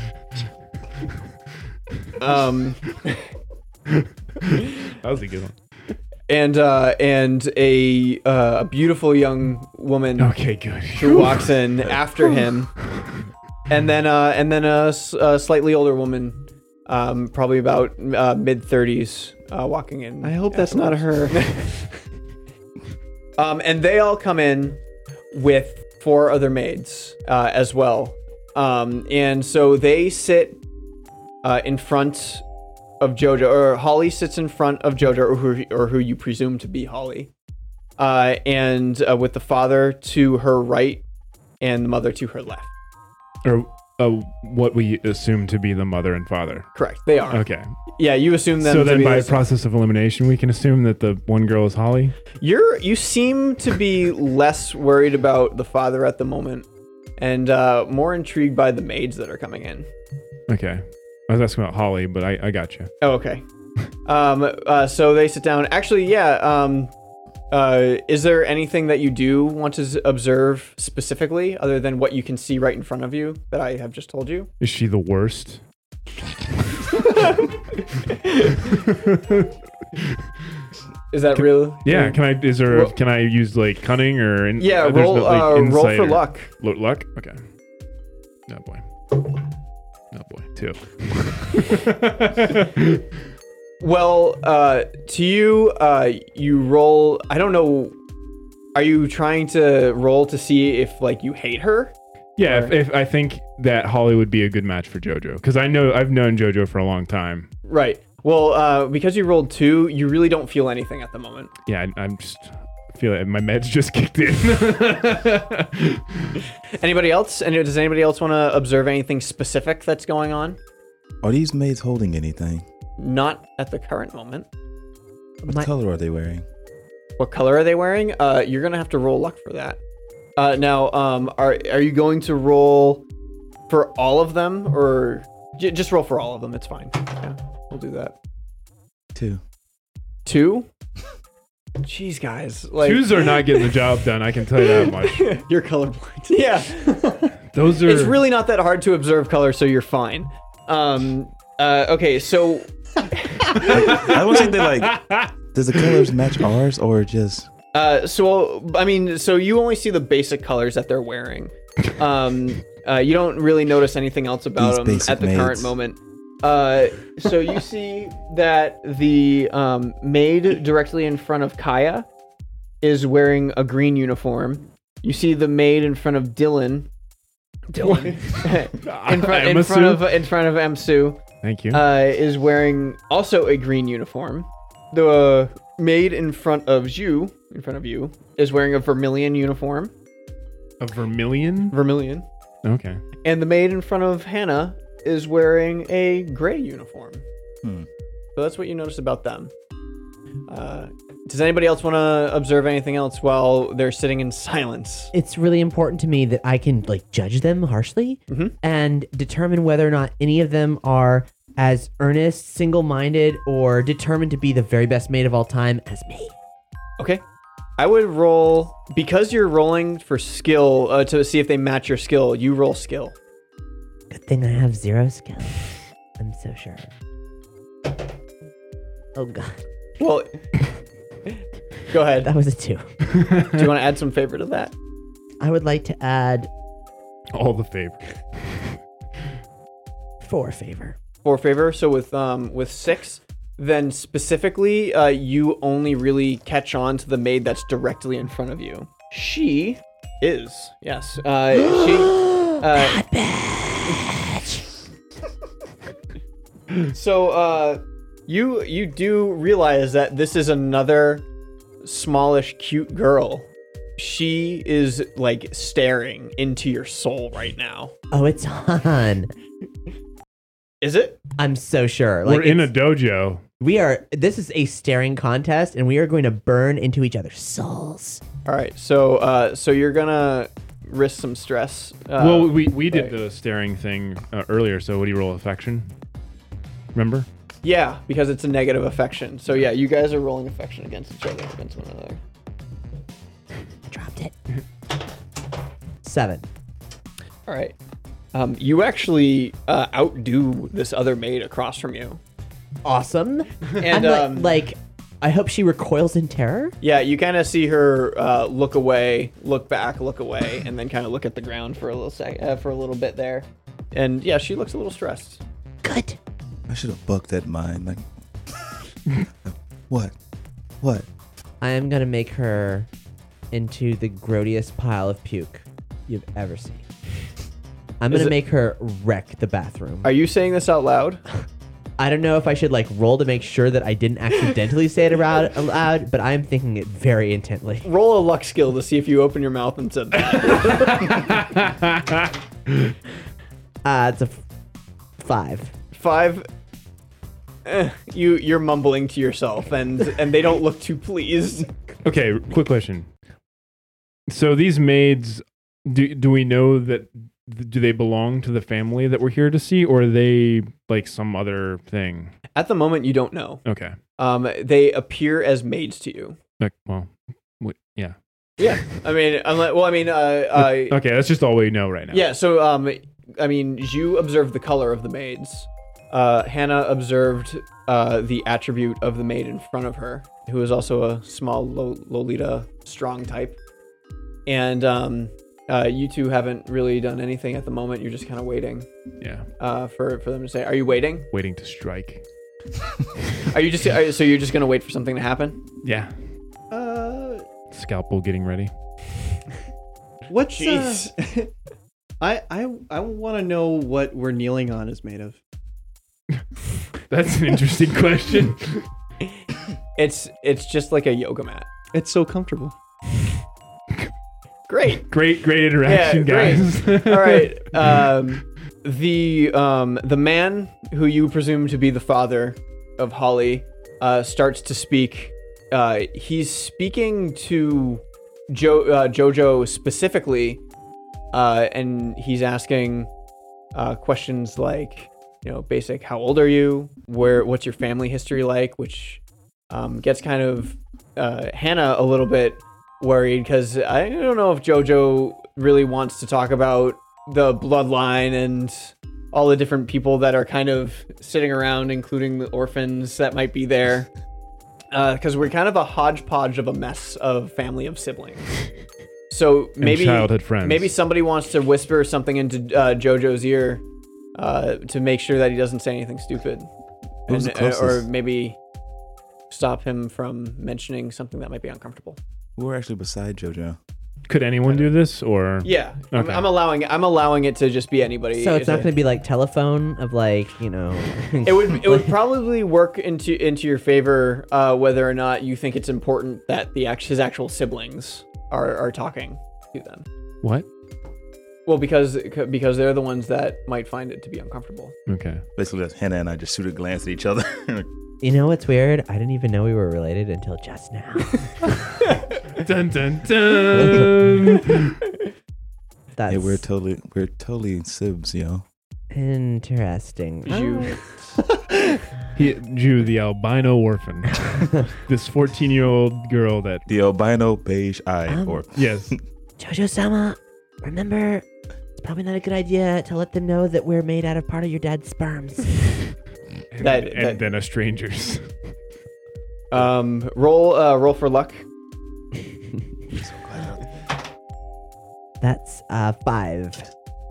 Speaker 3: Um,
Speaker 4: that was a good one.
Speaker 3: and uh, and a uh, a beautiful young woman.
Speaker 4: Okay, good.
Speaker 3: Who walks in after him, and then uh, and then a, s- a slightly older woman, um, probably about uh, mid thirties, uh, walking in.
Speaker 6: I hope that's not her.
Speaker 3: Um, and they all come in with four other maids uh, as well. Um, and so they sit uh, in front of Jojo, or Holly sits in front of Jojo, or who, or who you presume to be Holly. Uh, and uh, with the father to her right and the mother to her left.
Speaker 4: Or uh, what we assume to be the mother and father.
Speaker 3: Correct. They are.
Speaker 4: Okay.
Speaker 3: Yeah, you assume them.
Speaker 4: So
Speaker 3: to
Speaker 4: then,
Speaker 3: be
Speaker 4: by
Speaker 3: the same.
Speaker 4: process of elimination, we can assume that the one girl is Holly.
Speaker 3: You're you seem to be less worried about the father at the moment, and uh, more intrigued by the maids that are coming in.
Speaker 4: Okay. I was asking about Holly, but I, I got you.
Speaker 3: Oh, okay. um, uh, so they sit down. Actually, yeah. Um, uh, is there anything that you do want to s- observe specifically, other than what you can see right in front of you that I have just told you?
Speaker 4: Is she the worst?
Speaker 3: Is that real?
Speaker 4: Yeah. Can I? Is there?
Speaker 3: Roll-
Speaker 4: can I use like cunning or? In,
Speaker 3: Yeah,
Speaker 4: uh, there's
Speaker 3: roll, uh, roll
Speaker 4: insight
Speaker 3: for
Speaker 4: or-
Speaker 3: luck.
Speaker 4: Lo- luck. Okay. No boy. No boy. Two.
Speaker 3: Well, uh, to you, uh, you roll. I don't know. Are you trying to roll to see if like you hate her?
Speaker 4: Yeah. If, if I think that Holly would be a good match for JoJo, because I know I've known JoJo for a long time.
Speaker 3: Right. Well, uh, because you rolled two, you really don't feel anything at the moment.
Speaker 4: Yeah. I, I'm just I feel like my meds just kicked in.
Speaker 3: Anybody else? And does anybody else want to observe anything specific that's going on?
Speaker 5: Are these maids holding anything?
Speaker 3: Not at the current moment.
Speaker 5: What
Speaker 3: My-
Speaker 5: color are they wearing?
Speaker 3: What color are they wearing? Uh, you're gonna have to roll luck for that. Uh, now, um, are are you going to roll for all of them, or j- just roll for all of them? It's fine. Yeah, we'll do that.
Speaker 5: Two.
Speaker 3: Two. Jeez, guys, like
Speaker 4: Twos are not getting the job done. I can tell you that much.
Speaker 6: You're colorblind.
Speaker 3: yeah,
Speaker 4: Those are.
Speaker 3: it's really not that hard to observe color, so you're fine. Um, uh, okay, so
Speaker 5: I don't think they like. Does the colors match ours or just?
Speaker 3: Uh, so I mean, so you only see the basic colors that they're wearing. Um, uh, you don't really notice anything else
Speaker 5: These
Speaker 3: about them
Speaker 5: basic
Speaker 3: at the current
Speaker 5: maids.
Speaker 3: moment. Uh, so you see that the um, maid directly in front of Kaya is wearing a green uniform. You see the maid in front of Dylan. Dylan. in front, in front of in front of Emsu
Speaker 4: Thank you.
Speaker 3: uh, is wearing also a green uniform. The maid in front of you, in front of you, is wearing a vermilion uniform.
Speaker 4: a vermilion.
Speaker 3: Vermilion.
Speaker 4: Okay.
Speaker 3: And the maid in front of Hannah is wearing a gray uniform.
Speaker 5: Hmm.
Speaker 3: So that's what you notice about them. Uh, does anybody else want to observe anything else while they're sitting in silence?
Speaker 7: It's really important to me that I can like judge them harshly
Speaker 3: Mhm.
Speaker 7: and determine whether or not any of them are as earnest, single-minded, or determined to be the very best mate of all time as me.
Speaker 3: Okay. I would roll because you're rolling for skill uh, to see if they match your skill. You roll skill.
Speaker 7: Good thing I have zero skill. I'm so sure. Oh god,
Speaker 3: Well, go ahead.
Speaker 7: that was a two.
Speaker 3: Do you want to add some favor to that?
Speaker 7: I would like to add
Speaker 4: All the favor.
Speaker 7: for favor.
Speaker 3: for favor. So with um with six, then specifically, uh, you only really catch on to the maid that's directly in front of you. She is yes. Uh, she. Uh, so uh, you you do realize that this is another smallish, cute girl. She is like staring into your soul right now.
Speaker 7: Oh, it's on.
Speaker 3: Is it?
Speaker 7: I'm so sure.
Speaker 4: We're in a
Speaker 7: it's-
Speaker 4: dojo.
Speaker 7: we are. This is a staring contest, and we are going to burn into each other's souls.
Speaker 3: All right, so uh, so you're gonna risk some stress. Uh,
Speaker 4: well, we we did
Speaker 3: right.
Speaker 4: the staring thing uh, earlier. So what do you roll affection? Remember?
Speaker 3: yeah, because it's a negative affection. So yeah, you guys are rolling affection against each other, against one another.
Speaker 7: I dropped it. Seven.
Speaker 3: All right, um, you actually uh, outdo this other maid across from you,
Speaker 7: Awesome.
Speaker 3: and
Speaker 7: I'm like-
Speaker 3: um,
Speaker 7: like, I hope she recoils in terror.
Speaker 3: yeah, you kind of see her uh, look away, look back, look away, and then kind of look at the ground for a little sec, uh, for a little bit there, and yeah, she looks a little stressed.
Speaker 7: Good.
Speaker 5: I should have bucked that mine. Like, what? What?
Speaker 7: I am gonna make her into the grodiest pile of puke you've ever seen. I'm
Speaker 3: Is
Speaker 7: gonna
Speaker 3: it-
Speaker 7: make her wreck the bathroom.
Speaker 3: Are you saying this out loud?
Speaker 7: I don't know if I should like roll to make sure that I didn't accidentally say it aloud, aloud but I'm thinking it very intently.
Speaker 3: Roll a luck skill to see if you open your mouth and said that.
Speaker 7: Uh, it's a f- five.
Speaker 3: five eh, you you're mumbling to yourself and and they don't look too pleased
Speaker 4: Okay, quick question. So these maids, do do we know that? Do they belong to the family that we're here to see, or are they like some other thing?
Speaker 3: at the moment you don't know
Speaker 4: Okay.
Speaker 3: um they appear as maids to you
Speaker 4: Like, well, wait, yeah.
Speaker 3: yeah i mean i'm like well i mean uh, uh
Speaker 4: Okay, that's just all we know right now.
Speaker 3: yeah so um i mean you observed the color of the maids uh hannah observed uh the attribute of the maid in front of her who is also a small lo- lolita strong type and um uh, you two haven't really done anything at the moment. You're just kind of waiting.
Speaker 4: Yeah.
Speaker 3: uh, for for them to say, "Are you waiting?
Speaker 4: Waiting to strike.
Speaker 3: Are you just are, so you're just gonna wait for something to happen?"
Speaker 4: Yeah.
Speaker 6: Uh,
Speaker 4: Scalpel getting ready.
Speaker 6: what's uh, I I I want to know what we're kneeling on is made of.
Speaker 4: That's an interesting question.
Speaker 3: It's it's just like a yoga mat.
Speaker 6: It's so comfortable.
Speaker 3: Great.
Speaker 4: Great, great interaction,
Speaker 3: Yeah,
Speaker 4: guys.
Speaker 3: All right. Um, the um, the man who you presume to be the father of Holly uh, starts to speak. Uh, he's speaking to jo- uh, Jojo specifically, uh, and he's asking uh, questions like, you know, basic, how old are you? Where? What's your family history like? Which um, gets kind of uh, Hannah a little bit worried because I don't know if JoJo really wants to talk about the bloodline and all the different people that are kind of sitting around, including the orphans that might be there. Because we're kind of a hodgepodge of a mess of family of siblings. So maybe
Speaker 4: childhood friends.
Speaker 3: Maybe somebody wants to whisper something into uh, JoJo's ear uh, to make sure that he doesn't say anything stupid,
Speaker 5: Who's the
Speaker 3: uh, or
Speaker 5: closest?
Speaker 3: maybe stop him from mentioning something that might be uncomfortable.
Speaker 5: We're actually beside JoJo.
Speaker 4: Could anyone do this, or
Speaker 3: Yeah, I'm,
Speaker 4: Okay.
Speaker 3: I'm allowing I'm allowing it to just be anybody.
Speaker 7: So it's not
Speaker 3: a-
Speaker 7: going to be like telephone of like you know.
Speaker 3: It would it would probably work into into your favor uh, whether or not you think it's important that the act- his actual siblings are are talking to them.
Speaker 4: what?
Speaker 3: Well, because because they're the ones that might find it to be uncomfortable.
Speaker 4: Okay.
Speaker 5: Basically, that's Hannah and I just shoot a glance at each other.
Speaker 7: You know what's weird? I didn't even know we were related until just now.
Speaker 4: Dun dun dun.
Speaker 7: That's
Speaker 5: yeah, we're totally, we're totally sibs, yo.
Speaker 7: interesting.
Speaker 3: You
Speaker 4: he, Jew, the albino orphan, this fourteen-year-old girl that
Speaker 5: The albino beige eye,
Speaker 7: Um,
Speaker 5: or
Speaker 4: yes,
Speaker 7: Jojo Sama, remember, it's probably not a good idea to let them know that we're made out of part of your dad's sperms.
Speaker 4: and,
Speaker 3: That-
Speaker 4: and
Speaker 3: that-
Speaker 4: then a stranger's.
Speaker 3: um roll uh, roll for luck.
Speaker 7: That's uh, five.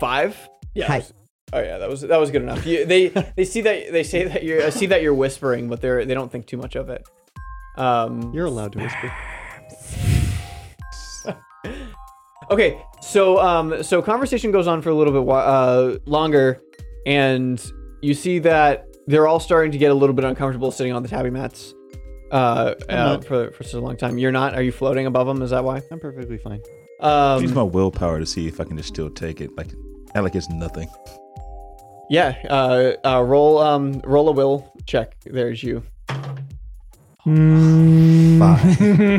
Speaker 3: Five. Yeah.
Speaker 7: Hi.
Speaker 3: Oh yeah, that was that was good enough. You, they they see that they say that you're I see that you're whispering, but they're they don't think too much of it. Um,
Speaker 6: You're allowed to whisper.
Speaker 3: Okay, so um, so conversation goes on for a little bit wa- uh, longer, and you see that they're all starting to get a little bit uncomfortable sitting on the tabby mats uh, uh, for for such a long time. You're not? Are you floating above them? Is that why?
Speaker 6: I'm perfectly fine.
Speaker 3: Um,
Speaker 9: Use my willpower to see if I can just still take it. Like, act like it's nothing.
Speaker 3: yeah. Uh, uh, roll um, roll a will check. There's you.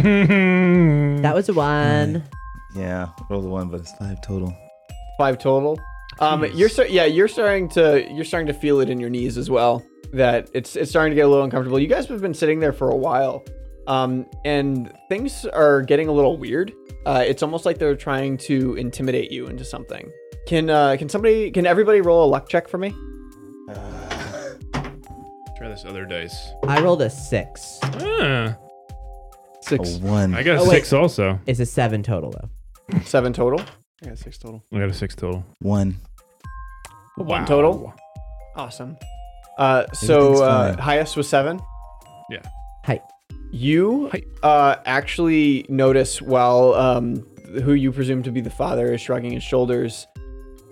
Speaker 7: That was a one.
Speaker 9: Yeah, roll the one, but it's five total.
Speaker 3: five total. Um, you're start, yeah, you're starting to you're starting to feel it in your knees as well. That it's it's starting to get a little uncomfortable. You guys have been sitting there for a while, um, and things are getting a little weird. Uh, it's almost like they're trying to intimidate you into something. Can uh, can somebody can everybody roll a luck check for me?
Speaker 4: Try this other dice.
Speaker 7: I rolled a six.
Speaker 4: Ah,
Speaker 9: A one.
Speaker 4: I got a
Speaker 7: Oh, wait.
Speaker 4: six also.
Speaker 7: It's a seven total though.
Speaker 3: Seven total.
Speaker 6: I got six total.
Speaker 4: I got a six total.
Speaker 9: One.
Speaker 3: One total. Awesome. Uh, so
Speaker 9: Everything's
Speaker 3: uh,
Speaker 9: fine.
Speaker 3: highest was seven.
Speaker 4: Yeah.
Speaker 7: Hi.
Speaker 3: You uh, actually notice while um, who you presume to be the father is shrugging his shoulders,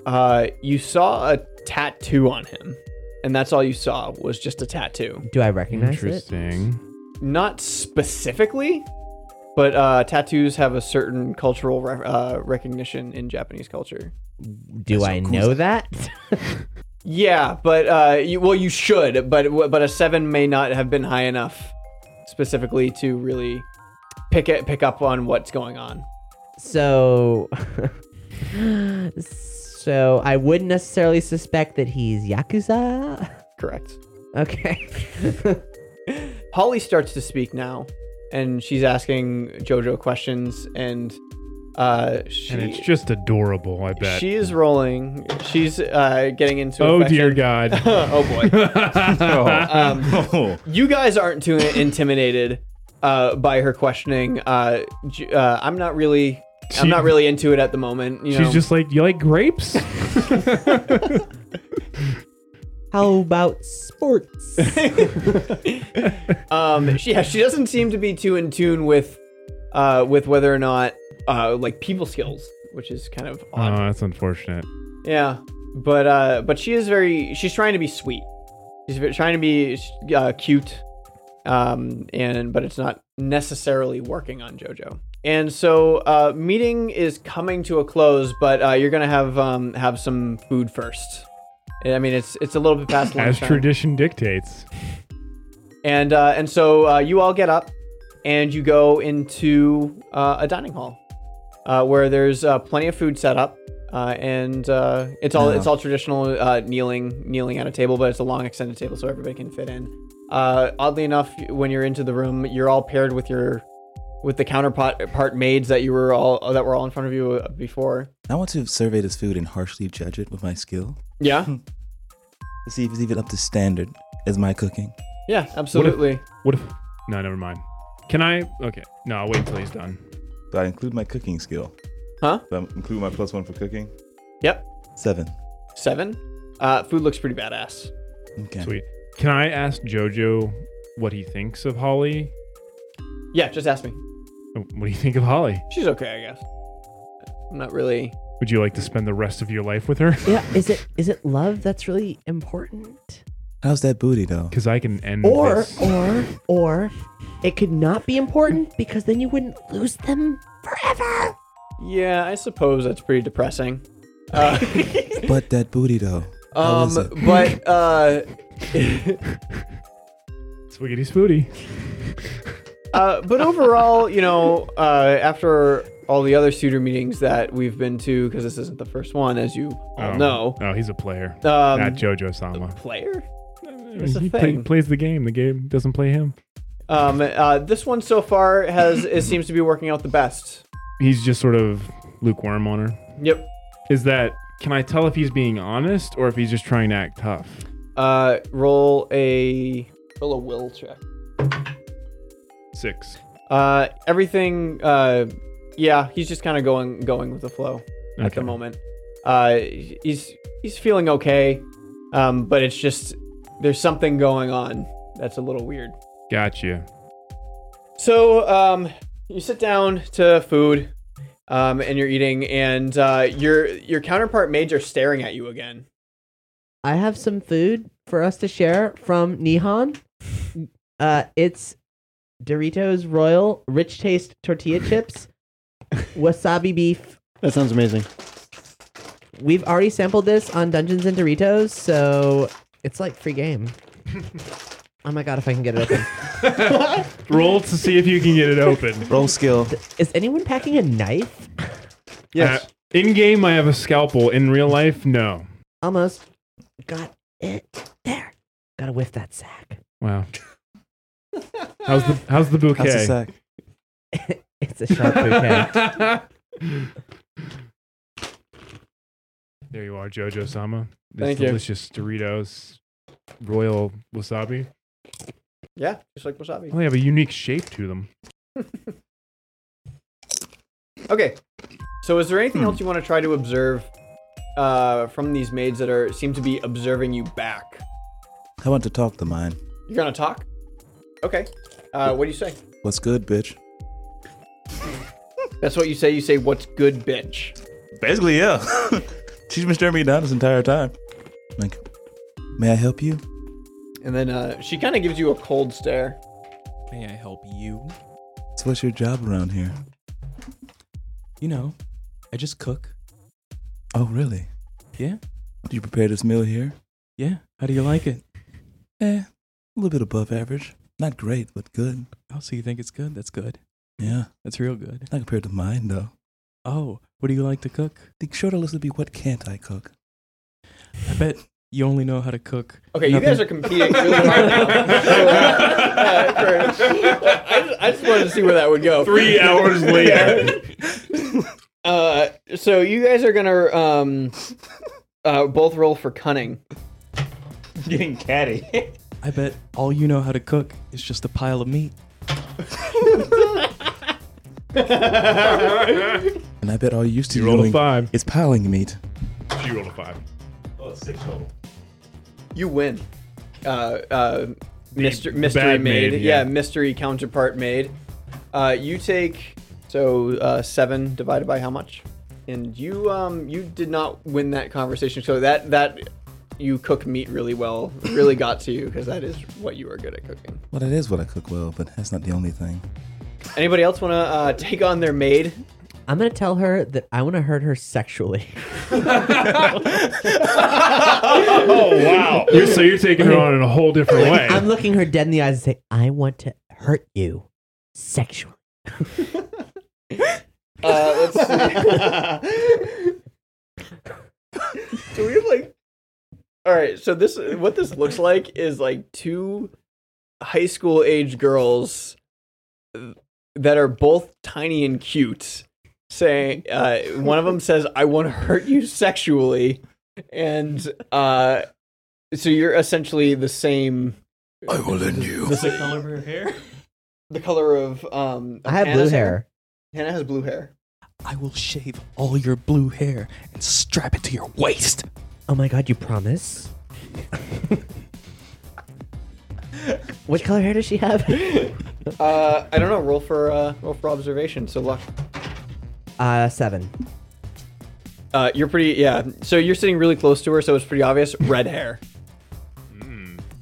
Speaker 3: uh, you saw a tattoo on him. And that's all you saw was just a tattoo.
Speaker 7: Do I recognize it?
Speaker 4: Interesting.
Speaker 3: Not specifically, but uh, tattoos have a certain cultural re- uh, recognition in Japanese culture.
Speaker 7: Do I know that?
Speaker 3: Yeah, but uh, you, well, you should, but but a seven may not have been high enough specifically to really pick it pick up on what's going on.
Speaker 7: so, so I wouldn't necessarily suspect that he's yakuza.
Speaker 3: Correct.
Speaker 7: Okay.
Speaker 3: Holly starts to speak now, and she's asking JoJo questions, and uh, she
Speaker 4: And it's just adorable, I bet.
Speaker 3: she is rolling. She's uh, getting into.
Speaker 4: oh,
Speaker 3: affection.
Speaker 4: dear God.
Speaker 3: oh boy. Um,
Speaker 9: Oh,
Speaker 3: you guys aren't too intimidated uh, by her questioning. Uh, j- uh, I'm not really. I'm
Speaker 4: She-
Speaker 3: not really into it at the moment. You know?
Speaker 4: She's just like, you like grapes?
Speaker 3: um,
Speaker 7: How about sports?
Speaker 3: um, she, yeah, she doesn't seem to be too in tune with, uh, with whether or not, uh, like people skills, which is kind of
Speaker 4: oh,
Speaker 3: odd.
Speaker 4: that's unfortunate.
Speaker 3: Yeah, but uh, but she is very. She's trying to be sweet. She's ve- trying to be uh, cute, um, and but it's not necessarily working on JoJo. And so uh, meeting is coming to a close, but uh, you're gonna have um, have some food first. I mean, it's it's a little bit past
Speaker 4: As
Speaker 3: lunchtime.
Speaker 4: tradition dictates.
Speaker 3: And uh, and so uh, you all get up and you go into uh, a dining hall uh, where there's uh, plenty of food set up. Uh, and uh, it's all it's all traditional uh, kneeling kneeling at a table, but it's a long extended table so everybody can fit in. Uh, oddly enough, when you're into the room, you're all paired with your with the counterpart part maids that you were all that were all in front of you uh, before.
Speaker 5: I want to survey this food and harshly judge it with my skill
Speaker 3: Yeah,
Speaker 5: to see if it's even up to standard as my cooking.
Speaker 3: yeah, absolutely.
Speaker 4: What if. No, never mind. Can I? Okay. No, I'll wait until he's done.
Speaker 5: Do I include my cooking skill?
Speaker 3: Huh?
Speaker 5: Do I include my plus one for cooking?
Speaker 3: Yep,
Speaker 5: Seven.
Speaker 3: seven. Uh, food looks pretty badass.
Speaker 5: Okay.
Speaker 4: Sweet. Can I ask JoJo what he thinks of Holly? Oh,
Speaker 3: Yeah, just ask me.
Speaker 4: What do you think of Holly?
Speaker 3: She's okay, I guess. I'm not really.
Speaker 4: Would you like to spend the rest of your life with her?
Speaker 7: yeah. Is it is it love that's really important?
Speaker 5: How's that booty though?
Speaker 4: Because I can end
Speaker 7: Or
Speaker 4: this.
Speaker 7: or or it could not be important because then you wouldn't lose them forever.
Speaker 3: Yeah, I suppose that's pretty depressing. Uh,
Speaker 5: But that booty though. How
Speaker 3: um,
Speaker 5: is it?
Speaker 3: but uh,
Speaker 4: Swiggity spooty.
Speaker 3: uh, but overall, you know, uh, after all the other suitor meetings that we've been to, because this isn't the first one, as you all
Speaker 4: Oh,
Speaker 3: know,
Speaker 4: Oh, he's a player.
Speaker 3: Um,
Speaker 4: Not JoJo Sama.
Speaker 3: player. It's a
Speaker 4: He play-
Speaker 3: thing.
Speaker 4: plays the game. The game doesn't play him.
Speaker 3: Um, uh, this one so far has it seems to be working out the best.
Speaker 4: He's just sort of lukewarm on her.
Speaker 3: Yep.
Speaker 4: Is that? Can I tell if he's being honest or if he's just trying to act tough?
Speaker 3: Uh, roll a roll a will check.
Speaker 4: Six.
Speaker 3: Uh, everything. Uh, yeah, he's just kind of going going with the flow. at the moment. Uh, he's he's feeling okay, um, but it's just there's something going on that's a little weird.
Speaker 4: Gotcha.
Speaker 3: So um, you sit down to food, um, and you're eating, and uh, your your counterpart maids are staring at you again.
Speaker 7: I have some food for us to share from Nihon. Uh, it's Doritos Royal Rich Taste Tortilla Chips, wasabi beef.
Speaker 6: That sounds amazing.
Speaker 7: We've already sampled this on Dungeons and Doritos, so it's like free game. oh my god, if I can get it open.
Speaker 4: Roll to see if you can get it open.
Speaker 5: Roll skill.
Speaker 7: Is anyone packing a knife?
Speaker 4: Yes. in game, Uh, I have a scalpel. In real life, no.
Speaker 7: Almost. Got it. There. Gotta whiff that sack.
Speaker 4: Wow. How's the How's the bouquet?
Speaker 5: How's the sack?
Speaker 7: It's a sharp bouquet.
Speaker 4: There you are, Jojo Sama. This
Speaker 3: Thank you.
Speaker 4: delicious Doritos Royal Wasabi.
Speaker 3: Yeah, just like wasabi.
Speaker 4: Well, they have a unique shape to them.
Speaker 3: Okay. So, is there anything else you want to try to observe uh, from these maids that are seem to be observing you back?
Speaker 5: I want to talk to mine.
Speaker 3: You're gonna talk. Okay. Uh, what do you say?
Speaker 5: What's good, bitch?
Speaker 3: That's what you say. You say, "What's good, bitch?"
Speaker 9: Basically, yeah.
Speaker 5: She's been staring me down this entire time. Like, may I help you?
Speaker 3: And then uh, she kind of gives you a cold stare.
Speaker 8: May I help you?
Speaker 5: So what's your job around here?
Speaker 8: You know, I just cook.
Speaker 5: Oh, really?
Speaker 8: Yeah.
Speaker 5: Do you prepare this meal here?
Speaker 8: Yeah. How do you like it?
Speaker 5: Eh, a little bit above average. Not great, but good.
Speaker 8: Oh, so you think it's good? That's good.
Speaker 5: Yeah,
Speaker 8: That's real good.
Speaker 5: not compared to mine though.
Speaker 8: Oh, what do you like to cook?
Speaker 5: The shorter list would be what can't I cook?
Speaker 8: I bet you only know how to cook.
Speaker 3: Okay, you guys are competing really hard now. So, uh, for- I, just, I just wanted to see where that would go.
Speaker 4: Three hours later.
Speaker 3: Uh, so you guys are gonna um, uh, both roll for cunning.
Speaker 9: Getting catty.
Speaker 8: I bet all you know how to cook is just a pile of meat.
Speaker 5: And I bet all you used to
Speaker 4: You rolled a
Speaker 5: doing
Speaker 4: five.
Speaker 5: is piling meat.
Speaker 4: She rolled a five. Oh, six total.
Speaker 3: You win. Uh, uh, mystery, mystery
Speaker 4: bad
Speaker 3: maid.
Speaker 4: maid,
Speaker 3: yeah.
Speaker 4: yeah.
Speaker 3: mystery counterpart maid. Uh, you take so uh, seven divided by how much? And you um, you did not win that conversation. So that that you cook meat really well really got to you because that is what you are good at cooking.
Speaker 5: Well, that is what I cook well, but that's not the only thing.
Speaker 3: Anybody else want to uh, take on their maid?
Speaker 7: I'm gonna tell her that I wanna hurt her sexually.
Speaker 4: Oh wow! You're, so you're taking her on in a whole different way.
Speaker 7: I'm looking her dead in the eyes and say, I want to hurt you sexually.
Speaker 3: Uh, let's see. so we have like, all right. So this, what this looks like is like two high school age girls that are both tiny and cute. Saying, uh, one of them says, "I want to hurt you sexually," and uh, so you're essentially the same.
Speaker 5: I will end you.
Speaker 3: The color of her hair. The color of um.
Speaker 7: I have blue
Speaker 3: Hannah's
Speaker 7: hair.
Speaker 3: Hannah has blue hair.
Speaker 8: I will shave all your blue hair and strap it to your waist.
Speaker 7: Oh my god, you promise? Which color hair does she have?
Speaker 3: Uh, I don't know. Roll for uh, roll for observation. So luck.
Speaker 7: Uh, seven.
Speaker 3: Uh, you're pretty. Yeah. So you're sitting really close to her, so it's pretty obvious. Red hair.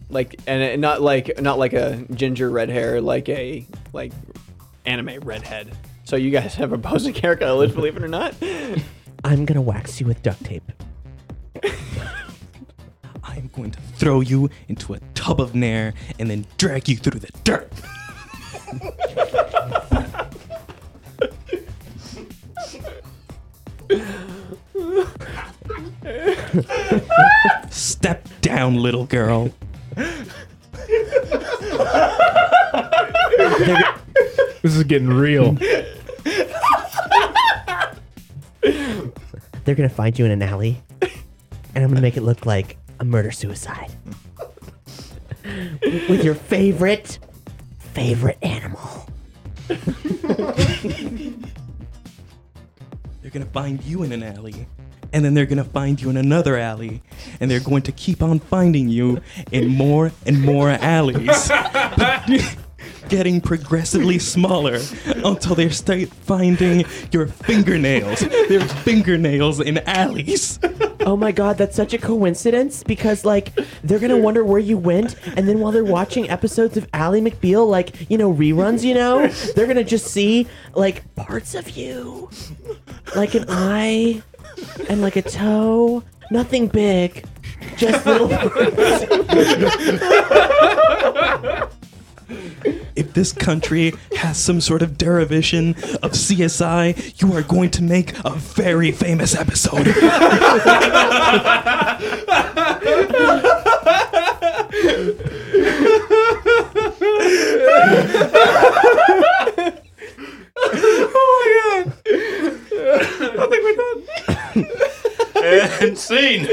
Speaker 3: Like and it- not like not like a ginger red hair, like a like anime redhead. So you guys have opposing haircolors, believe it or not.
Speaker 7: I'm gonna wax you with duct tape.
Speaker 8: I am going to throw you into a tub of nair and then drag you through the dirt. Step down, little girl.
Speaker 4: This is getting real.
Speaker 7: They're gonna find you in an alley, and I'm gonna make it look like a murder suicide. with your favorite, favorite animal.
Speaker 5: They're going to find you in an alley. And then they're going to find you in another alley. And they're going to keep on finding you in more and more alleys. Getting progressively smaller until they start finding your fingernails. Their fingernails in alleys.
Speaker 7: Oh my god, that's such a coincidence because like they're gonna wonder where you went, and then while they're watching episodes of Ally McBeal, like you know reruns, you know, they're gonna just see like parts of you, like an eye and like a toe, nothing big, just little.
Speaker 5: If this country has some sort of derivation of CSI, you are going to make a very famous episode.
Speaker 12: oh my god! I think we're done.
Speaker 13: and scene.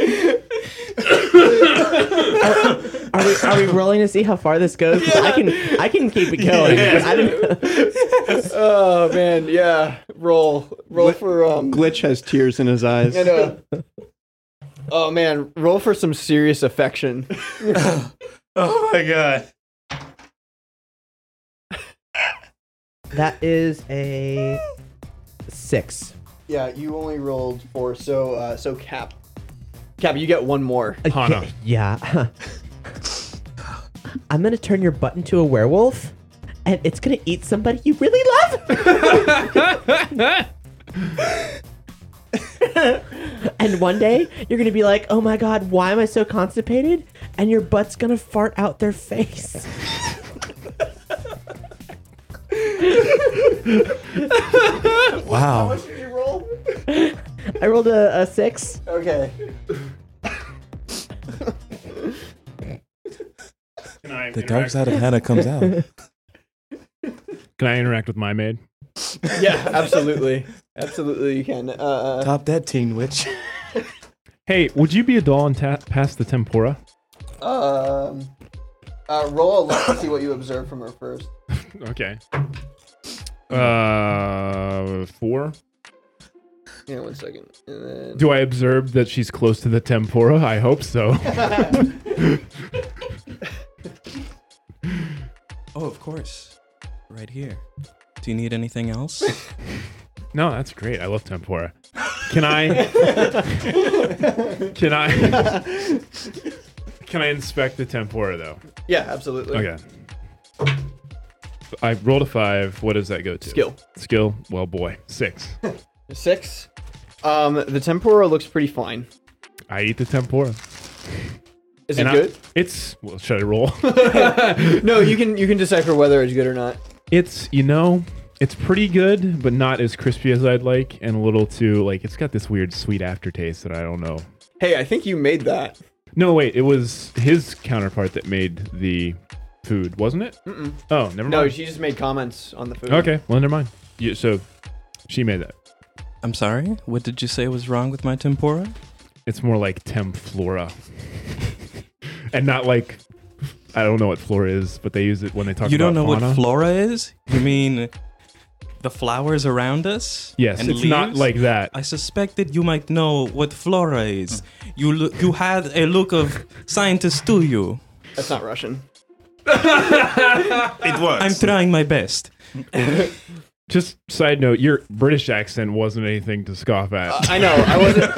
Speaker 7: Are we, are we rolling to see how far this goes? 'Cause I can I can keep it going. but I don't
Speaker 3: oh man, yeah. Roll, roll for um.
Speaker 14: Glitch has tears in his eyes.
Speaker 3: And, uh, oh man, roll for some serious affection.
Speaker 13: oh my god.
Speaker 15: That is a six.
Speaker 3: Yeah, you only rolled four, so uh, so Cap, Cap, you get one more.
Speaker 15: Okay, Yeah. I'm gonna turn your butt into a werewolf, and it's gonna eat somebody you really love.
Speaker 7: and one day you're gonna be like, oh my god, why am I so constipated? And your butt's gonna fart out their face.
Speaker 3: How
Speaker 4: Oh,
Speaker 16: Wow.
Speaker 3: much did you roll?
Speaker 7: I rolled a, a six.
Speaker 3: Okay.
Speaker 4: Can I
Speaker 16: The dark
Speaker 4: interact-
Speaker 16: side of Hannah comes out.
Speaker 4: Can I interact with my maid?
Speaker 3: Yeah, absolutely, absolutely, you can. Uh,
Speaker 16: Top that teen witch.
Speaker 4: Hey, would you be a doll and ta- pass the tempura?
Speaker 3: um, uh, roll a luck to see what you observe from her first.
Speaker 4: Okay. Uh, four.
Speaker 3: Yeah, one second. And then...
Speaker 4: Do I observe that she's close to the tempura? I hope so.
Speaker 5: oh, of course. Right here. Do you need anything else?
Speaker 4: no, that's great. I love tempura. Can I? can I? Can I inspect the tempura though?
Speaker 3: Yeah, absolutely.
Speaker 4: Okay. I rolled a five. What does that go to?
Speaker 3: Skill.
Speaker 4: Skill. Well, boy, six.
Speaker 3: Six. Um, the tempura looks pretty fine.
Speaker 4: I eat the tempura.
Speaker 3: Is
Speaker 4: And
Speaker 3: it
Speaker 4: I-
Speaker 3: good?
Speaker 4: it's well. Should I roll?
Speaker 3: no, you can you can decipher whether it's good or not.
Speaker 4: It's you know, it's pretty good, but not as crispy as I'd like, and a little too like it's got this weird sweet aftertaste that I don't know.
Speaker 3: Hey, I think you made that.
Speaker 4: No, wait, it was his counterpart that made the food, wasn't it?
Speaker 3: Mm-mm.
Speaker 4: Oh, never mind.
Speaker 3: No, she just made comments on the food.
Speaker 4: Okay, well, never mind. You, so she made that.
Speaker 5: I'm sorry? What did you say was wrong with my tempura?
Speaker 4: It's more like tempflora, and not like I don't know what flora is, but they use it when they talk.
Speaker 5: you
Speaker 4: about
Speaker 5: don't know
Speaker 4: fauna.
Speaker 5: what flora is? You mean the flowers around us?
Speaker 4: Yes,
Speaker 5: and
Speaker 4: it's not
Speaker 5: leaves?
Speaker 4: like that.
Speaker 5: I suspected you might know what flora is. You lo- you had a look of scientist to you.
Speaker 3: That's not Russian.
Speaker 5: It was. I'm trying my best.
Speaker 4: Just side note, your British accent wasn't anything to scoff at.
Speaker 3: Uh, I know. I wasn't.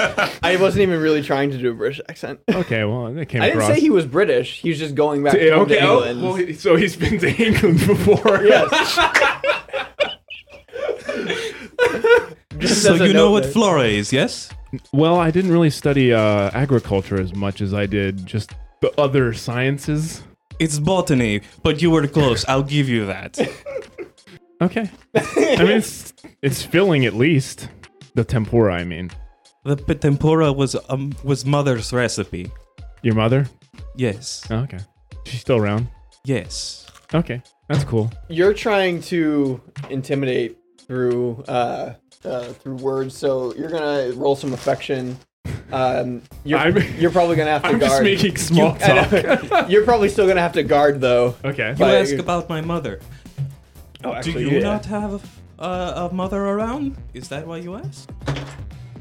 Speaker 3: I wasn't even really trying to do a British accent.
Speaker 4: okay, well, that came
Speaker 3: I didn't
Speaker 4: across.
Speaker 3: say he was British. He was just going back
Speaker 4: Yeah,
Speaker 3: home
Speaker 4: okay,
Speaker 3: to
Speaker 4: oh,
Speaker 3: England.
Speaker 4: well, he- so he's been to England before.
Speaker 3: yes.
Speaker 4: Just
Speaker 5: so
Speaker 4: as a
Speaker 5: you know
Speaker 4: note
Speaker 5: what
Speaker 4: there.
Speaker 5: flora is, yes?
Speaker 4: Well, I didn't really study uh, agriculture as much as I did just the other sciences.
Speaker 5: It's botany, but you were close. I'll give you that.
Speaker 4: Okay. I mean, it's it's filling at least the tempura. I mean,
Speaker 5: The p- tempura was um, was mother's recipe.
Speaker 4: your mother.
Speaker 5: Yes.
Speaker 4: Oh, okay. She's still around.
Speaker 5: Yes.
Speaker 4: Okay, that's cool.
Speaker 3: You're trying to intimidate through uh, uh, through words, so you're gonna roll some affection. Um, you're, you're probably gonna have to
Speaker 4: I'm just
Speaker 3: guard.
Speaker 4: making small
Speaker 3: You- I know. you're probably still gonna have to guard, though.
Speaker 4: Okay.
Speaker 5: You ask about my mother.
Speaker 3: Oh, actually,
Speaker 5: Do you
Speaker 3: yeah.
Speaker 5: not have uh, a mother around? Is that why you ask?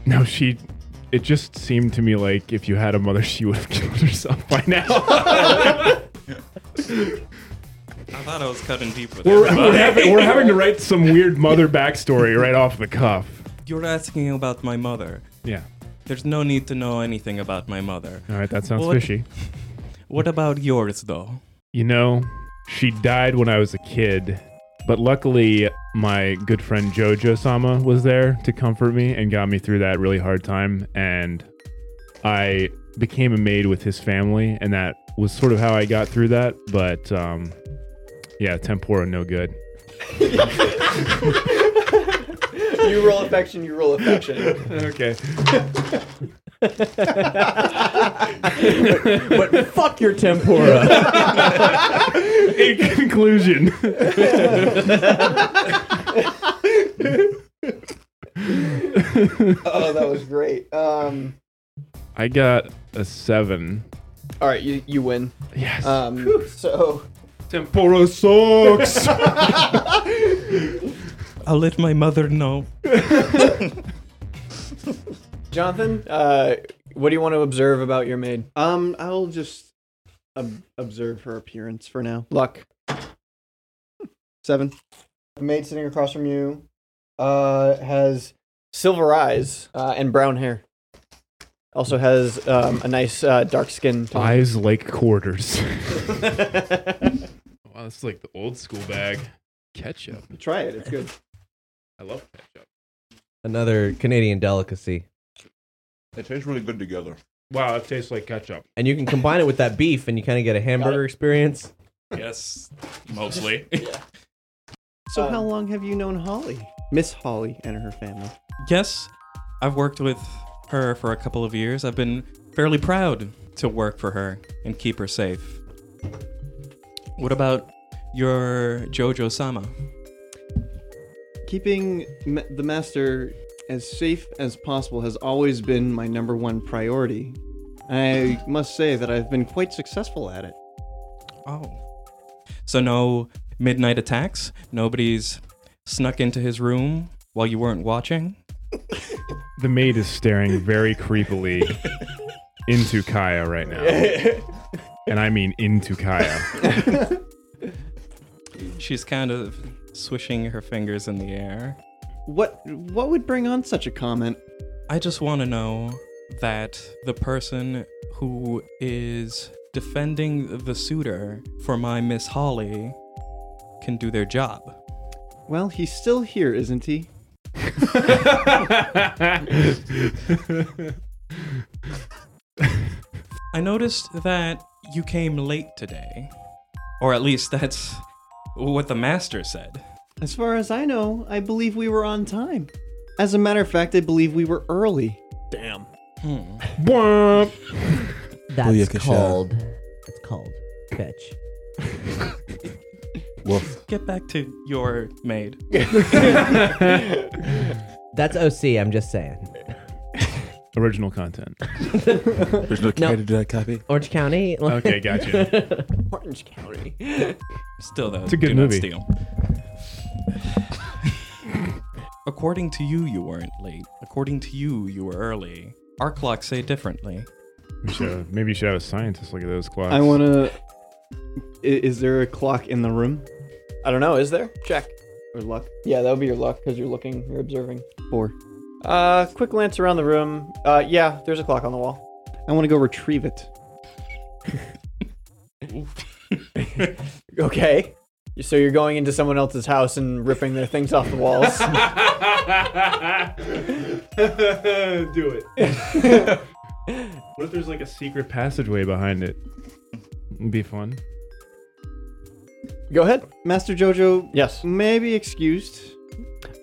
Speaker 4: No, she. It just seemed to me like if you had a mother, she would have killed herself by now.
Speaker 5: I thought I was cutting deep with
Speaker 4: we're,
Speaker 5: everybody.
Speaker 4: we're having, we're having to write some weird mother backstory right off the cuff.
Speaker 17: You're asking about my mother.
Speaker 4: Yeah.
Speaker 17: There's no need to know anything about my mother.
Speaker 4: All right, that sounds
Speaker 17: What-
Speaker 4: fishy.
Speaker 17: What about yours, though?
Speaker 4: You know, she died when I was a kid, but luckily my good friend Jojo Sama was there to comfort me and got me through that really hard time. And I became a maid with his family, and that was sort of how I got through that. But um, yeah, tempura no good.
Speaker 3: you roll affection, you roll affection.
Speaker 4: Okay.
Speaker 18: but,
Speaker 19: fuck your tempura.
Speaker 4: In conclusion.
Speaker 3: oh, that was great. Um,
Speaker 4: I got a seven.
Speaker 3: all right, you, you win.
Speaker 4: Yes.
Speaker 3: Um, so.
Speaker 4: Tempura sucks.
Speaker 17: I'll let my mother know.
Speaker 3: Jonathan, uh, what do you want to observe about your maid?
Speaker 8: Um, I'll just ob- observe her appearance for now.
Speaker 3: Luck.
Speaker 8: Seven.
Speaker 3: The maid sitting across from you uh, has silver eyes uh, and brown hair. Also has um, a nice uh, dark skin. tone.
Speaker 4: Eyes like quarters. wow, that's like the old school bag. Ketchup.
Speaker 3: Try it. It's good.
Speaker 4: I love ketchup.
Speaker 7: Another Canadian delicacy.
Speaker 20: They taste really good together.
Speaker 4: Wow, it tastes like ketchup.
Speaker 7: And you can combine it with that beef and you kind of get a hamburger experience.
Speaker 5: Yes, mostly.
Speaker 8: So,
Speaker 3: Uh,
Speaker 8: how long have you known Holly? Miss Holly and her family.
Speaker 5: Yes, I've worked with her for a couple of years. I've been fairly proud to work for her and keep her safe. What about your Jojo Sama?
Speaker 8: Keeping ma- the master as safe as possible has always been my number one priority. I must say that I've been quite successful at it.
Speaker 5: Oh. So, no midnight attacks? Nobody's snuck into his room while you weren't watching?
Speaker 4: The maid is staring very creepily into Kaya right now. and I mean into Kaya.
Speaker 5: She's kind of swishing her fingers in the air.
Speaker 8: What what would bring on such a comment?
Speaker 5: I just want to know that the person who is defending the suitor for my Miss Holly can do their job.
Speaker 8: Well, he's still here, isn't he?
Speaker 5: I noticed that you came late today. Or at least that's what the master said.
Speaker 8: As far as I know, I believe we were on time. As a matter of fact, I believe we were early.
Speaker 4: Damn.
Speaker 5: Hmm.
Speaker 4: Womp.
Speaker 7: That's
Speaker 8: Booyakasha.
Speaker 7: called. It's called fetch.
Speaker 5: Get back to your maid.
Speaker 7: That's OC, I'm just saying.
Speaker 4: Original content.
Speaker 21: There's no
Speaker 7: No.
Speaker 21: creator to that copy.
Speaker 7: Orange County.
Speaker 4: Okay, gotcha.
Speaker 7: Orange County.
Speaker 5: Still, though,
Speaker 4: It's a good
Speaker 5: do not
Speaker 4: movie.
Speaker 5: steal. According to you, you weren't late. According to you, you were early. Our clocks say differently.
Speaker 4: We should- maybe you should have a scientist look at those clocks.
Speaker 8: I want to. Is there a clock in the room?
Speaker 3: I don't know. Is there? Check.
Speaker 8: Or luck?
Speaker 3: Yeah, that would be your luck because you're looking, you're observing.
Speaker 8: Four.
Speaker 3: Uh, quick glance around the room. Uh, yeah, there's a clock on the wall.
Speaker 8: I want to go retrieve it.
Speaker 3: Okay. So you're going into someone else's house and ripping their things off the walls.
Speaker 4: Do it. what if there's like a secret passageway behind it? It'd be fun.
Speaker 3: Go ahead.
Speaker 8: Master Jojo.
Speaker 3: Yes.
Speaker 8: Maybe excused.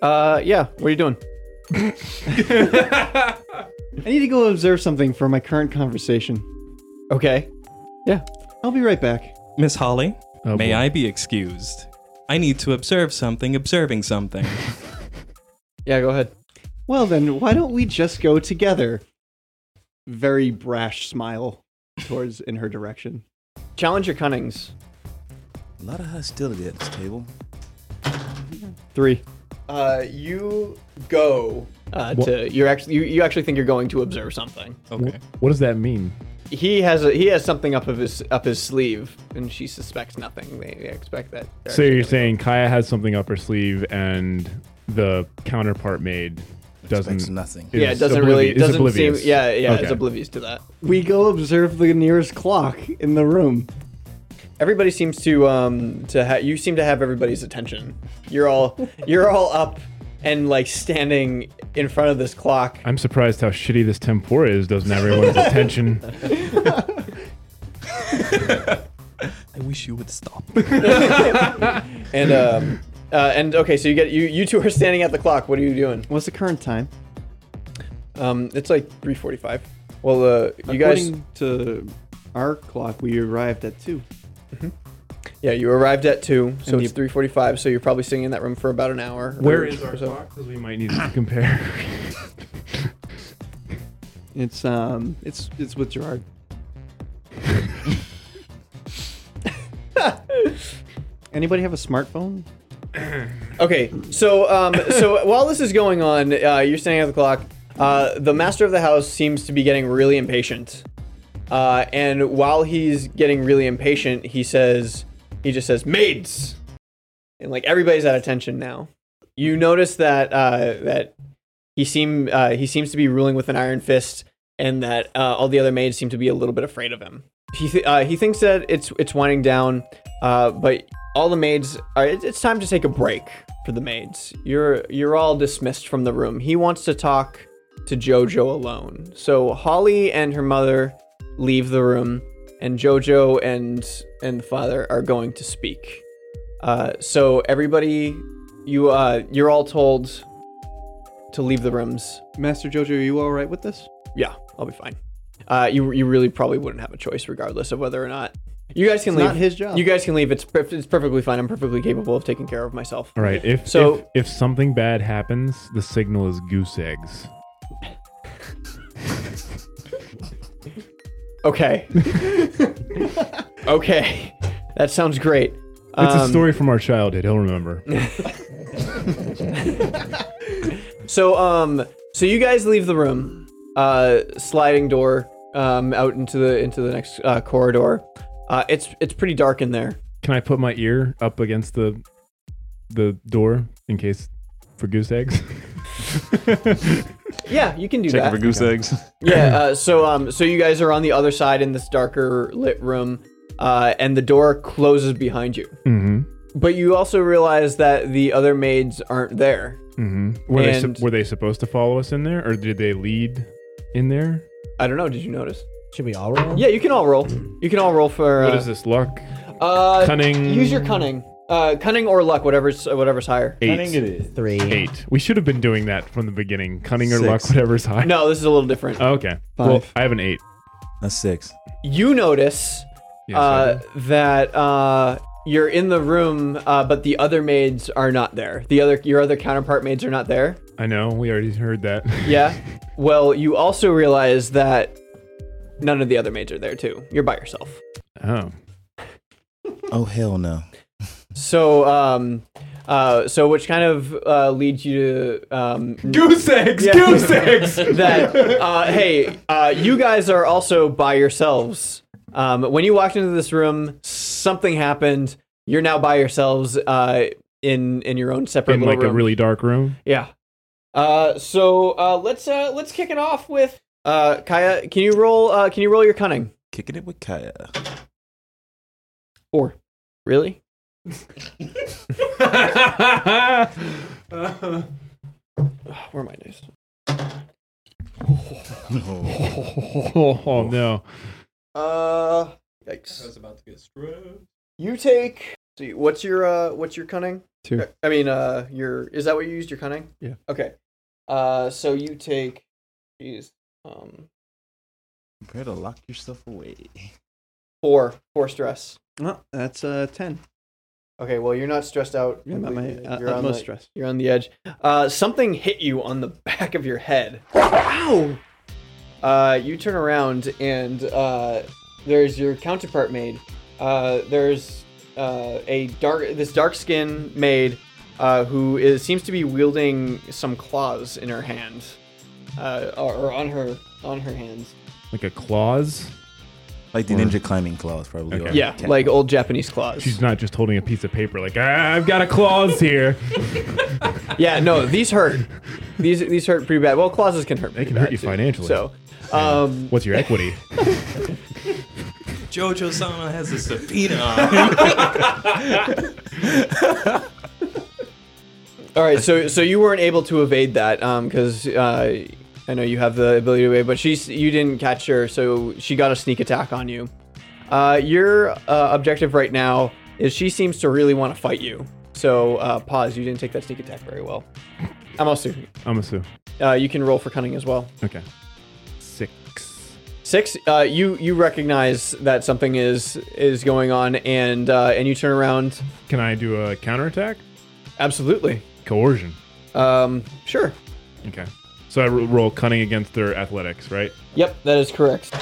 Speaker 3: Uh, yeah. What are you doing?
Speaker 8: I need to go observe something for my current conversation.
Speaker 3: Okay.
Speaker 8: Yeah. I'll be right back.
Speaker 5: Miss Holly,
Speaker 4: Oh,
Speaker 5: may
Speaker 4: boy.
Speaker 5: I be excused? I need to observe something, observing something.
Speaker 3: Yeah, go ahead.
Speaker 8: Well, then, why don't we just go together? Very brash smile towards in her direction.
Speaker 3: Challenge your cunnings.
Speaker 21: A lot of hostility at this table.
Speaker 8: Three.
Speaker 3: Uh, you go Uh,
Speaker 4: What-
Speaker 3: to you're actually you, you actually think you're going to observe something.
Speaker 21: Oh.
Speaker 4: Okay. What does that mean?
Speaker 3: He has a, he has something up of his up his sleeve, and she suspects nothing. They they expect that. they're
Speaker 4: So you're saying Kaya has something up her sleeve, and the counterpart maid doesn't
Speaker 5: nothing.
Speaker 3: Yeah, it doesn't really- doesn't seem- yeah, yeah, it's oblivious to that.
Speaker 6: We go observe the nearest clock in the room.
Speaker 3: Everybody seems to um to ha- you seem to have everybody's attention. You're all you're all up and like standing in front of this clock.
Speaker 4: I'm surprised how shitty this tempura is. Doesn't have everyone's attention.
Speaker 22: I wish you would stop.
Speaker 3: and um uh, and okay, so you get you you two are standing at the clock. What are you doing?
Speaker 6: What's the current time?
Speaker 3: Um, it's like 3:45. Well, uh, you guys
Speaker 6: According to our clock, we arrived at two.
Speaker 3: Yeah, you arrived at two, so
Speaker 6: And
Speaker 3: it's three forty-five. So you're probably sitting in that room for about an hour.
Speaker 4: Where is our
Speaker 3: so.
Speaker 4: clock? Because we might need to compare.
Speaker 6: It's um, it's it's with Gerard. Anybody have a smartphone?
Speaker 3: Okay, so um, so while this is going on, uh, you're standing at the clock. Uh, the master of the house seems to be getting really impatient, uh, and while he's getting really impatient, he says, he just says, "Maids," and like everybody's at attention now. You notice that uh, that he seem uh, he seems to be ruling with an iron fist, and that uh, all the other maids seem to be a little bit afraid of him. He th- uh, he thinks that it's it's winding down, uh, but all the maids are. It, it's time to take a break for the maids. You're you're all dismissed from the room. He wants to talk to Jojo alone. So Holly and her mother leave the room, and Jojo and and the father are going to speak. Uh, so everybody, you uh, you're all told to leave the rooms.
Speaker 6: Master Jojo, are you all right with this?
Speaker 3: Yeah, I'll be fine. Uh, you you really probably wouldn't have a choice, regardless of whether or not you guys can
Speaker 6: It's
Speaker 3: leave.
Speaker 6: not his job.
Speaker 3: You guys can leave. It's perf- it's perfectly fine. I'm perfectly capable of taking care of myself.
Speaker 4: All right. If
Speaker 3: so,
Speaker 4: if, if something bad happens, the signal is goose eggs.
Speaker 3: okay, okay, that sounds great.
Speaker 4: It's a
Speaker 3: Um,
Speaker 4: story from our childhood. He'll remember.
Speaker 3: So um so you guys leave the room, uh sliding door um out into the into the next uh, corridor. Uh it's it's pretty dark in there.
Speaker 4: Can I put my ear up against the the door in case for goose eggs?
Speaker 3: Yeah, you can do
Speaker 9: Checking
Speaker 3: that.
Speaker 9: for goose eggs.
Speaker 3: yeah, uh, so um so you guys are on the other side in this darker lit room uh and the door closes behind you.
Speaker 4: Mm-hmm.
Speaker 3: But you also realize that the other maids aren't there.
Speaker 4: Mm-hmm. Were they
Speaker 3: And-
Speaker 4: sup- were they supposed to follow us in there, or did they lead in there?
Speaker 3: I don't know, did you notice?
Speaker 7: Should we all roll?
Speaker 3: Yeah, you can all roll. You can all roll for uh,
Speaker 4: what is this luck?
Speaker 3: Uh,
Speaker 4: Cunning.
Speaker 3: Use your cunning. Uh, cunning or luck, whatever's whatever's higher.
Speaker 4: Eight. Cunning it is.
Speaker 7: Three.
Speaker 4: Eight. We should have been doing that from the beginning. Cunning or luck,
Speaker 5: Six.
Speaker 4: whatever's high.
Speaker 3: No, this is a little different.
Speaker 4: Oh, okay. Well,
Speaker 5: Five.
Speaker 4: I have an eight.
Speaker 5: A six.
Speaker 3: You notice
Speaker 4: Yes, I
Speaker 3: uh, that uh, you're in the room, uh, but the other maids are not there. The other your other counterpart maids are not there.
Speaker 4: I know. We already heard that.
Speaker 3: Yeah. well, you also realize that none of the other maids are there too. You're by yourself.
Speaker 4: Oh.
Speaker 5: Oh hell no.
Speaker 3: So, um, uh, so which kind of uh, leads you to um,
Speaker 23: Goose eggs, goose eggs!
Speaker 3: that uh, hey, uh, you guys are also by yourselves. Um, when you walked into this room, something happened. You're now by yourselves uh, in in your own separate
Speaker 4: In
Speaker 3: little
Speaker 4: like a
Speaker 3: room.
Speaker 4: really dark room.
Speaker 3: yeah. Uh, so uh, let's uh, let's kick it off with uh, Kaya. Can you roll? Uh, can you roll your cunning?
Speaker 5: Kicking it with Kaya.
Speaker 3: Or really? Where are my dice?
Speaker 4: Oh, no.
Speaker 3: Uh, yikes! I was about to get screwed. You take. See, what's your uh, what's your cunning?
Speaker 6: Two.
Speaker 3: I mean, uh, your is that what you used your cunning?
Speaker 6: Yeah.
Speaker 3: Okay. Uh, so you take. Jeez. Um,
Speaker 5: Prepare to lock yourself away.
Speaker 3: four, four stress.
Speaker 6: Well, that's uh ten.
Speaker 3: Okay, well, you're not stressed out.
Speaker 6: Yeah, I'm at my,
Speaker 3: completely.
Speaker 6: uh,
Speaker 3: You're on
Speaker 6: utmost
Speaker 3: the-
Speaker 6: stress.
Speaker 3: You're on the edge. Uh, something hit you on the back of your head. Ow! Uh, you turn around and uh, there's your counterpart maid. Uh, there's uh, a dark, this dark skin maid uh, who is, seems to be wielding some claws in her hand, uh, or, or on her on her hands.
Speaker 4: Like a claws?
Speaker 5: Like the ninja climbing claws, probably.
Speaker 4: Okay.
Speaker 5: or
Speaker 3: Yeah,
Speaker 5: cat
Speaker 3: like old Japanese claws.
Speaker 4: She's not just holding a piece of paper like, "Ah, I've got a claws here.
Speaker 3: yeah, no, these hurt. These these hurt pretty bad. Well, clauses can hurt. They
Speaker 4: can hurt you financially.
Speaker 3: So, um,
Speaker 4: What's your equity?
Speaker 8: Jojo Sama has a subpoena on him.
Speaker 3: All right, so so you weren't able to evade that because uh, I know you have the ability to evade, but she's you didn't catch her, so she got a sneak attack on you. Uh, your uh, objective right now is she seems to really want to fight you. So uh, pause. You didn't take that sneak attack very well. Amasu,
Speaker 4: I'm a sue.
Speaker 3: uh, you can roll for cunning as well.
Speaker 4: Okay. Six.
Speaker 3: Six. Uh, you you recognize that something is is going on, and uh, and you turn around.
Speaker 4: Can I do a counterattack?
Speaker 3: Absolutely.
Speaker 4: Coercion.
Speaker 3: Um, sure.
Speaker 4: Okay. So I ro- roll cunning against their athletics, right?
Speaker 3: Yep, that is correct.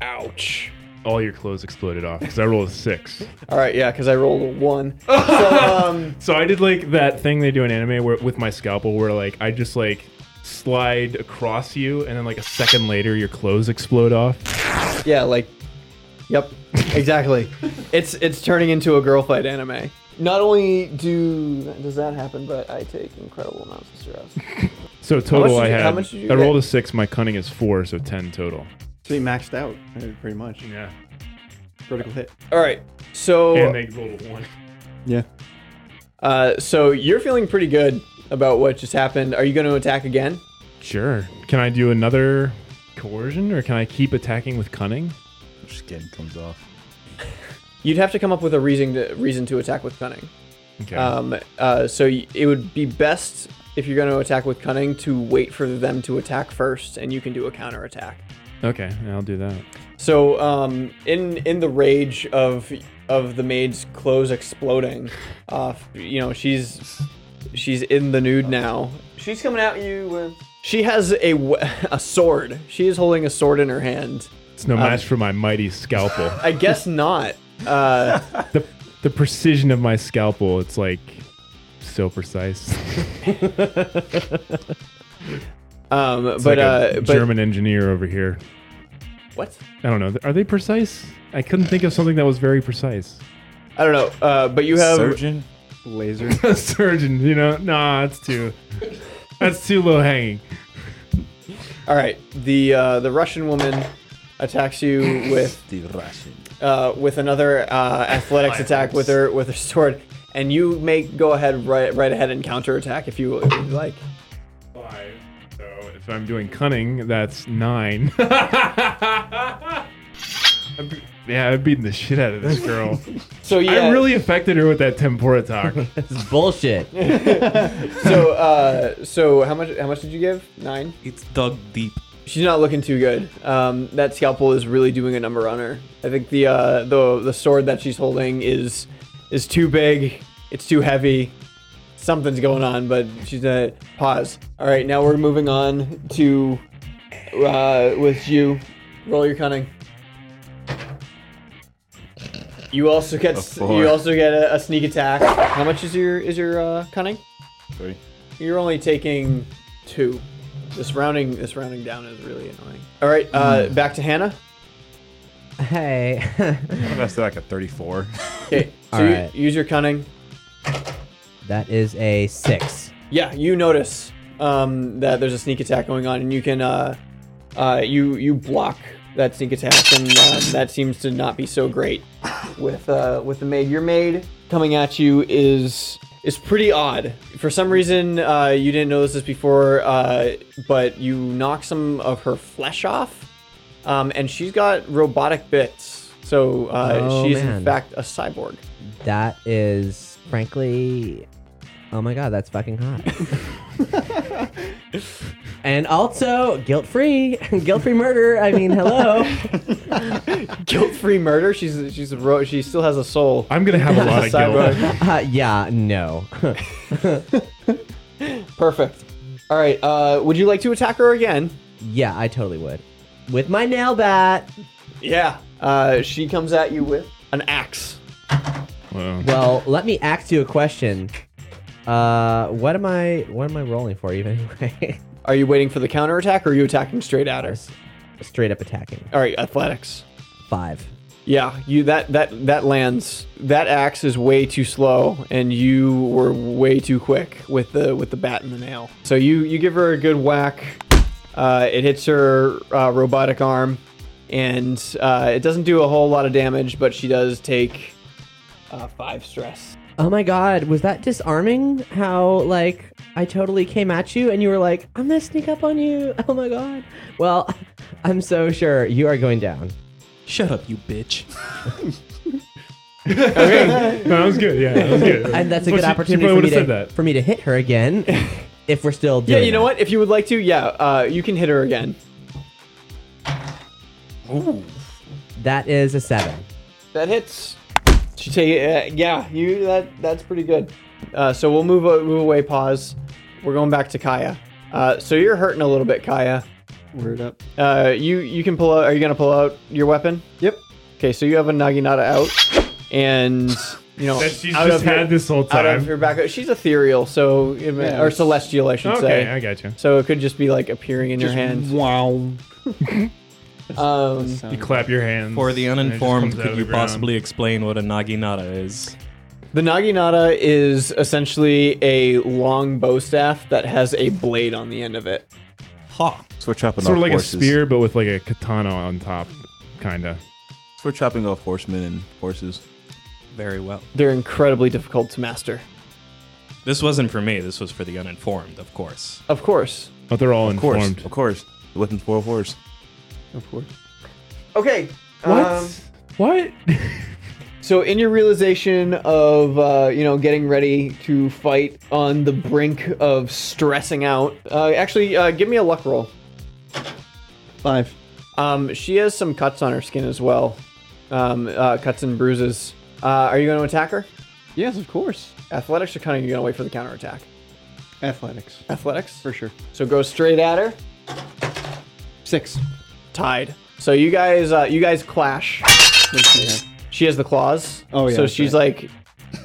Speaker 4: Ouch. All your clothes exploded off because I rolled a six.
Speaker 3: All right, yeah, because I rolled a one. So, um,
Speaker 4: So I did like that thing they do in anime where with my scalpel, where like I just like slide across you, and then like a second later, your clothes explode off.
Speaker 3: yeah, like, yep, exactly. it's it's turning into a girl fight anime. Not only do does that happen, but I take incredible amounts of stress.
Speaker 4: So
Speaker 3: How much
Speaker 4: total,
Speaker 3: did
Speaker 4: I
Speaker 3: you-
Speaker 4: had.
Speaker 3: how much did you
Speaker 4: I
Speaker 3: get?
Speaker 4: rolled a six. My cunning is four, so ten total.
Speaker 6: So you maxed out uh, pretty much.
Speaker 4: Yeah.
Speaker 6: Critical hit.
Speaker 3: All right, so
Speaker 4: and they rolled a one.
Speaker 6: Yeah.
Speaker 3: Uh, so you're feeling pretty good about what just happened. Are you going to attack again?
Speaker 4: Sure. Can I do another coercion, or can I keep attacking with cunning?
Speaker 5: Skin comes off.
Speaker 3: You'd have to come up with a reason to, reason to attack with cunning.
Speaker 4: Okay.
Speaker 3: Um, uh, so y- it would be best if you're going to attack with cunning to wait for them to attack first, and you can do a counter attack.
Speaker 4: Okay, I'll do that.
Speaker 3: So, um, in in the rage of of the maid's clothes exploding, uh, you know she's she's in the nude now. She's coming at you with. She has a we- a sword. She is holding a sword in her hand.
Speaker 4: It's no
Speaker 3: Um,
Speaker 4: match for my mighty scalpel.
Speaker 3: I guess not. Uh,
Speaker 4: the the precision of my scalpel, it's like so precise.
Speaker 3: um,
Speaker 4: It's
Speaker 3: but
Speaker 4: like
Speaker 3: uh,
Speaker 4: a
Speaker 3: but
Speaker 4: German engineer over here.
Speaker 3: What?
Speaker 4: I don't know. Are they precise? I couldn't think of something that was very precise.
Speaker 3: I don't know. Uh, but you have
Speaker 4: Surgeon?
Speaker 6: laser.
Speaker 4: surgeon, you know? Nah, it's too. That's too low hanging.
Speaker 3: All right, the uh, the Russian woman attacks you with
Speaker 5: the Russian
Speaker 3: uh, with another uh, athletics attack with her with her sword, and you may go ahead right right ahead and counter attack if you if you like.
Speaker 4: Five. So if I'm doing cunning, that's nine. I'm be- yeah, I'm beating the shit out of this girl.
Speaker 3: So yeah.
Speaker 4: I really affected her with that tempura talk. this
Speaker 7: is bullshit.
Speaker 3: so uh, so how much how much did you give? Nine.
Speaker 8: It's dug deep.
Speaker 3: She's not looking too good. Um, that scalpel is really doing a number on her. I think the uh, the the sword that she's holding is is too big. It's too heavy. Something's going on, but she's gonna pause. All right, now we're moving on to uh, with you. Roll your cunning. You also get
Speaker 5: A
Speaker 3: s-
Speaker 5: four.
Speaker 3: you also get a, a sneak attack. How much is your is your uh, cunning?
Speaker 5: Three.
Speaker 3: You're only taking two. This rounding this rounding down is really annoying. All right, uh,
Speaker 7: Hmm.
Speaker 3: back to Hannah.
Speaker 7: Hey.
Speaker 9: I'm gonna say like a 34.
Speaker 3: Okay, so
Speaker 7: All
Speaker 3: you-
Speaker 7: right.
Speaker 3: use your cunning.
Speaker 7: That is a six.
Speaker 3: Yeah, you notice um, that there's a sneak attack going on, and you can uh, uh, you you block that sneak attack, and uh, that seems to not be so great with uh, with the maid. Your maid coming at you is is pretty odd. For some reason, uh, you didn't notice this before, uh, but you knock some of her flesh off, um, and she's got robotic bits. So uh,
Speaker 7: Oh,
Speaker 3: she's in
Speaker 7: man.
Speaker 3: fact a cyborg.
Speaker 7: That is, frankly, oh my god, that's fucking hot. and also, guilt free, guilt free murder. I mean, hello.
Speaker 3: Guilt-free murder. She's she's a ro- she still has a soul.
Speaker 4: I'm gonna have a lot of guilt.
Speaker 7: Uh, yeah, no.
Speaker 3: Perfect. All right. Uh, would you like to attack her again?
Speaker 7: Yeah, I totally would. With my nail bat.
Speaker 3: Yeah. Uh, she comes at you with an axe.
Speaker 7: Well, let me ask you a question. Uh, what am I? What am I rolling for you anyway?
Speaker 3: Are you waiting for the counterattack or are you attacking straight at her?
Speaker 7: Straight up attacking.
Speaker 3: All right, athletics.
Speaker 7: Five.
Speaker 3: Yeah, you that that that lands. That axe is way too slow and you were way too quick with the with the bat and the nail. So you you give her a good whack. Uh, it hits her uh, robotic arm and uh, it doesn't do a whole lot of damage, but she does take uh, 5 stress.
Speaker 7: Oh my god, was that disarming? How like I totally came at you and you were like, "I'm gonna sneak up on you." Oh my god. Well, I'm so sure you are going down.
Speaker 22: Shut up, you bitch.
Speaker 4: Okay. No, that was good. Yeah, that was good.
Speaker 7: and that's a
Speaker 4: Well,
Speaker 7: good
Speaker 4: she- she probably
Speaker 7: opportunity for me,
Speaker 4: would've
Speaker 7: to,
Speaker 4: said that.
Speaker 7: for me to hit her again if we're still
Speaker 3: Yeah,
Speaker 7: doing
Speaker 3: you know what? If you would like to, yeah, uh, you can hit her again.
Speaker 7: Ooh. That is a seven.
Speaker 3: That hits. She take uh, yeah, you that that's pretty good. Uh, so we'll move a- move away. Pause. We're going back to Kaya. Uh, so you're hurting a little bit, Kaya.
Speaker 6: Word up.
Speaker 3: Uh, you you can pull out. Are you gonna pull out your weapon?
Speaker 6: Yep.
Speaker 3: Okay, so you have a naginata out, and you know
Speaker 4: That she's
Speaker 3: out
Speaker 4: just
Speaker 3: of her-
Speaker 4: had this whole
Speaker 3: Out of
Speaker 4: time.
Speaker 3: her back. She's ethereal, so it may-
Speaker 4: Yeah.
Speaker 3: or celestial, I should
Speaker 4: Okay,
Speaker 3: say.
Speaker 4: I got you.
Speaker 3: So it could just be like appearing in
Speaker 4: Just
Speaker 3: your hand.
Speaker 6: Wow.
Speaker 3: um,
Speaker 4: You clap your hands.
Speaker 8: For the
Speaker 4: and it just
Speaker 8: uninformed,
Speaker 4: comes out
Speaker 8: could
Speaker 4: of
Speaker 8: you
Speaker 4: the ground.
Speaker 8: possibly explain what a naginata is?
Speaker 3: The naginata is essentially a long bow staff that has a blade on the end of it.
Speaker 8: Ha!
Speaker 9: So we're chopping
Speaker 4: Sort
Speaker 9: off
Speaker 4: of like
Speaker 9: horses.
Speaker 4: a spear, but with like a katana on top, kinda.
Speaker 9: So we're chopping off horsemen and horses.
Speaker 8: Very well.
Speaker 3: They're incredibly difficult to master.
Speaker 8: This wasn't for me. This was for the uninformed, of course.
Speaker 3: Of course.
Speaker 4: But they're all
Speaker 9: of course,
Speaker 4: informed.
Speaker 9: Of course. The weapon for a horse.
Speaker 3: Of course. Okay.
Speaker 4: What? what?
Speaker 3: so in your realization of uh, you know getting ready to fight on the brink of stressing out, uh, actually uh, give me a luck roll.
Speaker 6: Five.
Speaker 3: Um, she has some cuts on her skin as well, um, uh, cuts and bruises. Uh, are you going to attack her?
Speaker 6: Yes, of course.
Speaker 3: Athletics or kind of you going to wait for the counter attack?
Speaker 6: Athletics.
Speaker 3: Athletics
Speaker 6: for sure.
Speaker 3: So go straight at her.
Speaker 6: Six.
Speaker 3: Tied. So you guys, uh, you guys clash. She has the claws.
Speaker 6: Oh, yeah,
Speaker 3: So
Speaker 6: that's
Speaker 3: she's like,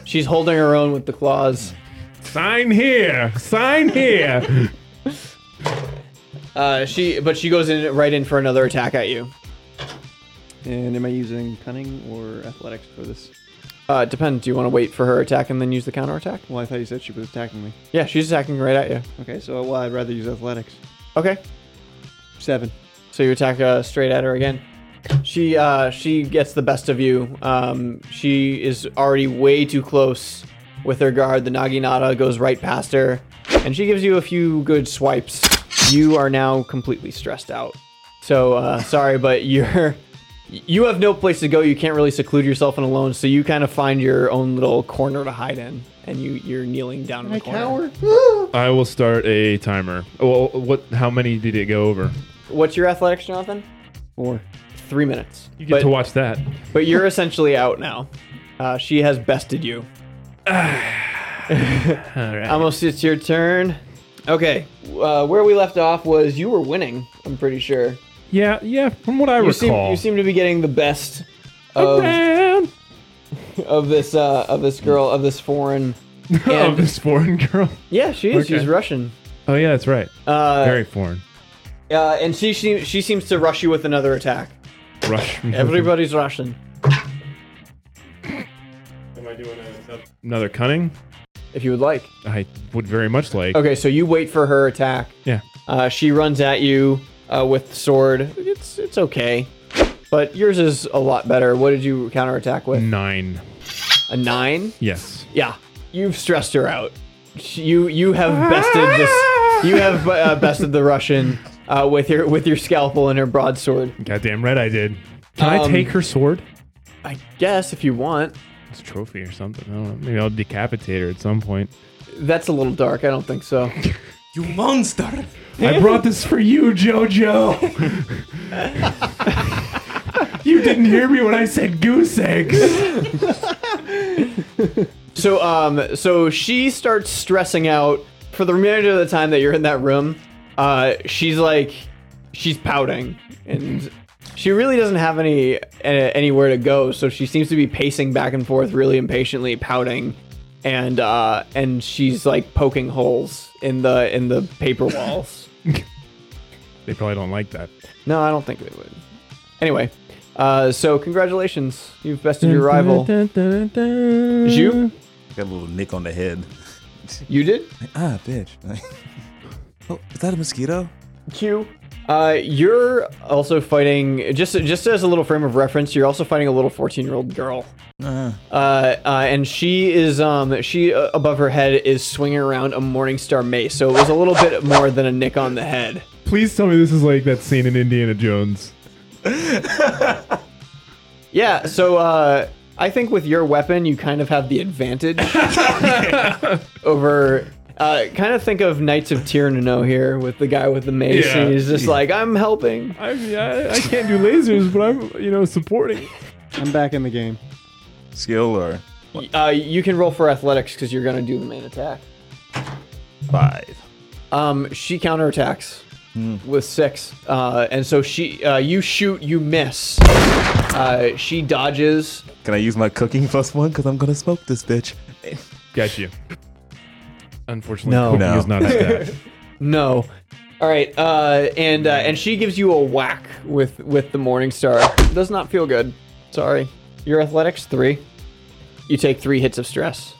Speaker 3: she's holding her own with the claws.
Speaker 4: Sign here. Sign here.
Speaker 3: Uh, she, but she goes in right in for another attack at you.
Speaker 6: And am I using cunning or athletics for this?
Speaker 3: Uh, it depends. Do you want to wait for her attack and then use the counter attack?
Speaker 6: Well, I thought you said she was attacking me.
Speaker 3: Yeah, she's attacking right at you.
Speaker 6: Okay, so well, I'd rather use athletics.
Speaker 3: Okay.
Speaker 6: Seven.
Speaker 3: So you attack uh, straight at her again. She uh, she gets the best of you. Um, she is already way too close with her guard. The Naginata goes right past her, and she gives you a few good swipes. You are now completely stressed out. So uh, sorry, but you're you have no place to go. You can't really seclude yourself and alone. So you kind of find your own little corner to hide in, and you you're kneeling down in the corner.
Speaker 4: I will start a timer. Well, what? How many did it go over?
Speaker 3: What's your athletics, Jonathan?
Speaker 6: Four.
Speaker 3: Three minutes.
Speaker 4: You get to watch that.
Speaker 3: But you're essentially out now. Uh, she has bested you. Almost it's your turn. Okay, uh, where we left off was you were winning. I'm pretty sure.
Speaker 4: Yeah, yeah. From what I
Speaker 3: you seem,
Speaker 4: recall,
Speaker 3: you seem um, to be getting the best of of this uh, of this girl of this foreign.
Speaker 4: of this foreign girl.
Speaker 3: Yeah, she is. She's
Speaker 4: Okay.
Speaker 3: Russian.
Speaker 4: Oh yeah, that's right.
Speaker 3: Uh,
Speaker 4: Very foreign.
Speaker 3: Uh, and she, she she seems to rush you with another attack.
Speaker 4: Rush.
Speaker 3: Everybody's Russian.
Speaker 4: Am I doing another cunning?
Speaker 3: If you would like.
Speaker 4: I would very much like.
Speaker 3: Okay, so you wait for her attack.
Speaker 4: Yeah.
Speaker 3: Uh, she runs at you uh, with the sword. It's it's okay, but yours is a lot better. What did you counterattack with?
Speaker 4: Nine.
Speaker 3: A nine?
Speaker 4: Yes.
Speaker 3: Yeah. You've stressed her out. She- You you have bested this. You have uh, bested the Russian uh, with your with your scalpel and her broadsword.
Speaker 4: Goddamn right, I did. Can I
Speaker 3: Um,
Speaker 4: take her sword?
Speaker 3: I guess if you want.
Speaker 4: It's a trophy or something. I don't know. Maybe I'll decapitate her at some point.
Speaker 3: That's a little dark. I don't think so.
Speaker 8: You monster!
Speaker 4: I brought this for you, JoJo. you didn't hear me when I said goose eggs.
Speaker 3: So um so she starts stressing out for the remainder of the time that you're in that room. Uh she's like she's pouting and She really doesn't have any uh, anywhere to go, so she seems to be pacing back and forth really impatiently, pouting, and uh, and she's like poking holes in the in the paper walls.
Speaker 4: They probably don't like that.
Speaker 3: No, I don't think they would. Anyway, uh, so congratulations, you've bested your rival. You?
Speaker 5: Got a little nick on the head.
Speaker 3: You did?
Speaker 5: ah, bitch. oh, is that a mosquito?
Speaker 3: Q. Uh, you're also fighting just just as a little frame of reference. You're also fighting a little 14 year old girl.
Speaker 5: Uh,
Speaker 3: Uh, uh, and she is um she uh, above her head is swinging around a Morningstar mace, so it was a little bit more than a nick on the head.
Speaker 4: Please tell me this is like that scene in Indiana Jones.
Speaker 3: Yeah, so uh, I think with your weapon, you kind of have the advantage over. Uh, kind of think of Knights of Tyranno here with the guy with the mace,
Speaker 4: Yeah.
Speaker 3: and he's just like, I'm helping.
Speaker 4: I, I, I can't do lasers, but I'm, you know, supporting.
Speaker 6: I'm back in the game.
Speaker 5: Skill or
Speaker 3: Uh, you can roll for athletics because you're going to do the main attack.
Speaker 5: five.
Speaker 3: Um, she counterattacks
Speaker 5: Hmm.
Speaker 3: with six, uh, and so she, uh, you shoot, you miss. Uh, she dodges.
Speaker 5: Can I use my cooking plus one? Because I'm going to smoke this bitch.
Speaker 4: Got you. Unfortunately,
Speaker 3: No.
Speaker 4: cooking
Speaker 3: No.
Speaker 4: is not at that.
Speaker 3: No. All right, uh, and uh, and she gives you a whack with with the Morning Star. Does not feel good. Sorry. Your athletics three. You take three hits of stress,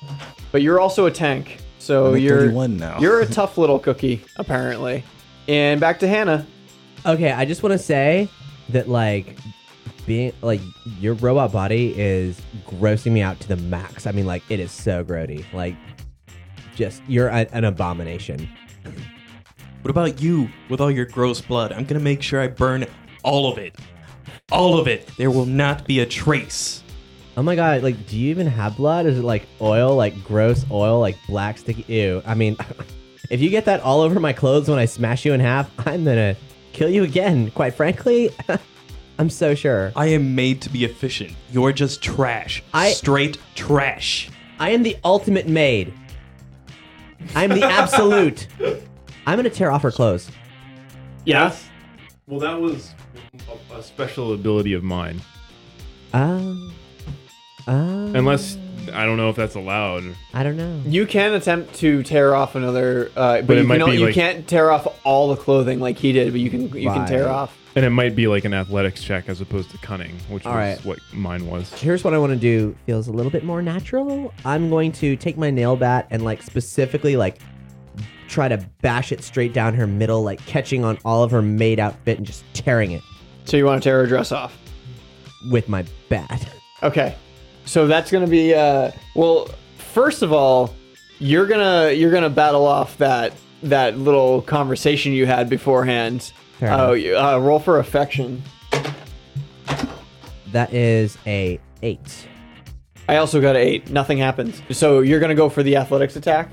Speaker 3: but you're also a tank, so
Speaker 5: I'm at
Speaker 3: you're
Speaker 5: 31 now.
Speaker 3: you're a tough little cookie apparently. And back to Hannah.
Speaker 7: Okay, I just want to say that like being like your robot body is grossing me out to the max. I mean, like it is so grody. Like, just you're a- an abomination.
Speaker 22: What about you with all your gross blood? I'm gonna make sure I burn all of it. All of it. There will not be a trace.
Speaker 7: Oh my god! Like, do you even have blood? Is it like oil? Like gross oil? Like black sticky? Ew. I mean, if you get that all over my clothes when I smash you in half, I'm gonna kill you again. Quite frankly, I'm so sure.
Speaker 22: I am made to be efficient. You're just trash.
Speaker 7: I-
Speaker 22: Straight trash.
Speaker 7: I am the ultimate maid. I'm the absolute. I'm gonna tear off her clothes.
Speaker 3: Yeah.
Speaker 4: Well, that was a, a special ability of mine.
Speaker 7: Um. Uh,
Speaker 4: Unless I don't know if that's allowed.
Speaker 7: I don't know.
Speaker 3: You can attempt to tear off another, uh, but,
Speaker 4: But it
Speaker 3: you,
Speaker 4: might
Speaker 3: can, al-
Speaker 4: be,
Speaker 3: you
Speaker 4: like-
Speaker 3: can't tear off all the clothing like he did. But you can you can tear
Speaker 7: Right.
Speaker 3: off.
Speaker 4: And it might be like an athletics check as opposed to cunning, which
Speaker 7: All
Speaker 4: was
Speaker 7: right.
Speaker 4: what mine was.
Speaker 7: Here's what I want to do. Feels a little bit more natural. I'm going to take my nail bat and like specifically like try to bash it straight down her middle, like catching on all of her maid outfit and just tearing it
Speaker 3: So you want to tear her dress off?
Speaker 7: with my bat.
Speaker 3: Okay. So that's gonna be uh well first of all, you're gonna you're gonna battle off that that little conversation you had beforehand.
Speaker 7: Fair
Speaker 3: Oh, you- uh, roll for affection.
Speaker 7: That is a eight.
Speaker 3: I also got an eight. Nothing happens. So you're gonna go for the athletics attack,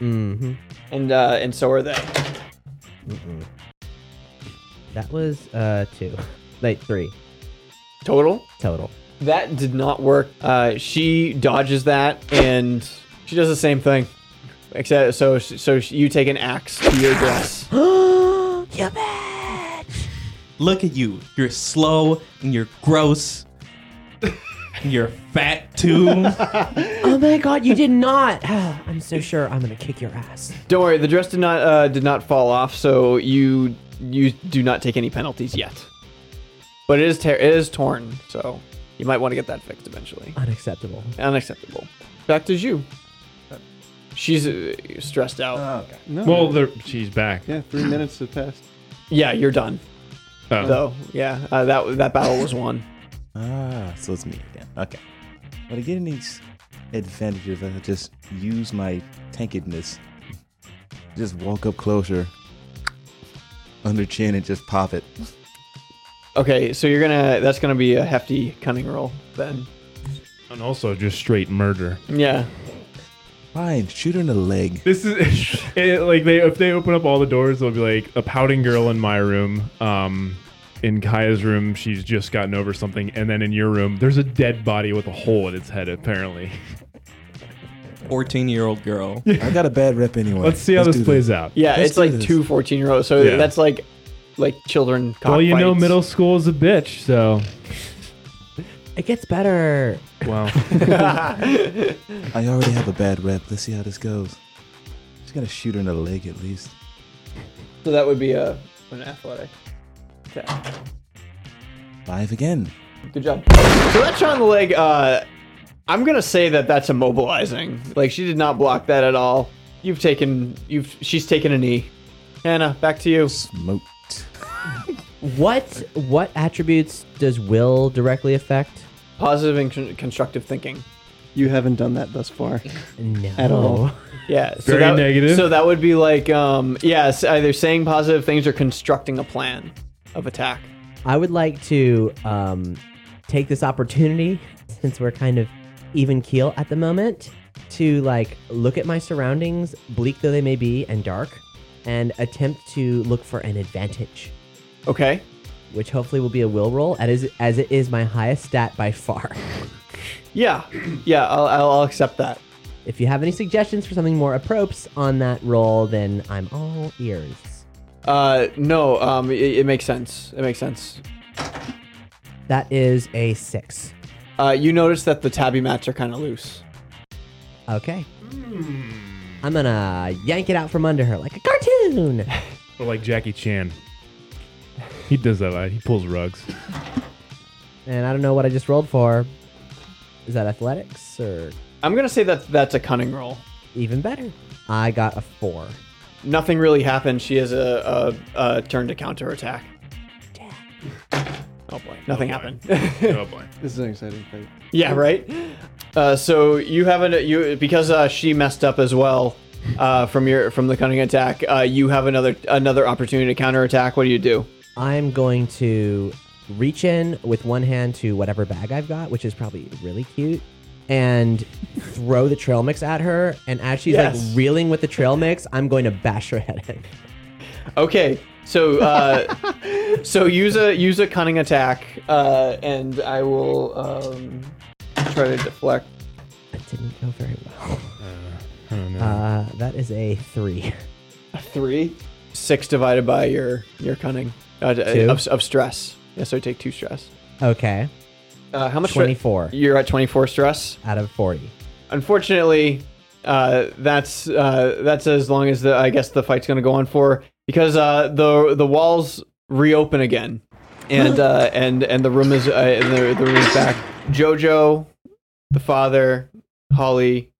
Speaker 7: Mm-hmm.
Speaker 3: and uh, and so are they.
Speaker 7: That was uh two, like three
Speaker 3: Total.
Speaker 7: total.
Speaker 3: That did not work. Uh, she dodges that, and she does the same thing. Except so so you take an axe to your dress.
Speaker 7: Yeah, bat.
Speaker 22: Look at you. You're slow and you're gross. and you're fat too.
Speaker 7: Oh my god, you did not. Ah, I'm so sure I'm gonna kick your ass.
Speaker 3: Don't worry, the dress did not uh, did not fall off, so you you do not take any penalties yet. But it is tear it is torn, so you might want to get that fixed eventually.
Speaker 7: Unacceptable.
Speaker 3: Unacceptable. Back to you. She's uh, stressed out.
Speaker 4: Uh.
Speaker 3: okay.
Speaker 6: No.
Speaker 4: Well, they're- she's back.
Speaker 6: yeah, three minutes have passed.
Speaker 3: Yeah, you're done.
Speaker 4: Oh.
Speaker 3: Though, yeah, uh, that that battle was won.
Speaker 5: Ah, so it's me again. Okay. But I get any s- advantages if I just use my tankedness. Just walk up closer, under chin, and just pop it.
Speaker 3: Okay, so you're gonna that's gonna be a hefty cunning roll then.
Speaker 4: And also just straight murder.
Speaker 3: Yeah.
Speaker 5: Fine, shoot her in the leg.
Speaker 4: This is it, like they if they open up all the doors, they'll be like a pouting girl in my room. Um, in Kaya's room, she's just gotten over something, and then in your room, there's a dead body with a hole in its head. Apparently,
Speaker 22: 14 year old girl.
Speaker 5: I got a bad rep anyway.
Speaker 4: let's see how this
Speaker 5: do
Speaker 4: plays out.
Speaker 3: Yeah,
Speaker 5: Let's
Speaker 3: it's
Speaker 5: do
Speaker 3: like
Speaker 5: this.
Speaker 3: two 14 year olds. So
Speaker 4: Yeah.
Speaker 3: that's like like children.
Speaker 4: well, you know,
Speaker 3: cockfights.
Speaker 4: middle school is a bitch, so.
Speaker 7: It gets better.
Speaker 4: Wow.
Speaker 5: I already have a bad rep. Let's see how this goes. Just gotta shoot her in the leg at least.
Speaker 3: So that would be a an athletic attack.
Speaker 5: Five again.
Speaker 3: Good job. So that shot in the leg, uh, I'm gonna say that that's immobilizing. Like she did not block that at all. You've taken, you've, she's taken a knee. Hannah, back to you.
Speaker 5: Smoke.
Speaker 7: What what attributes does will directly affect?
Speaker 3: Positive and con- constructive thinking.
Speaker 6: You haven't done that thus far.
Speaker 7: No.
Speaker 6: At all.
Speaker 3: Yeah.
Speaker 6: Oh. Very
Speaker 3: that,
Speaker 6: negative.
Speaker 3: So that would be like, um, yes, either saying positive things or constructing a plan of attack.
Speaker 7: I would like to um, take this opportunity, since we're kind of even keel at the moment, to like look at my surroundings, bleak though they may be and dark, and attempt to look for an advantage.
Speaker 3: Okay.
Speaker 7: Which hopefully will be a will roll, as as it is my highest stat by far.
Speaker 3: Yeah. Yeah. I'll, I'll, I'll accept that.
Speaker 7: If you have any suggestions for something more appropriate on that roll, then I'm all ears.
Speaker 3: Uh, no, um, it, it makes sense. It makes sense.
Speaker 7: That is a six.
Speaker 3: Uh, you notice that the tabby mats are kind of loose.
Speaker 7: Okay. I'm gonna yank it out from under her like a cartoon.
Speaker 4: Or like Jackie Chan. He does that a lot. He pulls rugs.
Speaker 7: And I don't know what I just rolled for. Is that athletics or?
Speaker 3: I'm gonna say that that's a cunning roll.
Speaker 7: Even better. I got a four.
Speaker 3: Nothing really happened. She has a, a, a turn to counterattack. Oh boy, nothing happened.
Speaker 4: oh boy,
Speaker 6: this is an exciting fight.
Speaker 3: Yeah, right. Uh, so you have an you because uh, she messed up as well uh, from your from the cunning attack. Uh, you have another another opportunity to counterattack. What do you do?
Speaker 7: I'm going to reach in with one hand to whatever bag I've got, which is probably really cute, and throw the trail mix at her. And as she's
Speaker 3: Yes.
Speaker 7: like reeling with the trail mix, I'm going to bash her head in.
Speaker 3: Okay, so uh, so use a use a cunning attack, uh, and I will um, try to deflect.
Speaker 7: That didn't go very well.
Speaker 4: Oh, no.
Speaker 7: Uh, that is a three.
Speaker 3: A three, six divided by your your cunning uh,
Speaker 7: Two?
Speaker 3: of, of stress. Yeah, so I take two stress.
Speaker 7: Okay.
Speaker 3: Uh, how much? stre-
Speaker 7: 24.
Speaker 3: You're at 24 stress
Speaker 7: out of 40.
Speaker 3: Unfortunately, uh, that's uh, that's as long as the I guess the fight's going to go on for because uh, the the walls reopen again, and uh, and and the room is uh, and the, the room is back. Jojo, the father, Holly,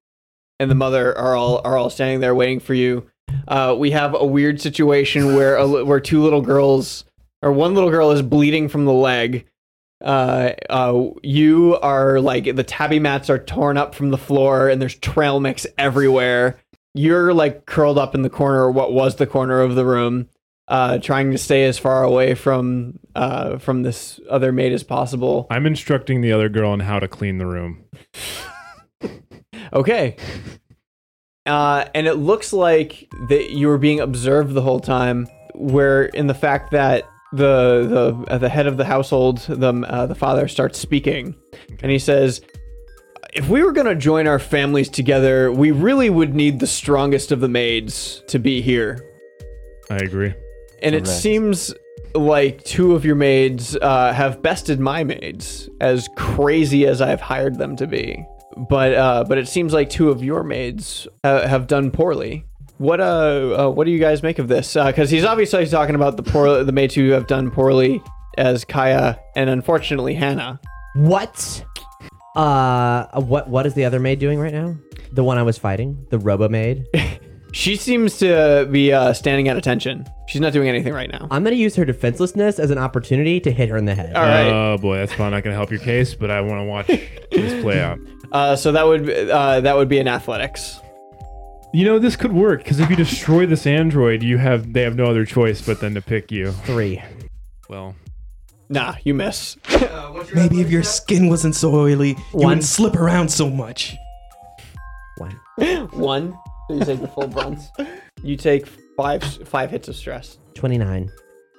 Speaker 3: and the mother are all are all standing there waiting for you. Uh, we have a weird situation where a, li- where two little girls or one little girl is bleeding from the leg. Uh, uh, you are like the tabby mats are torn up from the floor and there's trail mix everywhere. You're like curled up in the corner, or what was the corner of the room, uh, trying to stay as far away from uh, from this other maid as possible.
Speaker 4: I'm instructing the other girl on how to clean the room.
Speaker 3: Okay. Uh, and it looks like that you were being observed the whole time, where in the fact that the the uh, the head of the household, the uh, the father, starts speaking, and he says, "If we were going to join our families together, we really would need the strongest of the maids to be here."
Speaker 4: I agree.
Speaker 3: And it
Speaker 4: Correct.
Speaker 3: seems like two of your maids uh, have bested my maids, as crazy as I've hired them to be. But uh, but it seems like two of your maids uh, have done poorly. What uh, uh what do you guys make of this? Because he's obviously talking about the poor the maids who have done poorly as Kaya and unfortunately Hannah.
Speaker 7: What? Uh, what what is the other maid doing right now? The one I was fighting, the Robo maid.
Speaker 3: She seems to be uh, standing at attention. She's not doing anything right now.
Speaker 7: I'm gonna use her defenselessness as an opportunity to hit her in the head.
Speaker 3: All right.
Speaker 4: Oh boy, that's probably not going to help your case, but I want to watch this play out.
Speaker 3: Uh, so that would uh, that would be an athletics.
Speaker 4: You know this could work because if you destroy this android, you have they have no other choice but then to pick you.
Speaker 7: Three.
Speaker 4: Well,
Speaker 3: Nah, you miss.
Speaker 22: Maybe if your skin wasn't so oily, you
Speaker 3: One.
Speaker 22: wouldn't slip around so much.
Speaker 3: One. So you take the full brunt. You take five five hits of stress.
Speaker 7: Twenty nine.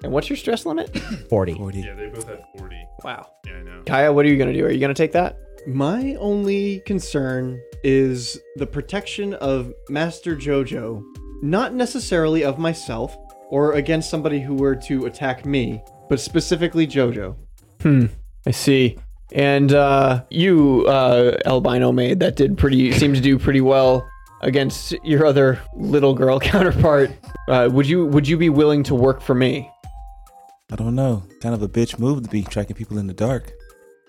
Speaker 3: And what's your stress limit?
Speaker 7: Forty.
Speaker 4: Yeah, they both had 40.
Speaker 3: Wow.
Speaker 4: Yeah, I know.
Speaker 3: Kaya, what are you gonna do? Are you gonna take that?
Speaker 6: My only concern is the protection of Master Jojo, not necessarily of myself, or against somebody who were to attack me, but specifically JoJo.
Speaker 3: Hmm. I see. And uh, you, uh, albino maid, that did pretty seemed to do pretty well against your other little girl counterpart. Uh, would you would you be willing to work for me?
Speaker 5: I don't know. Kind of a bitch move to be tracking people in the dark.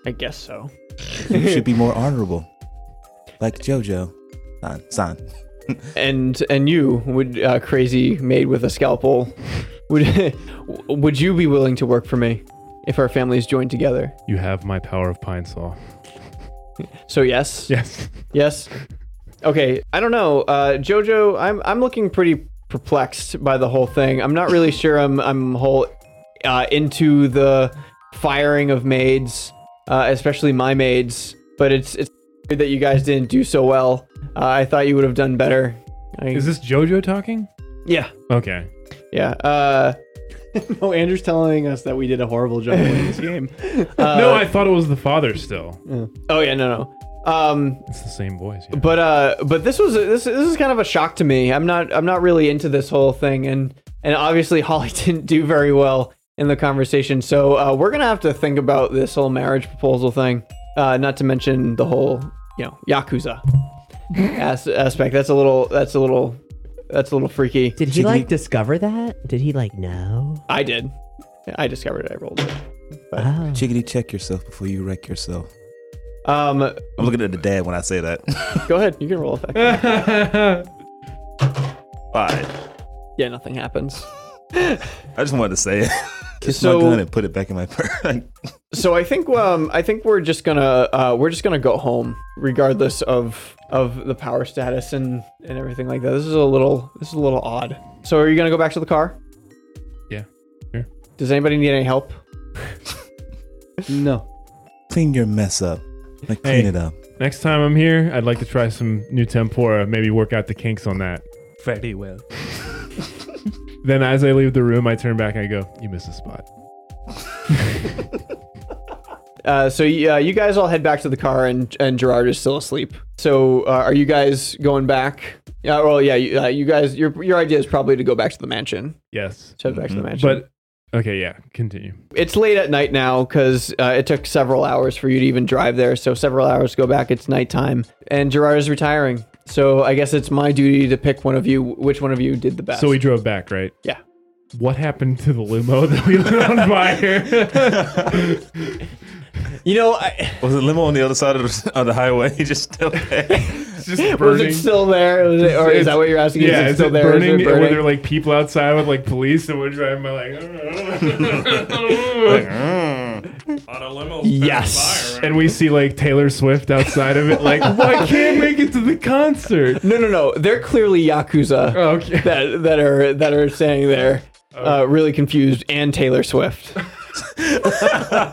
Speaker 3: I guess so.
Speaker 5: You should be more honorable, like JoJo. Son, son.
Speaker 3: and and you would uh, crazy maid with a scalpel. Would would you be willing to work for me if our families joined together?
Speaker 4: You have my power of pine saw.
Speaker 3: So yes.
Speaker 4: Yes.
Speaker 3: Yes. Okay. I don't know, uh, Jojo. I'm I'm looking pretty perplexed by the whole thing. I'm not really sure. I'm I'm whole uh, into the firing of maids, uh, especially my maids. But it's it's weird that you guys didn't do so well. Uh, I thought you would have done better. I,
Speaker 4: Is this JoJo talking?
Speaker 3: Yeah.
Speaker 4: Okay.
Speaker 3: Yeah. Uh,
Speaker 6: no, Andrew's telling us that we did a horrible job winning this game.
Speaker 8: Uh,
Speaker 4: no, I thought it was the father still.
Speaker 3: Oh yeah, no, no. Um,
Speaker 4: It's the same voice. yeah.
Speaker 3: but uh, but this was this this is kind of a shock to me. I'm not I'm not really into this whole thing, and and obviously Holly didn't do very well in the conversation. So uh, we're gonna have to think about this whole marriage proposal thing. Uh, not to mention the whole you know yakuza as- aspect. That's a little that's a little that's a little freaky.
Speaker 7: Did he like discover that? Did he like know?
Speaker 3: I did. I discovered it. I rolled it.
Speaker 7: Oh.
Speaker 5: Chickadee, check yourself before you wreck yourself.
Speaker 3: Um, I'm
Speaker 5: looking at the dad when I say that.
Speaker 3: Go ahead. You can roll effect.
Speaker 5: Five.
Speaker 3: yeah, nothing happens.
Speaker 5: I just wanted to say it. Kiss
Speaker 3: So-
Speaker 5: my gun and put it back in my purse.
Speaker 3: so I think um I think we're just gonna uh we're just gonna go home regardless of of the power status and and everything like that. This is a little this is a little odd. So are you gonna go back to the car?
Speaker 4: Yeah, sure.
Speaker 3: Does anybody need any help?
Speaker 6: no.
Speaker 5: Clean your mess up. Like clean it up.
Speaker 4: Next time I'm here, I'd like to try some new tempura. Maybe work out the kinks on that.
Speaker 8: Very well.
Speaker 4: Then, as I leave the room, I turn back and I go, "You missed a spot."
Speaker 3: Uh, so uh, you guys all head back to the car, and and Gerard is still asleep. So uh, are you guys going back? Yeah. Well, yeah. You, uh, you guys, your your idea is probably to go back to the mansion.
Speaker 4: Yes.
Speaker 3: So back to the mansion.
Speaker 4: Mm-hmm. But okay, yeah, continue.
Speaker 3: it's late at night now because uh, it took several hours for you to even drive there. So several hours go back. It's nighttime, and Gerard is retiring. So I guess it's my duty to pick one of you. Which one of you did the best?
Speaker 4: So we drove back, right?
Speaker 3: Yeah.
Speaker 4: What happened to the limo that we lit on fire?
Speaker 3: you know, I,
Speaker 9: was the limo on the other side of the, of the highway just still there?
Speaker 3: was it still there? Was it, or is
Speaker 4: It's-
Speaker 3: that what you're asking?
Speaker 4: Yeah,
Speaker 3: is it
Speaker 4: is
Speaker 3: still
Speaker 4: it
Speaker 3: there? Is
Speaker 4: burning?
Speaker 3: it
Speaker 4: Were
Speaker 3: burning?
Speaker 4: there like people outside with like police and we're driving by like,
Speaker 3: "Mm."
Speaker 23: Yes.
Speaker 4: and we see like Taylor Swift outside of it, like, why can't make it to the concert?
Speaker 3: No, no, no. They're clearly yakuza.
Speaker 4: Okay.
Speaker 3: That that are that are staying there, uh, really confused, and Taylor Swift.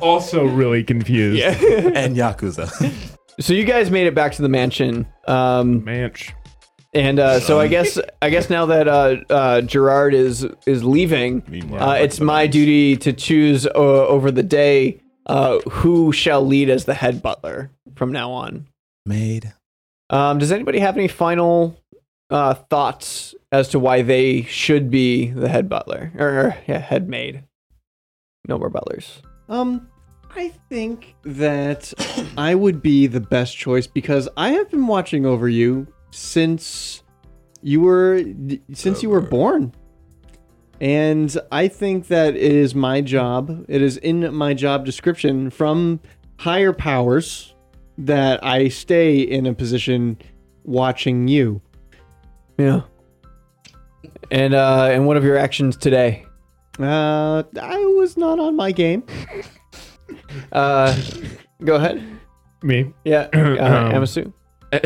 Speaker 4: also really confused.
Speaker 5: and Yakuza.
Speaker 3: So you guys made it back to the mansion. Um,
Speaker 4: Manch.
Speaker 3: And uh, so I guess I guess now that uh, uh, Gerard is is leaving, uh, it's my duty to choose uh, over the day uh, who shall lead as the head butler from now on.
Speaker 5: Maid.
Speaker 3: Um, does anybody have any final uh, thoughts as to why they should be the head butler or yeah, head maid? No more butlers.
Speaker 6: Um, I think that I would be the best choice because I have been watching over you since you were since you were born. And I think that it is my job, it is in my job description from higher powers that I stay in a position watching you.
Speaker 3: Yeah. And uh, and what of your actions today?
Speaker 6: Uh, I was not on my game.
Speaker 3: Uh, go ahead.
Speaker 4: Me?
Speaker 3: Yeah. Uh,
Speaker 4: Um,
Speaker 3: Amasu.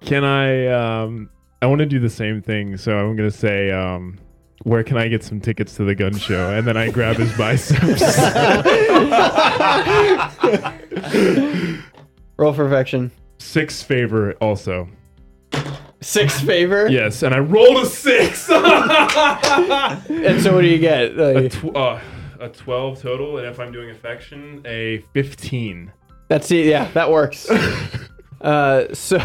Speaker 4: Can I? Um, I want to do the same thing, so I'm gonna say, um, where can I get some tickets to the gun show? And then I grab his biceps.
Speaker 3: Roll for perfection.
Speaker 4: Six favor also.
Speaker 3: Six favor.
Speaker 4: Yes, and I rolled a six.
Speaker 3: and so, what do you get?
Speaker 4: a, tw- uh, a twelve total, and if I'm doing affection, a fifteen.
Speaker 3: That's it. Yeah, that works. uh, so,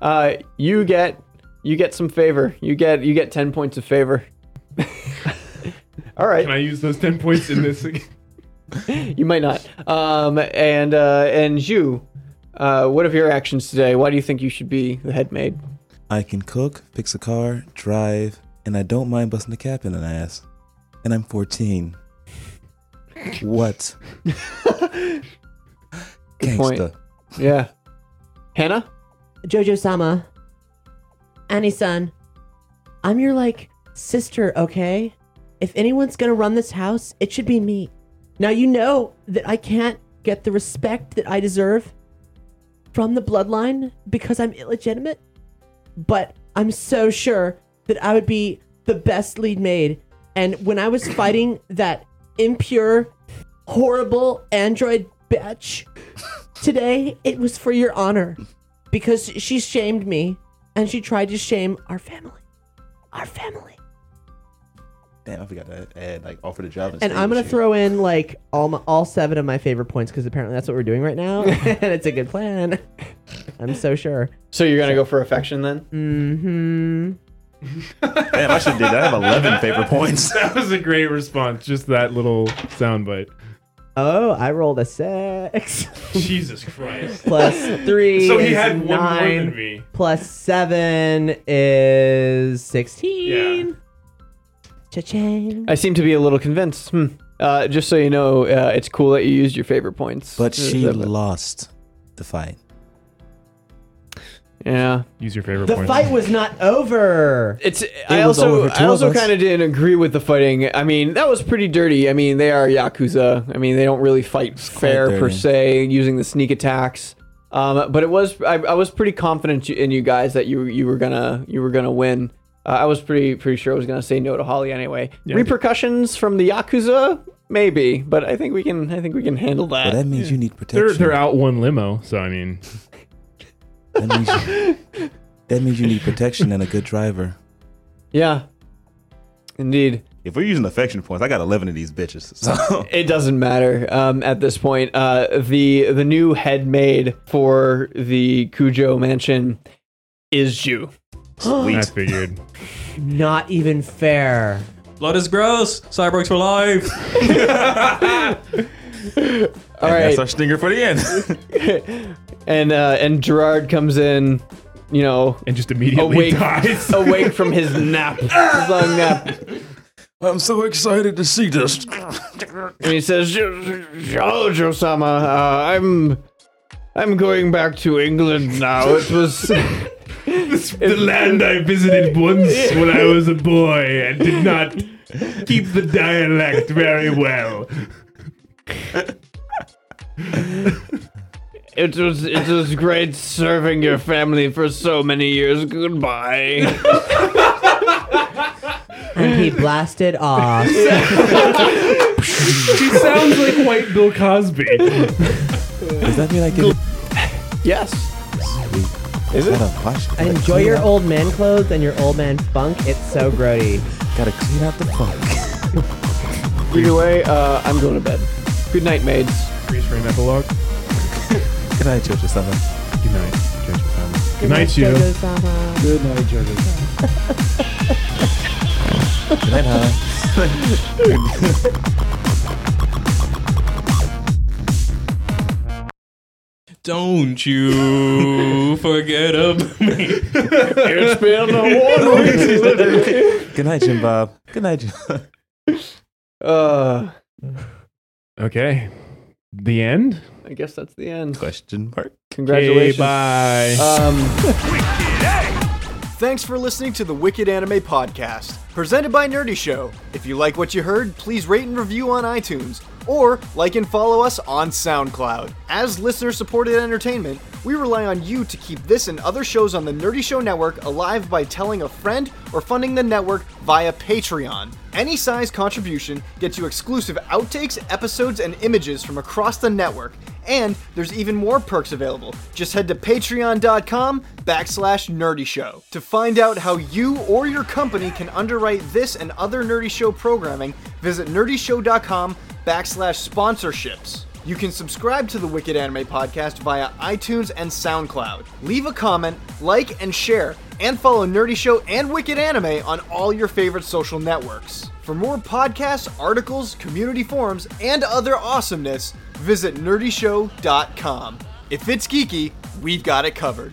Speaker 3: uh, you get You get some favor. You get you get ten points of favor. All right. Can
Speaker 4: I use those ten points in this?
Speaker 3: you might not. Um, and uh, and Zhu, uh, what are your actions today? Why do you think you should be the head maid?
Speaker 5: I can cook, fix a car, drive, and I don't mind busting a cap in an ass. And I'm 14. what?
Speaker 3: Good point.
Speaker 5: Gangsta.
Speaker 3: Yeah. Hannah?
Speaker 7: Jojo Sama. Annie san. I'm your like sister, okay? If anyone's gonna run this house, it should be me. Now you know that I can't get the respect that I deserve from the bloodline because I'm illegitimate, but I'm so sure that I would be the best lead maid. And when I was fighting that impure, horrible android bitch today, it was for your honor because she shamed me and she tried to shame our family. Our family.
Speaker 9: Damn, I forgot to add like offer the job.
Speaker 7: And
Speaker 9: stay
Speaker 7: I'm
Speaker 9: with
Speaker 7: gonna
Speaker 9: you.
Speaker 7: throw in like all my, all seven of my favorite points because apparently that's what we're doing right now, and it's a good plan. I'm so sure.
Speaker 3: So you're gonna go for affection then?
Speaker 7: Mm-hmm.
Speaker 9: Damn, I should have did that. I have 11 favorite points.
Speaker 4: that was a great response. Just that little soundbite.
Speaker 7: Oh, I rolled a six.
Speaker 4: Jesus Christ.
Speaker 7: Plus three.
Speaker 4: So he
Speaker 7: is
Speaker 4: had one more
Speaker 7: nine.
Speaker 4: than me.
Speaker 7: Plus seven is sixteen. Cha-ching.
Speaker 3: I seem to be a little convinced. Hmm. Uh, just so you know, uh, it's cool that you used your favorite points.
Speaker 5: But she
Speaker 3: Yeah.
Speaker 5: lost the fight.
Speaker 3: Yeah.
Speaker 4: Use your favorite
Speaker 7: The fight was not over.
Speaker 3: It's. I also, I also kind of didn't agree with the fighting. I mean, that was pretty dirty. I mean, they are yakuza. I mean, they don't really fight fair per
Speaker 5: dirty.
Speaker 3: se, using the sneak attacks. Um, but it was. I, I was pretty confident in you guys that you you were gonna you were gonna win. Uh, I was pretty pretty sure I was gonna say no to Holly anyway. Repercussions from the yakuza, maybe, but I think we can. I think we can handle that.
Speaker 5: Well, that means you need
Speaker 4: They're,
Speaker 5: protection.
Speaker 4: they're out one limo, so I mean,
Speaker 5: That, means you, that means you need protection and a good driver.
Speaker 3: Yeah. Indeed.
Speaker 9: If we're using affection points, I got 11 of these bitches. So
Speaker 3: it doesn't matter um, at this point. Uh, the the new head maid for the Cujo mansion is you.
Speaker 9: Sweet.
Speaker 4: I figured.
Speaker 7: Not even fair.
Speaker 8: Blood is gross. Cyborgs for life.
Speaker 3: All right,
Speaker 9: that's our stinger for the end.
Speaker 3: and uh, and Gerard comes in, you know,
Speaker 4: and just immediately
Speaker 3: awake,
Speaker 4: dies.
Speaker 3: awake from his nap, his long nap,
Speaker 24: I'm so excited to see this.
Speaker 3: and he says, "Jojo Sama, uh, I'm I'm going back to England now. It was."
Speaker 4: the land I visited once when I was a boy and did not keep the dialect very well.
Speaker 3: It was it was great serving your family for so many years. Goodbye.
Speaker 7: And he blasted off.
Speaker 4: He sounds like white Bill Cosby.
Speaker 5: Does that mean I get
Speaker 3: yes.
Speaker 5: Is it? Gotta wash. gotta
Speaker 7: Enjoy
Speaker 5: clean
Speaker 7: your
Speaker 5: out-
Speaker 7: old man clothes and your old man funk. It's so grody.
Speaker 5: Gotta clean out the funk.
Speaker 3: Either way, uh, I'm going to bed. Good night, maids.
Speaker 4: Freeze frame epilogue.
Speaker 5: Good night, Jojo Sama.
Speaker 4: Good night, Jojo Sama. Good night, you.
Speaker 9: Good night, Jojo.
Speaker 5: Good night, Hannah.
Speaker 8: Don't you forget about me.
Speaker 3: It's been a one week.
Speaker 5: Good night, Jim Bob. Good night, Jim.
Speaker 3: Uh,
Speaker 4: Okay. The end?
Speaker 3: I guess that's the end.
Speaker 9: Question mark.
Speaker 3: Congratulations.
Speaker 4: bye.
Speaker 3: Um,
Speaker 2: Thanks for listening to the Wicked Anime Podcast, presented by Nerdy Show. If you like what you heard, please rate and review on iTunes, or like and follow us on SoundCloud. As listener supported entertainment, we rely on you to keep this and other shows on the Nerdy Show Network alive by telling a friend or funding the network via Patreon. Any size contribution gets you exclusive outtakes, episodes, and images from across the network. And there's even more perks available. Just head to patreon.com backslash nerdy show to find out how you or your company can underwrite this and other nerdy show programming. Visit nerdyshow.com backslash sponsorships. You can subscribe to the Wicked Anime Podcast via iTunes and SoundCloud. Leave a comment, like, and share, and follow Nerdy Show and Wicked Anime on all your favorite social networks. For more podcasts, articles, community forums, and other awesomeness, visit nerdyshow.com. If it's geeky, we've got it covered.